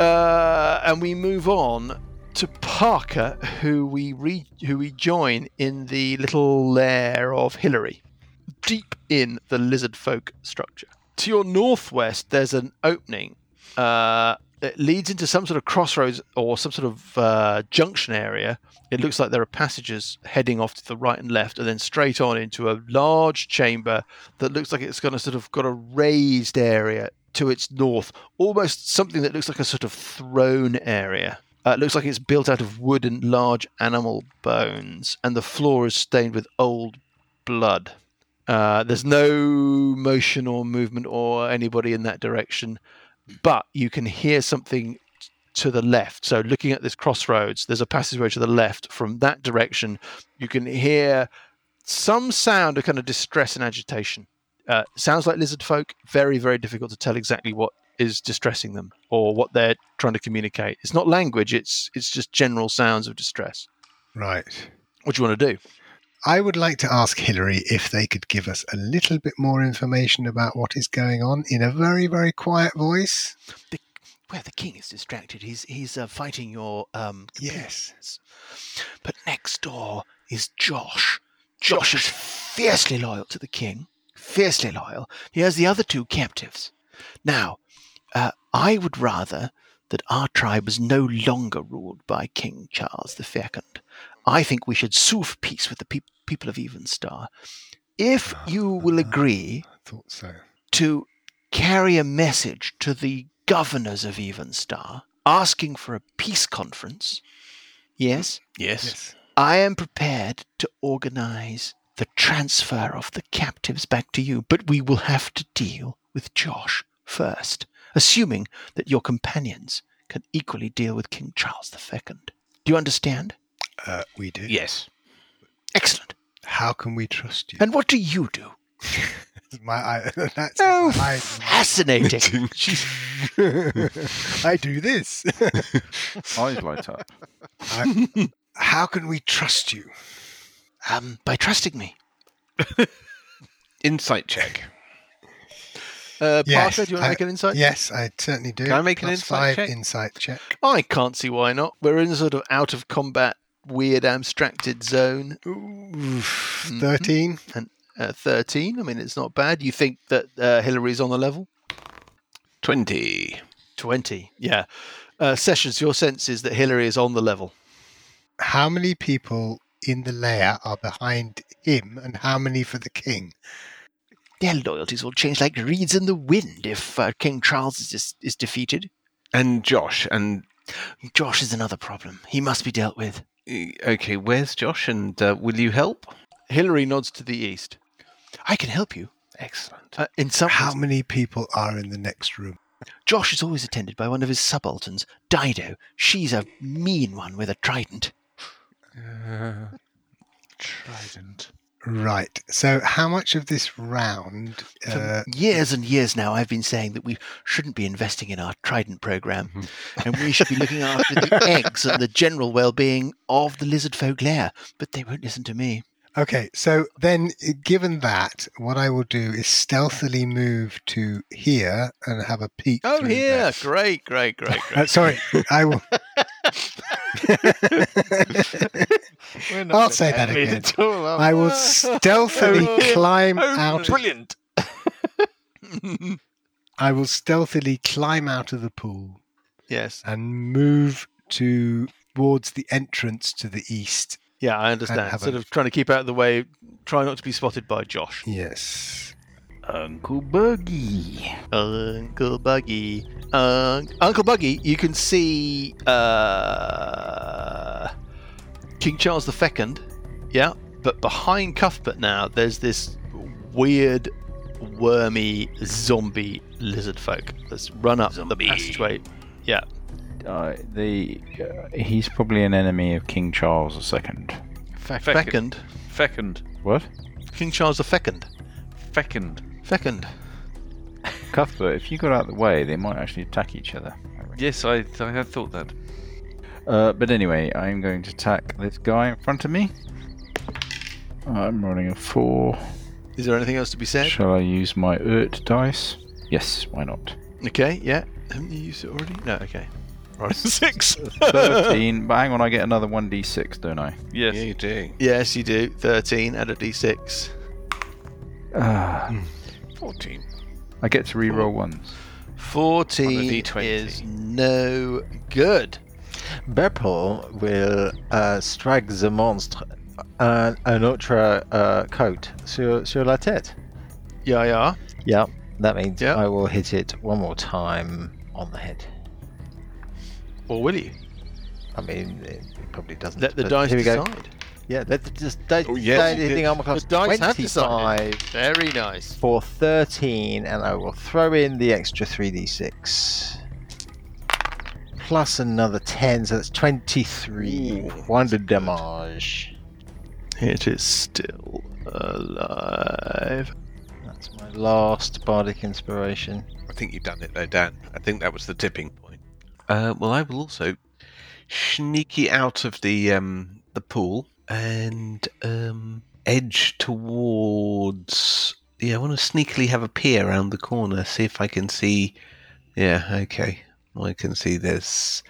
Speaker 2: Uh, and we move on to Parker, who we re- who we join in the little lair of Hillary, deep in the lizard folk structure. To your northwest, there's an opening uh, that leads into some sort of crossroads or some sort of uh, junction area. It looks like there are passages heading off to the right and left, and then straight on into a large chamber that looks like it's going to sort of got a raised area to its north, almost something that looks like a sort of throne area. Uh, it looks like it's built out of wood and large animal bones, and the floor is stained with old blood. Uh, there's no motion or movement or anybody in that direction, but you can hear something t- to the left. So, looking at this crossroads, there's a passageway to the left. From that direction, you can hear some sound of kind of distress and agitation. Uh, sounds like lizard folk. Very, very difficult to tell exactly what is distressing them or what they're trying to communicate. It's not language. It's it's just general sounds of distress.
Speaker 4: Right.
Speaker 2: What do you want to do?
Speaker 4: I would like to ask Hillary if they could give us a little bit more information about what is going on in a very, very quiet voice.
Speaker 2: Well, the king is distracted. He's he's uh, fighting your um.
Speaker 4: Yes.
Speaker 2: But next door is Josh. Josh is fiercely loyal to the king. Fiercely loyal. He has the other two captives. Now, uh, I would rather that our tribe was no longer ruled by King Charles the Second. I think we should sue for peace with the peop people of Evenstar. If you will agree
Speaker 4: I thought so.
Speaker 2: to carry a message to the governors of Evenstar asking for a peace conference, yes,
Speaker 7: Yes.
Speaker 2: I am prepared to organize the transfer of the captives back to you, but we will have to deal with Josh first, assuming that your companions can equally deal with King Charles the Second. Do you understand?
Speaker 4: Uh, we do.
Speaker 7: Yes.
Speaker 2: Excellent.
Speaker 4: How can we trust you?
Speaker 2: And what do you do?
Speaker 4: my, I, *laughs* that's
Speaker 2: Oh,
Speaker 4: my- *laughs*
Speaker 2: fascinating. She's
Speaker 4: I do this. *laughs*
Speaker 6: Eyes light up.
Speaker 4: I- how can we trust you?
Speaker 2: um, by trusting me.
Speaker 7: Insight check.
Speaker 2: Uh,
Speaker 4: Yes,
Speaker 2: Parker, do you want to
Speaker 4: I-
Speaker 2: make an insight?
Speaker 4: Yes, I certainly do.
Speaker 7: Can I make an
Speaker 4: Plus
Speaker 7: insight
Speaker 4: five
Speaker 7: check?
Speaker 4: Insight check.
Speaker 2: I can't see why not. We're in a sort of out of combat, weird, abstracted zone.
Speaker 4: Oof,
Speaker 7: Hmm.
Speaker 2: Mhm.
Speaker 4: Thirteen.
Speaker 2: Uh, 13. I mean, it's not bad. You think that uh, Hillary's on the level?
Speaker 7: 20.
Speaker 2: 20. Yeah. Uh, Sessions, your sense is that Hillary is on the level.
Speaker 4: How many people in the layer are behind him, and how many for the king?
Speaker 2: Their loyalties will change like reeds in the wind if uh, King Charles is, is, is defeated.
Speaker 7: And Josh. And,
Speaker 2: Josh is another problem. He must be dealt with.
Speaker 7: eh, okay, where's Josh? And uh, will you help?
Speaker 2: Hillary nods to the east. I can help you.
Speaker 7: Excellent.
Speaker 2: Uh, in some
Speaker 4: How
Speaker 2: ways,
Speaker 4: many people are in the next room?
Speaker 2: Josh is always attended by one of his subalterns, Dido. She's a mean one with a trident.
Speaker 7: Trident.
Speaker 4: Right. So, how much of this round?
Speaker 2: For
Speaker 4: Uh,
Speaker 2: years and years now, I've been saying that we shouldn't be investing in our Trident program, and we should be looking after *laughs* the eggs and the general well-being of the lizard folk lair. But they won't listen to me.
Speaker 4: uh, okay. So then, i- given that, what I will do is stealthily move to here and have a peek.
Speaker 7: Oh,
Speaker 4: through there.
Speaker 2: Oh, great, great, great, *laughs*
Speaker 4: Uh, sorry, I will.
Speaker 9: We're
Speaker 4: I'll say that
Speaker 9: friendly
Speaker 4: again.
Speaker 9: at all, are
Speaker 4: I will
Speaker 9: we?
Speaker 4: stealthily
Speaker 9: Oh,
Speaker 4: climb
Speaker 9: Oh,
Speaker 4: out.
Speaker 9: brilliant! *laughs*
Speaker 4: I will stealthily climb out of the pool
Speaker 2: yes,
Speaker 4: and move towards the entrance to the east.
Speaker 2: yeah, I
Speaker 4: And
Speaker 2: understand.
Speaker 4: have
Speaker 2: Sort
Speaker 4: a-
Speaker 2: of trying to keep out of the way, try not to be spotted by Josh,
Speaker 4: Yes.
Speaker 8: Uncle Buggy.
Speaker 2: Uncle Buggy, Un- Uncle Buggy. You can see uh, King Charles the Second. Yeah, but behind Cuthbert now, there's this weird, wormy zombie lizard folk that's run up
Speaker 8: Zombie.
Speaker 2: the passageway. Yeah,
Speaker 6: Uh, the uh, he's probably an enemy of King Charles II.
Speaker 1: Fecund.
Speaker 2: Fecund.
Speaker 1: Fecund.
Speaker 6: What?
Speaker 2: King Charles the Fecund.
Speaker 1: Fecund.
Speaker 2: Fecund.
Speaker 6: Cuthbert, if you got out of the way, they might actually attack each other. I reckon.
Speaker 1: Yes, I, I had thought that.
Speaker 6: Uh, but anyway, I'm going to attack this guy in front of me. I'm rolling a four.
Speaker 2: Is there anything else to be said?
Speaker 6: Shall I use my Urt dice? Yes, why not? *laughs*
Speaker 2: Okay, yeah. Haven't you used it already? No, okay. Six.
Speaker 6: 13. but hang on, I get another 1d6, don't I?
Speaker 1: Yes.
Speaker 7: You do.
Speaker 2: Yes, you do. 13 and a d6.
Speaker 6: Ah,
Speaker 7: 14.
Speaker 6: I get to reroll ones.
Speaker 2: 14
Speaker 7: D20.
Speaker 2: is no good.
Speaker 3: Hmm. Beppo will uh, strike the monster uh, an ultra uh, coat sur, sur la tête.
Speaker 2: Yeah, yeah.
Speaker 3: Yeah, that means
Speaker 2: Yeah.
Speaker 3: I will hit it one more time on the head.
Speaker 2: Or will you?
Speaker 3: I mean, it, it probably doesn't.
Speaker 2: Let the
Speaker 3: but
Speaker 2: dice
Speaker 3: here we go.
Speaker 2: decide.
Speaker 3: Yeah, let the just dice
Speaker 7: Oh, yes,
Speaker 3: decide
Speaker 7: it
Speaker 3: hitting
Speaker 7: did.
Speaker 3: armor
Speaker 2: The
Speaker 3: class
Speaker 2: dice have decided.
Speaker 3: 25
Speaker 2: Very nice.
Speaker 3: for 13, and I will throw in the extra 3d6. Plus another 10, so that's 23. Wonder damage.
Speaker 2: It is still alive.
Speaker 3: That's my last bardic inspiration.
Speaker 7: I think you've done it though, Dan. I think that was the tipping point. Uh, well, I will also sneaky out of the um, the pool and um, edge towards. Yeah, I want to sneakily have a peer around the corner, see if I can see. Yeah, okay. I can see there's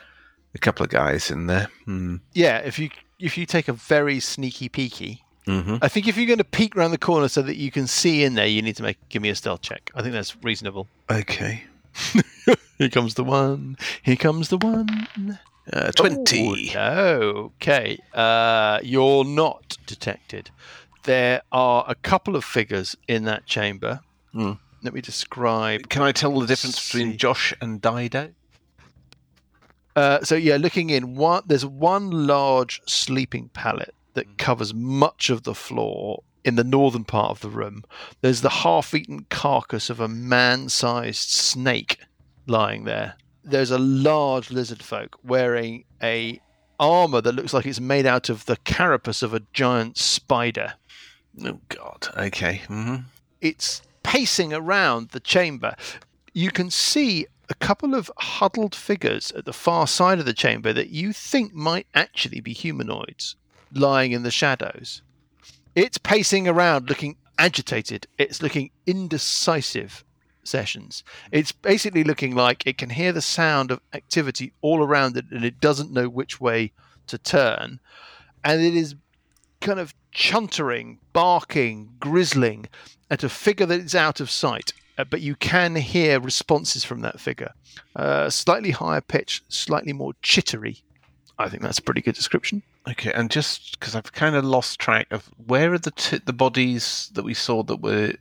Speaker 7: a couple of guys in there. Hmm.
Speaker 2: Yeah, if you if you take a very sneaky peeky,
Speaker 7: Mm-hmm.
Speaker 2: I think if you're going to peek round the corner so that you can see in there, you need to make give me a stealth check. I think that's reasonable.
Speaker 7: Okay. *laughs*
Speaker 2: Here comes the one. Here comes the one.
Speaker 7: Uh,
Speaker 2: Twenty. Okay. Uh, you're not detected. There are a couple of figures in that chamber.
Speaker 7: Hmm.
Speaker 2: Let me describe.
Speaker 7: Can I tell the difference
Speaker 2: See.
Speaker 7: between Josh and Dido?
Speaker 2: Uh, so yeah, looking in, one there's one large sleeping pallet
Speaker 7: Mm.
Speaker 2: that covers much of the floor in the northern part of the room. There's the half-eaten carcass of a man-sized snake lying there. There's a large lizard folk wearing a armor that looks like it's made out of the carapace of a giant spider.
Speaker 7: Oh God. Okay. hmm
Speaker 2: It's pacing around the chamber. You can see a couple of huddled figures at the far side of the chamber that you think might actually be humanoids lying in the shadows. It's pacing around looking agitated, it's looking indecisive. Sessions. It's basically looking like it can hear the sound of activity all around it and it doesn't know which way to turn. And it is kind of chuntering, barking, grizzling at a figure that is out of sight, uh, but you can hear responses from that figure. Uh, slightly higher pitch, slightly more chittery. I think that's a pretty good description.
Speaker 7: Okay, and just because I've kind of lost track of where are the t- the bodies that we saw that were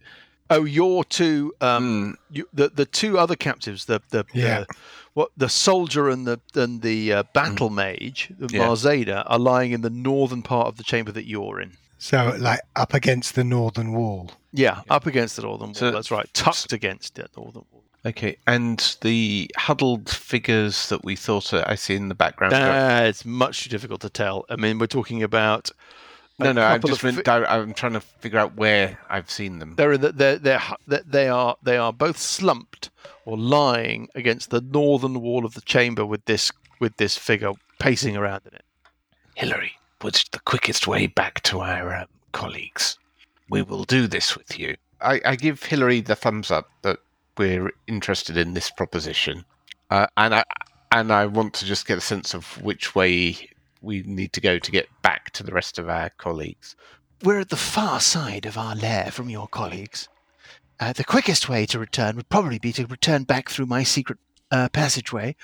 Speaker 2: Oh, your two, um,
Speaker 7: Hmm.
Speaker 2: you, the the two other captives, the the
Speaker 4: Yeah.
Speaker 2: the, what the soldier and the and the uh, battle mage, the
Speaker 7: Hmm. Yeah.
Speaker 2: Marzada, are lying in the northern part of the chamber that you're in.
Speaker 4: So, like up against the northern wall.
Speaker 2: Yeah, up against the northern wall.
Speaker 7: So-
Speaker 2: that's right, tucked against the northern wall.
Speaker 7: okay, and the huddled figures that we thought uh, I see in the background.
Speaker 2: Uh, it's much too difficult to tell. I mean, we're talking about a
Speaker 7: no, no, I
Speaker 2: couple of
Speaker 7: just meant
Speaker 2: fi-
Speaker 7: di- I'm trying to figure out where I've seen them.
Speaker 2: They're in the, they're, they're, hu- they- they are they are both slumped or lying against the northern wall of the chamber with this with this figure pacing around in it.
Speaker 7: Hillary, what's the quickest way back to our um, colleagues? We will do this with you. I, I give Hillary the thumbs up that we're interested in this proposition, uh, and I and I want to just get a sense of which way we need to go to get back to the rest of our colleagues.
Speaker 2: We're at the far side of our lair from your colleagues. Uh, the quickest way to return would probably be to return back through my secret uh, passageway,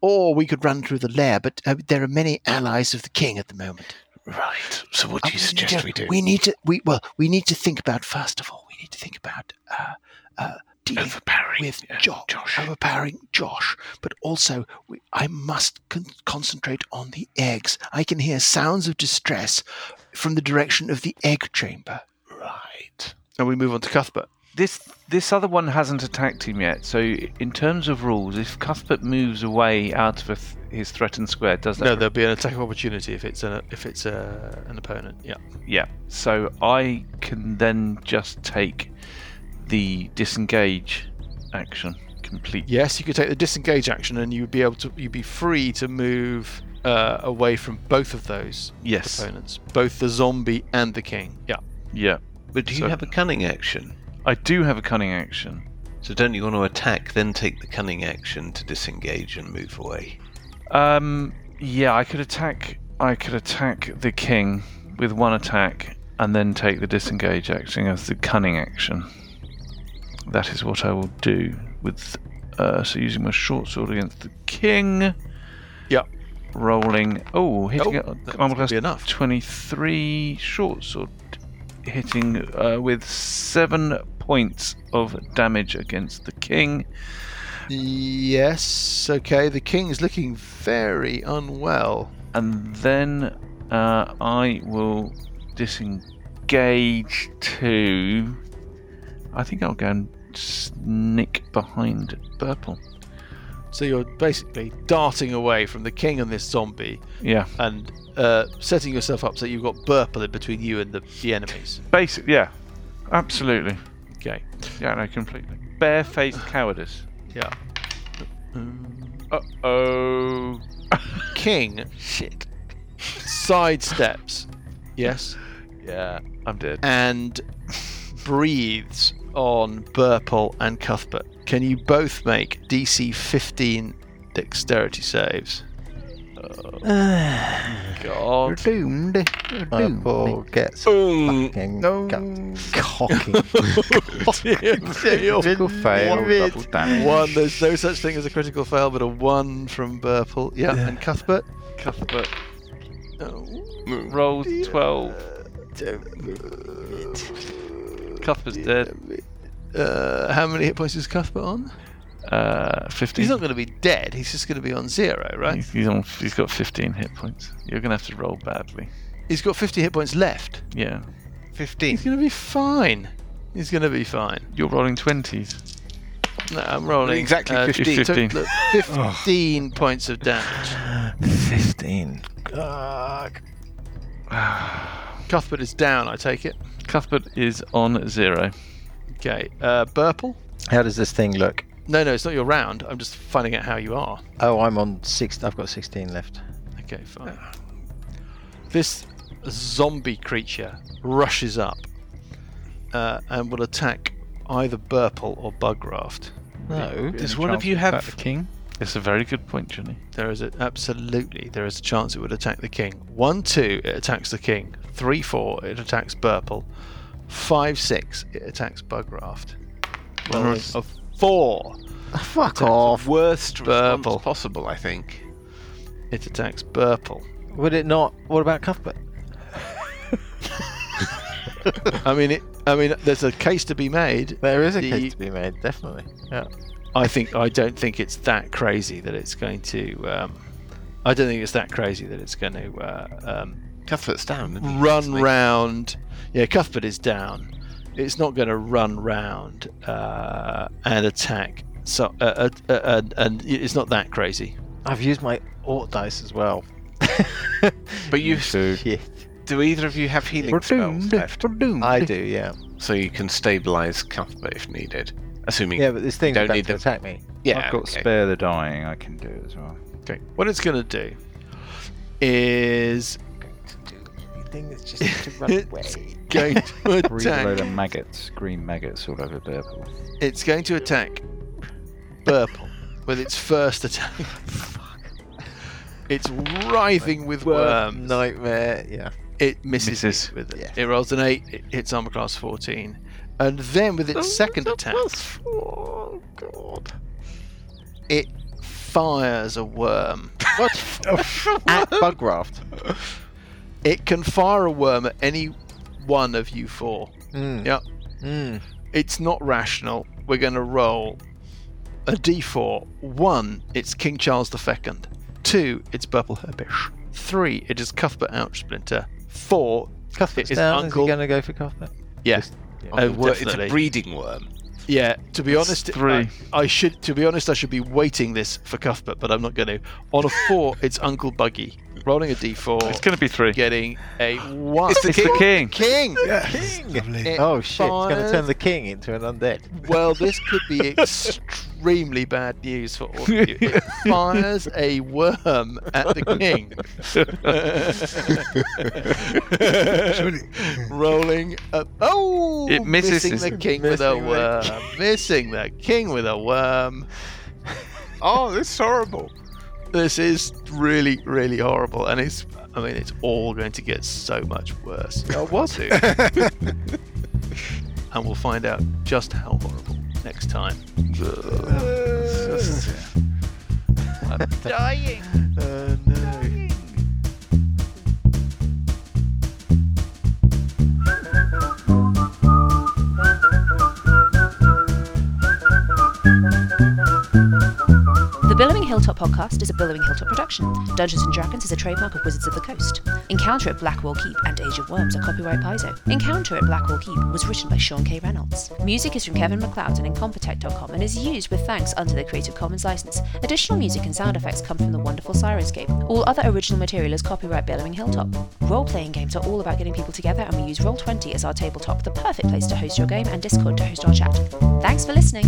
Speaker 2: or we could run through the lair. But uh, there are many allies of the king at the moment.
Speaker 7: Right. So, what
Speaker 2: Uh,
Speaker 7: do you
Speaker 2: we need
Speaker 7: suggest
Speaker 2: to-
Speaker 7: Um, we do?
Speaker 2: We need to. We well, we need to think about first of all. We need to think about uh, uh, dealing
Speaker 7: Overpowering
Speaker 2: with
Speaker 7: yeah,
Speaker 2: Jo-
Speaker 7: Josh.
Speaker 2: overpowering Josh, but also we, I must con- concentrate on the eggs. I can hear sounds of distress from the direction of the egg chamber.
Speaker 7: Right.
Speaker 2: And we move on to Cuthbert.
Speaker 1: This this other one hasn't attacked him yet. So in terms of rules, if Cuthbert moves away out of a th- his threatened square, does that?
Speaker 2: No, there'll be an attack of opportunity if it's an if it's uh, an opponent. Yeah.
Speaker 1: yeah. So I can then just take the disengage action completely.
Speaker 2: Yes, you could take the disengage action, and you'd be able to you'd be free to move uh, away from both of those
Speaker 1: Yes.
Speaker 2: opponents, both the zombie and the king. Yeah.
Speaker 1: Yeah.
Speaker 7: But do you
Speaker 1: So-
Speaker 7: have a cunning action?
Speaker 1: I do have a cunning action.
Speaker 7: So, don't you want to attack, then take the cunning action to disengage and move away?
Speaker 1: Uh, Um, yeah, I could attack. I could attack the king with one attack, and then take the disengage action as the cunning action. That is what I will do with. Uh, so using my short sword against the king.
Speaker 2: Yep.
Speaker 1: Rolling. Oh, hitting
Speaker 7: Oh,
Speaker 1: it.
Speaker 7: that
Speaker 1: Armor
Speaker 7: must
Speaker 1: class
Speaker 7: be enough.
Speaker 1: twenty-three. Short sword hitting uh, with seven points of damage against the king.
Speaker 2: Yes. Okay. The king is looking very unwell.
Speaker 1: and then uh, I will disengage to. I think I'll go and sneak behind Burple.
Speaker 2: So you're basically darting away from the king and this zombie,
Speaker 1: Yeah,
Speaker 2: and uh, setting yourself up so you've got Burple in between you and the, the enemies.
Speaker 1: basic. Yeah, absolutely.
Speaker 2: Okay.
Speaker 1: Yeah, no, completely. Barefaced cowardice.
Speaker 2: Yeah.
Speaker 1: Uh oh.
Speaker 2: King. Shit. Sidesteps. Yes.
Speaker 1: Yeah, I'm dead.
Speaker 2: And breathes on Burple and Cuthbert. Can you both make DC 15 dexterity saves?
Speaker 8: You're
Speaker 1: God.
Speaker 8: doomed. You're doomed.
Speaker 3: Purple gets
Speaker 7: Boom.
Speaker 3: fucking
Speaker 7: No.
Speaker 3: gut- cocking.
Speaker 7: *laughs*
Speaker 2: *laughs*
Speaker 6: Critical fail,
Speaker 2: it.
Speaker 6: double damage.
Speaker 2: One, there's no such thing as a critical fail, but a one from Burple. Yeah, and Cuthbert.
Speaker 1: Cuthbert
Speaker 2: Oh,
Speaker 1: rolled 12. Cuthbert's dead.
Speaker 2: Uh, how many hit points is Cuthbert on?
Speaker 1: Uh, 15.
Speaker 2: He's not going to be dead. He's just going to be on zero, right?
Speaker 1: He's, he's on. He's got 15 hit points. You're gonna have to roll badly.
Speaker 2: He's got 50 hit points left.
Speaker 1: Yeah,
Speaker 2: He's
Speaker 7: 15.
Speaker 2: going to be fine. He's going to be fine.
Speaker 1: you're rolling 20s.
Speaker 2: No, I'm rolling. uh,
Speaker 7: Exactly
Speaker 1: 15.
Speaker 2: 15, total of 15 points of damage.
Speaker 8: 15.
Speaker 2: Cuthbert is down, I take it.
Speaker 1: Cuthbert is on zero.
Speaker 2: Okay. Uh, Burple?
Speaker 3: How does this thing look?
Speaker 2: No, no, it's not your round. I'm just finding out how you are.
Speaker 3: Oh, I'm on six. I've got sixteen left.
Speaker 2: Okay, fine. This zombie creature rushes up uh, and will attack either Burple or Bugraft.
Speaker 3: No.
Speaker 7: Does one of you
Speaker 6: the
Speaker 7: have
Speaker 6: king?
Speaker 1: It's a very good point, Johnny.
Speaker 2: There is a, absolutely there is a chance it would attack the king. One two, it attacks the king. Three four, it attacks Burple. Five six, it attacks Bugraft. Rolling a four,
Speaker 8: Fuck
Speaker 2: off.
Speaker 8: off.
Speaker 7: worst
Speaker 2: Verbal.
Speaker 7: response possible? I think.
Speaker 2: it attacks Burple.
Speaker 3: Would it not? What about Cuthbert?
Speaker 2: I mean, it, I mean, there's a case to be made.
Speaker 3: There is a
Speaker 2: The-
Speaker 3: case to be made, definitely.
Speaker 2: I think I don't think it's that crazy that it's going to. Um, I don't think it's that crazy that it's going to uh, um,
Speaker 7: Cuthbert's down. isn't he?
Speaker 2: run
Speaker 7: Something.
Speaker 2: round. Yeah, Cuthbert is down. It's not going to run round uh, and attack. So uh, uh, uh, uh, and it's not that crazy.
Speaker 3: I've used my alt dice as well.
Speaker 7: But you
Speaker 6: Two.
Speaker 3: Shit.
Speaker 7: do either of you have healing
Speaker 8: We're
Speaker 7: spells
Speaker 8: doomed.
Speaker 7: left,
Speaker 8: We're doomed.
Speaker 3: I do, yeah.
Speaker 7: so you can stabilize Cuthbert if needed. Assuming.
Speaker 3: Yeah, but this thing's
Speaker 7: don't
Speaker 3: about
Speaker 7: need
Speaker 3: to
Speaker 7: them.
Speaker 3: attack me.
Speaker 7: Yeah,
Speaker 6: I've got
Speaker 7: okay.
Speaker 6: spare the dying. I can do it as well.
Speaker 2: Okay. What it's going to do *laughs* is
Speaker 8: Anything that's just
Speaker 3: *laughs*
Speaker 2: it's going to
Speaker 6: Breathe a load
Speaker 2: attack.
Speaker 6: of maggots, green maggots all over Burple.
Speaker 2: It's going to attack Burple with its first
Speaker 3: *laughs*
Speaker 2: attack. It's writhing with worms.
Speaker 3: Nightmare, yeah.
Speaker 2: It misses, you
Speaker 1: Misses.
Speaker 2: with it.
Speaker 3: Yeah.
Speaker 2: It rolls an eight. It hits armor class fourteen, and then with its second attack,
Speaker 8: Oh, God.
Speaker 2: it fires a worm.
Speaker 3: At Bugraft.
Speaker 2: It can fire a worm at any one of you four.
Speaker 3: Mm.
Speaker 2: Yep.
Speaker 3: Mm.
Speaker 2: It's not rational. We're going to roll a d4. One, it's King Charles II. Two, it's Burple Herbish. Three, it is Cuthbert Outsplinter. Four,
Speaker 3: Cuthbert's
Speaker 2: It is
Speaker 3: down.
Speaker 2: uncle-
Speaker 3: Is he going to go for Cuthbert?
Speaker 2: yes,
Speaker 7: Oh,
Speaker 2: oh,
Speaker 7: the wor- it's
Speaker 2: definitely.
Speaker 7: a breeding worm.
Speaker 2: yeah. To be
Speaker 1: It's
Speaker 2: honest,
Speaker 1: three.
Speaker 2: I, I should. To be honest, I should be waiting this for Cuthbert, but I'm not going to.
Speaker 1: *laughs*
Speaker 2: On a four, it's Uncle Buggy rolling a d4.
Speaker 1: It's gonna be three.
Speaker 2: getting a one.
Speaker 7: It's the
Speaker 1: It's the king.
Speaker 2: king.
Speaker 4: Lovely.
Speaker 2: It
Speaker 3: Oh shit! It's going to
Speaker 2: fires-
Speaker 3: turn the king into an undead.
Speaker 2: Well, this could be extremely bad news for all of you.
Speaker 1: *laughs*
Speaker 2: It fires a worm at the king.
Speaker 4: *laughs*
Speaker 9: Eh.
Speaker 2: Rolling a oh,
Speaker 1: It misses.
Speaker 2: missing the king with a
Speaker 3: Missing the-
Speaker 2: worm. Missing the king with a worm.
Speaker 4: *laughs*
Speaker 7: Oh, this is horrible.
Speaker 2: This is really, really horrible, and it's. I mean, it's all going to get so much worse. Oh, was it? and we'll find out just how horrible next time.
Speaker 4: *laughs*
Speaker 2: I'm dying. Oh no.
Speaker 10: The Billowing Hilltop podcast is a Billowing Hilltop production. Dungeons and Dragons is a trademark of Wizards of the Coast. Encounter at Blackwall Keep and Age of Worms are copyright Paizo. Encounter at Blackwall Keep was written by Sean K. Reynolds. Music is from Kevin McLeod and Incompetech.com and is used with thanks under the Creative Commons license. Additional music and sound effects come from the wonderful Sirenscape. All other original material is copyright Billowing Hilltop. Role playing games are all about getting people together and we use Roll20 as our tabletop, the perfect place to host your game and Discord to host our chat. Thanks for listening.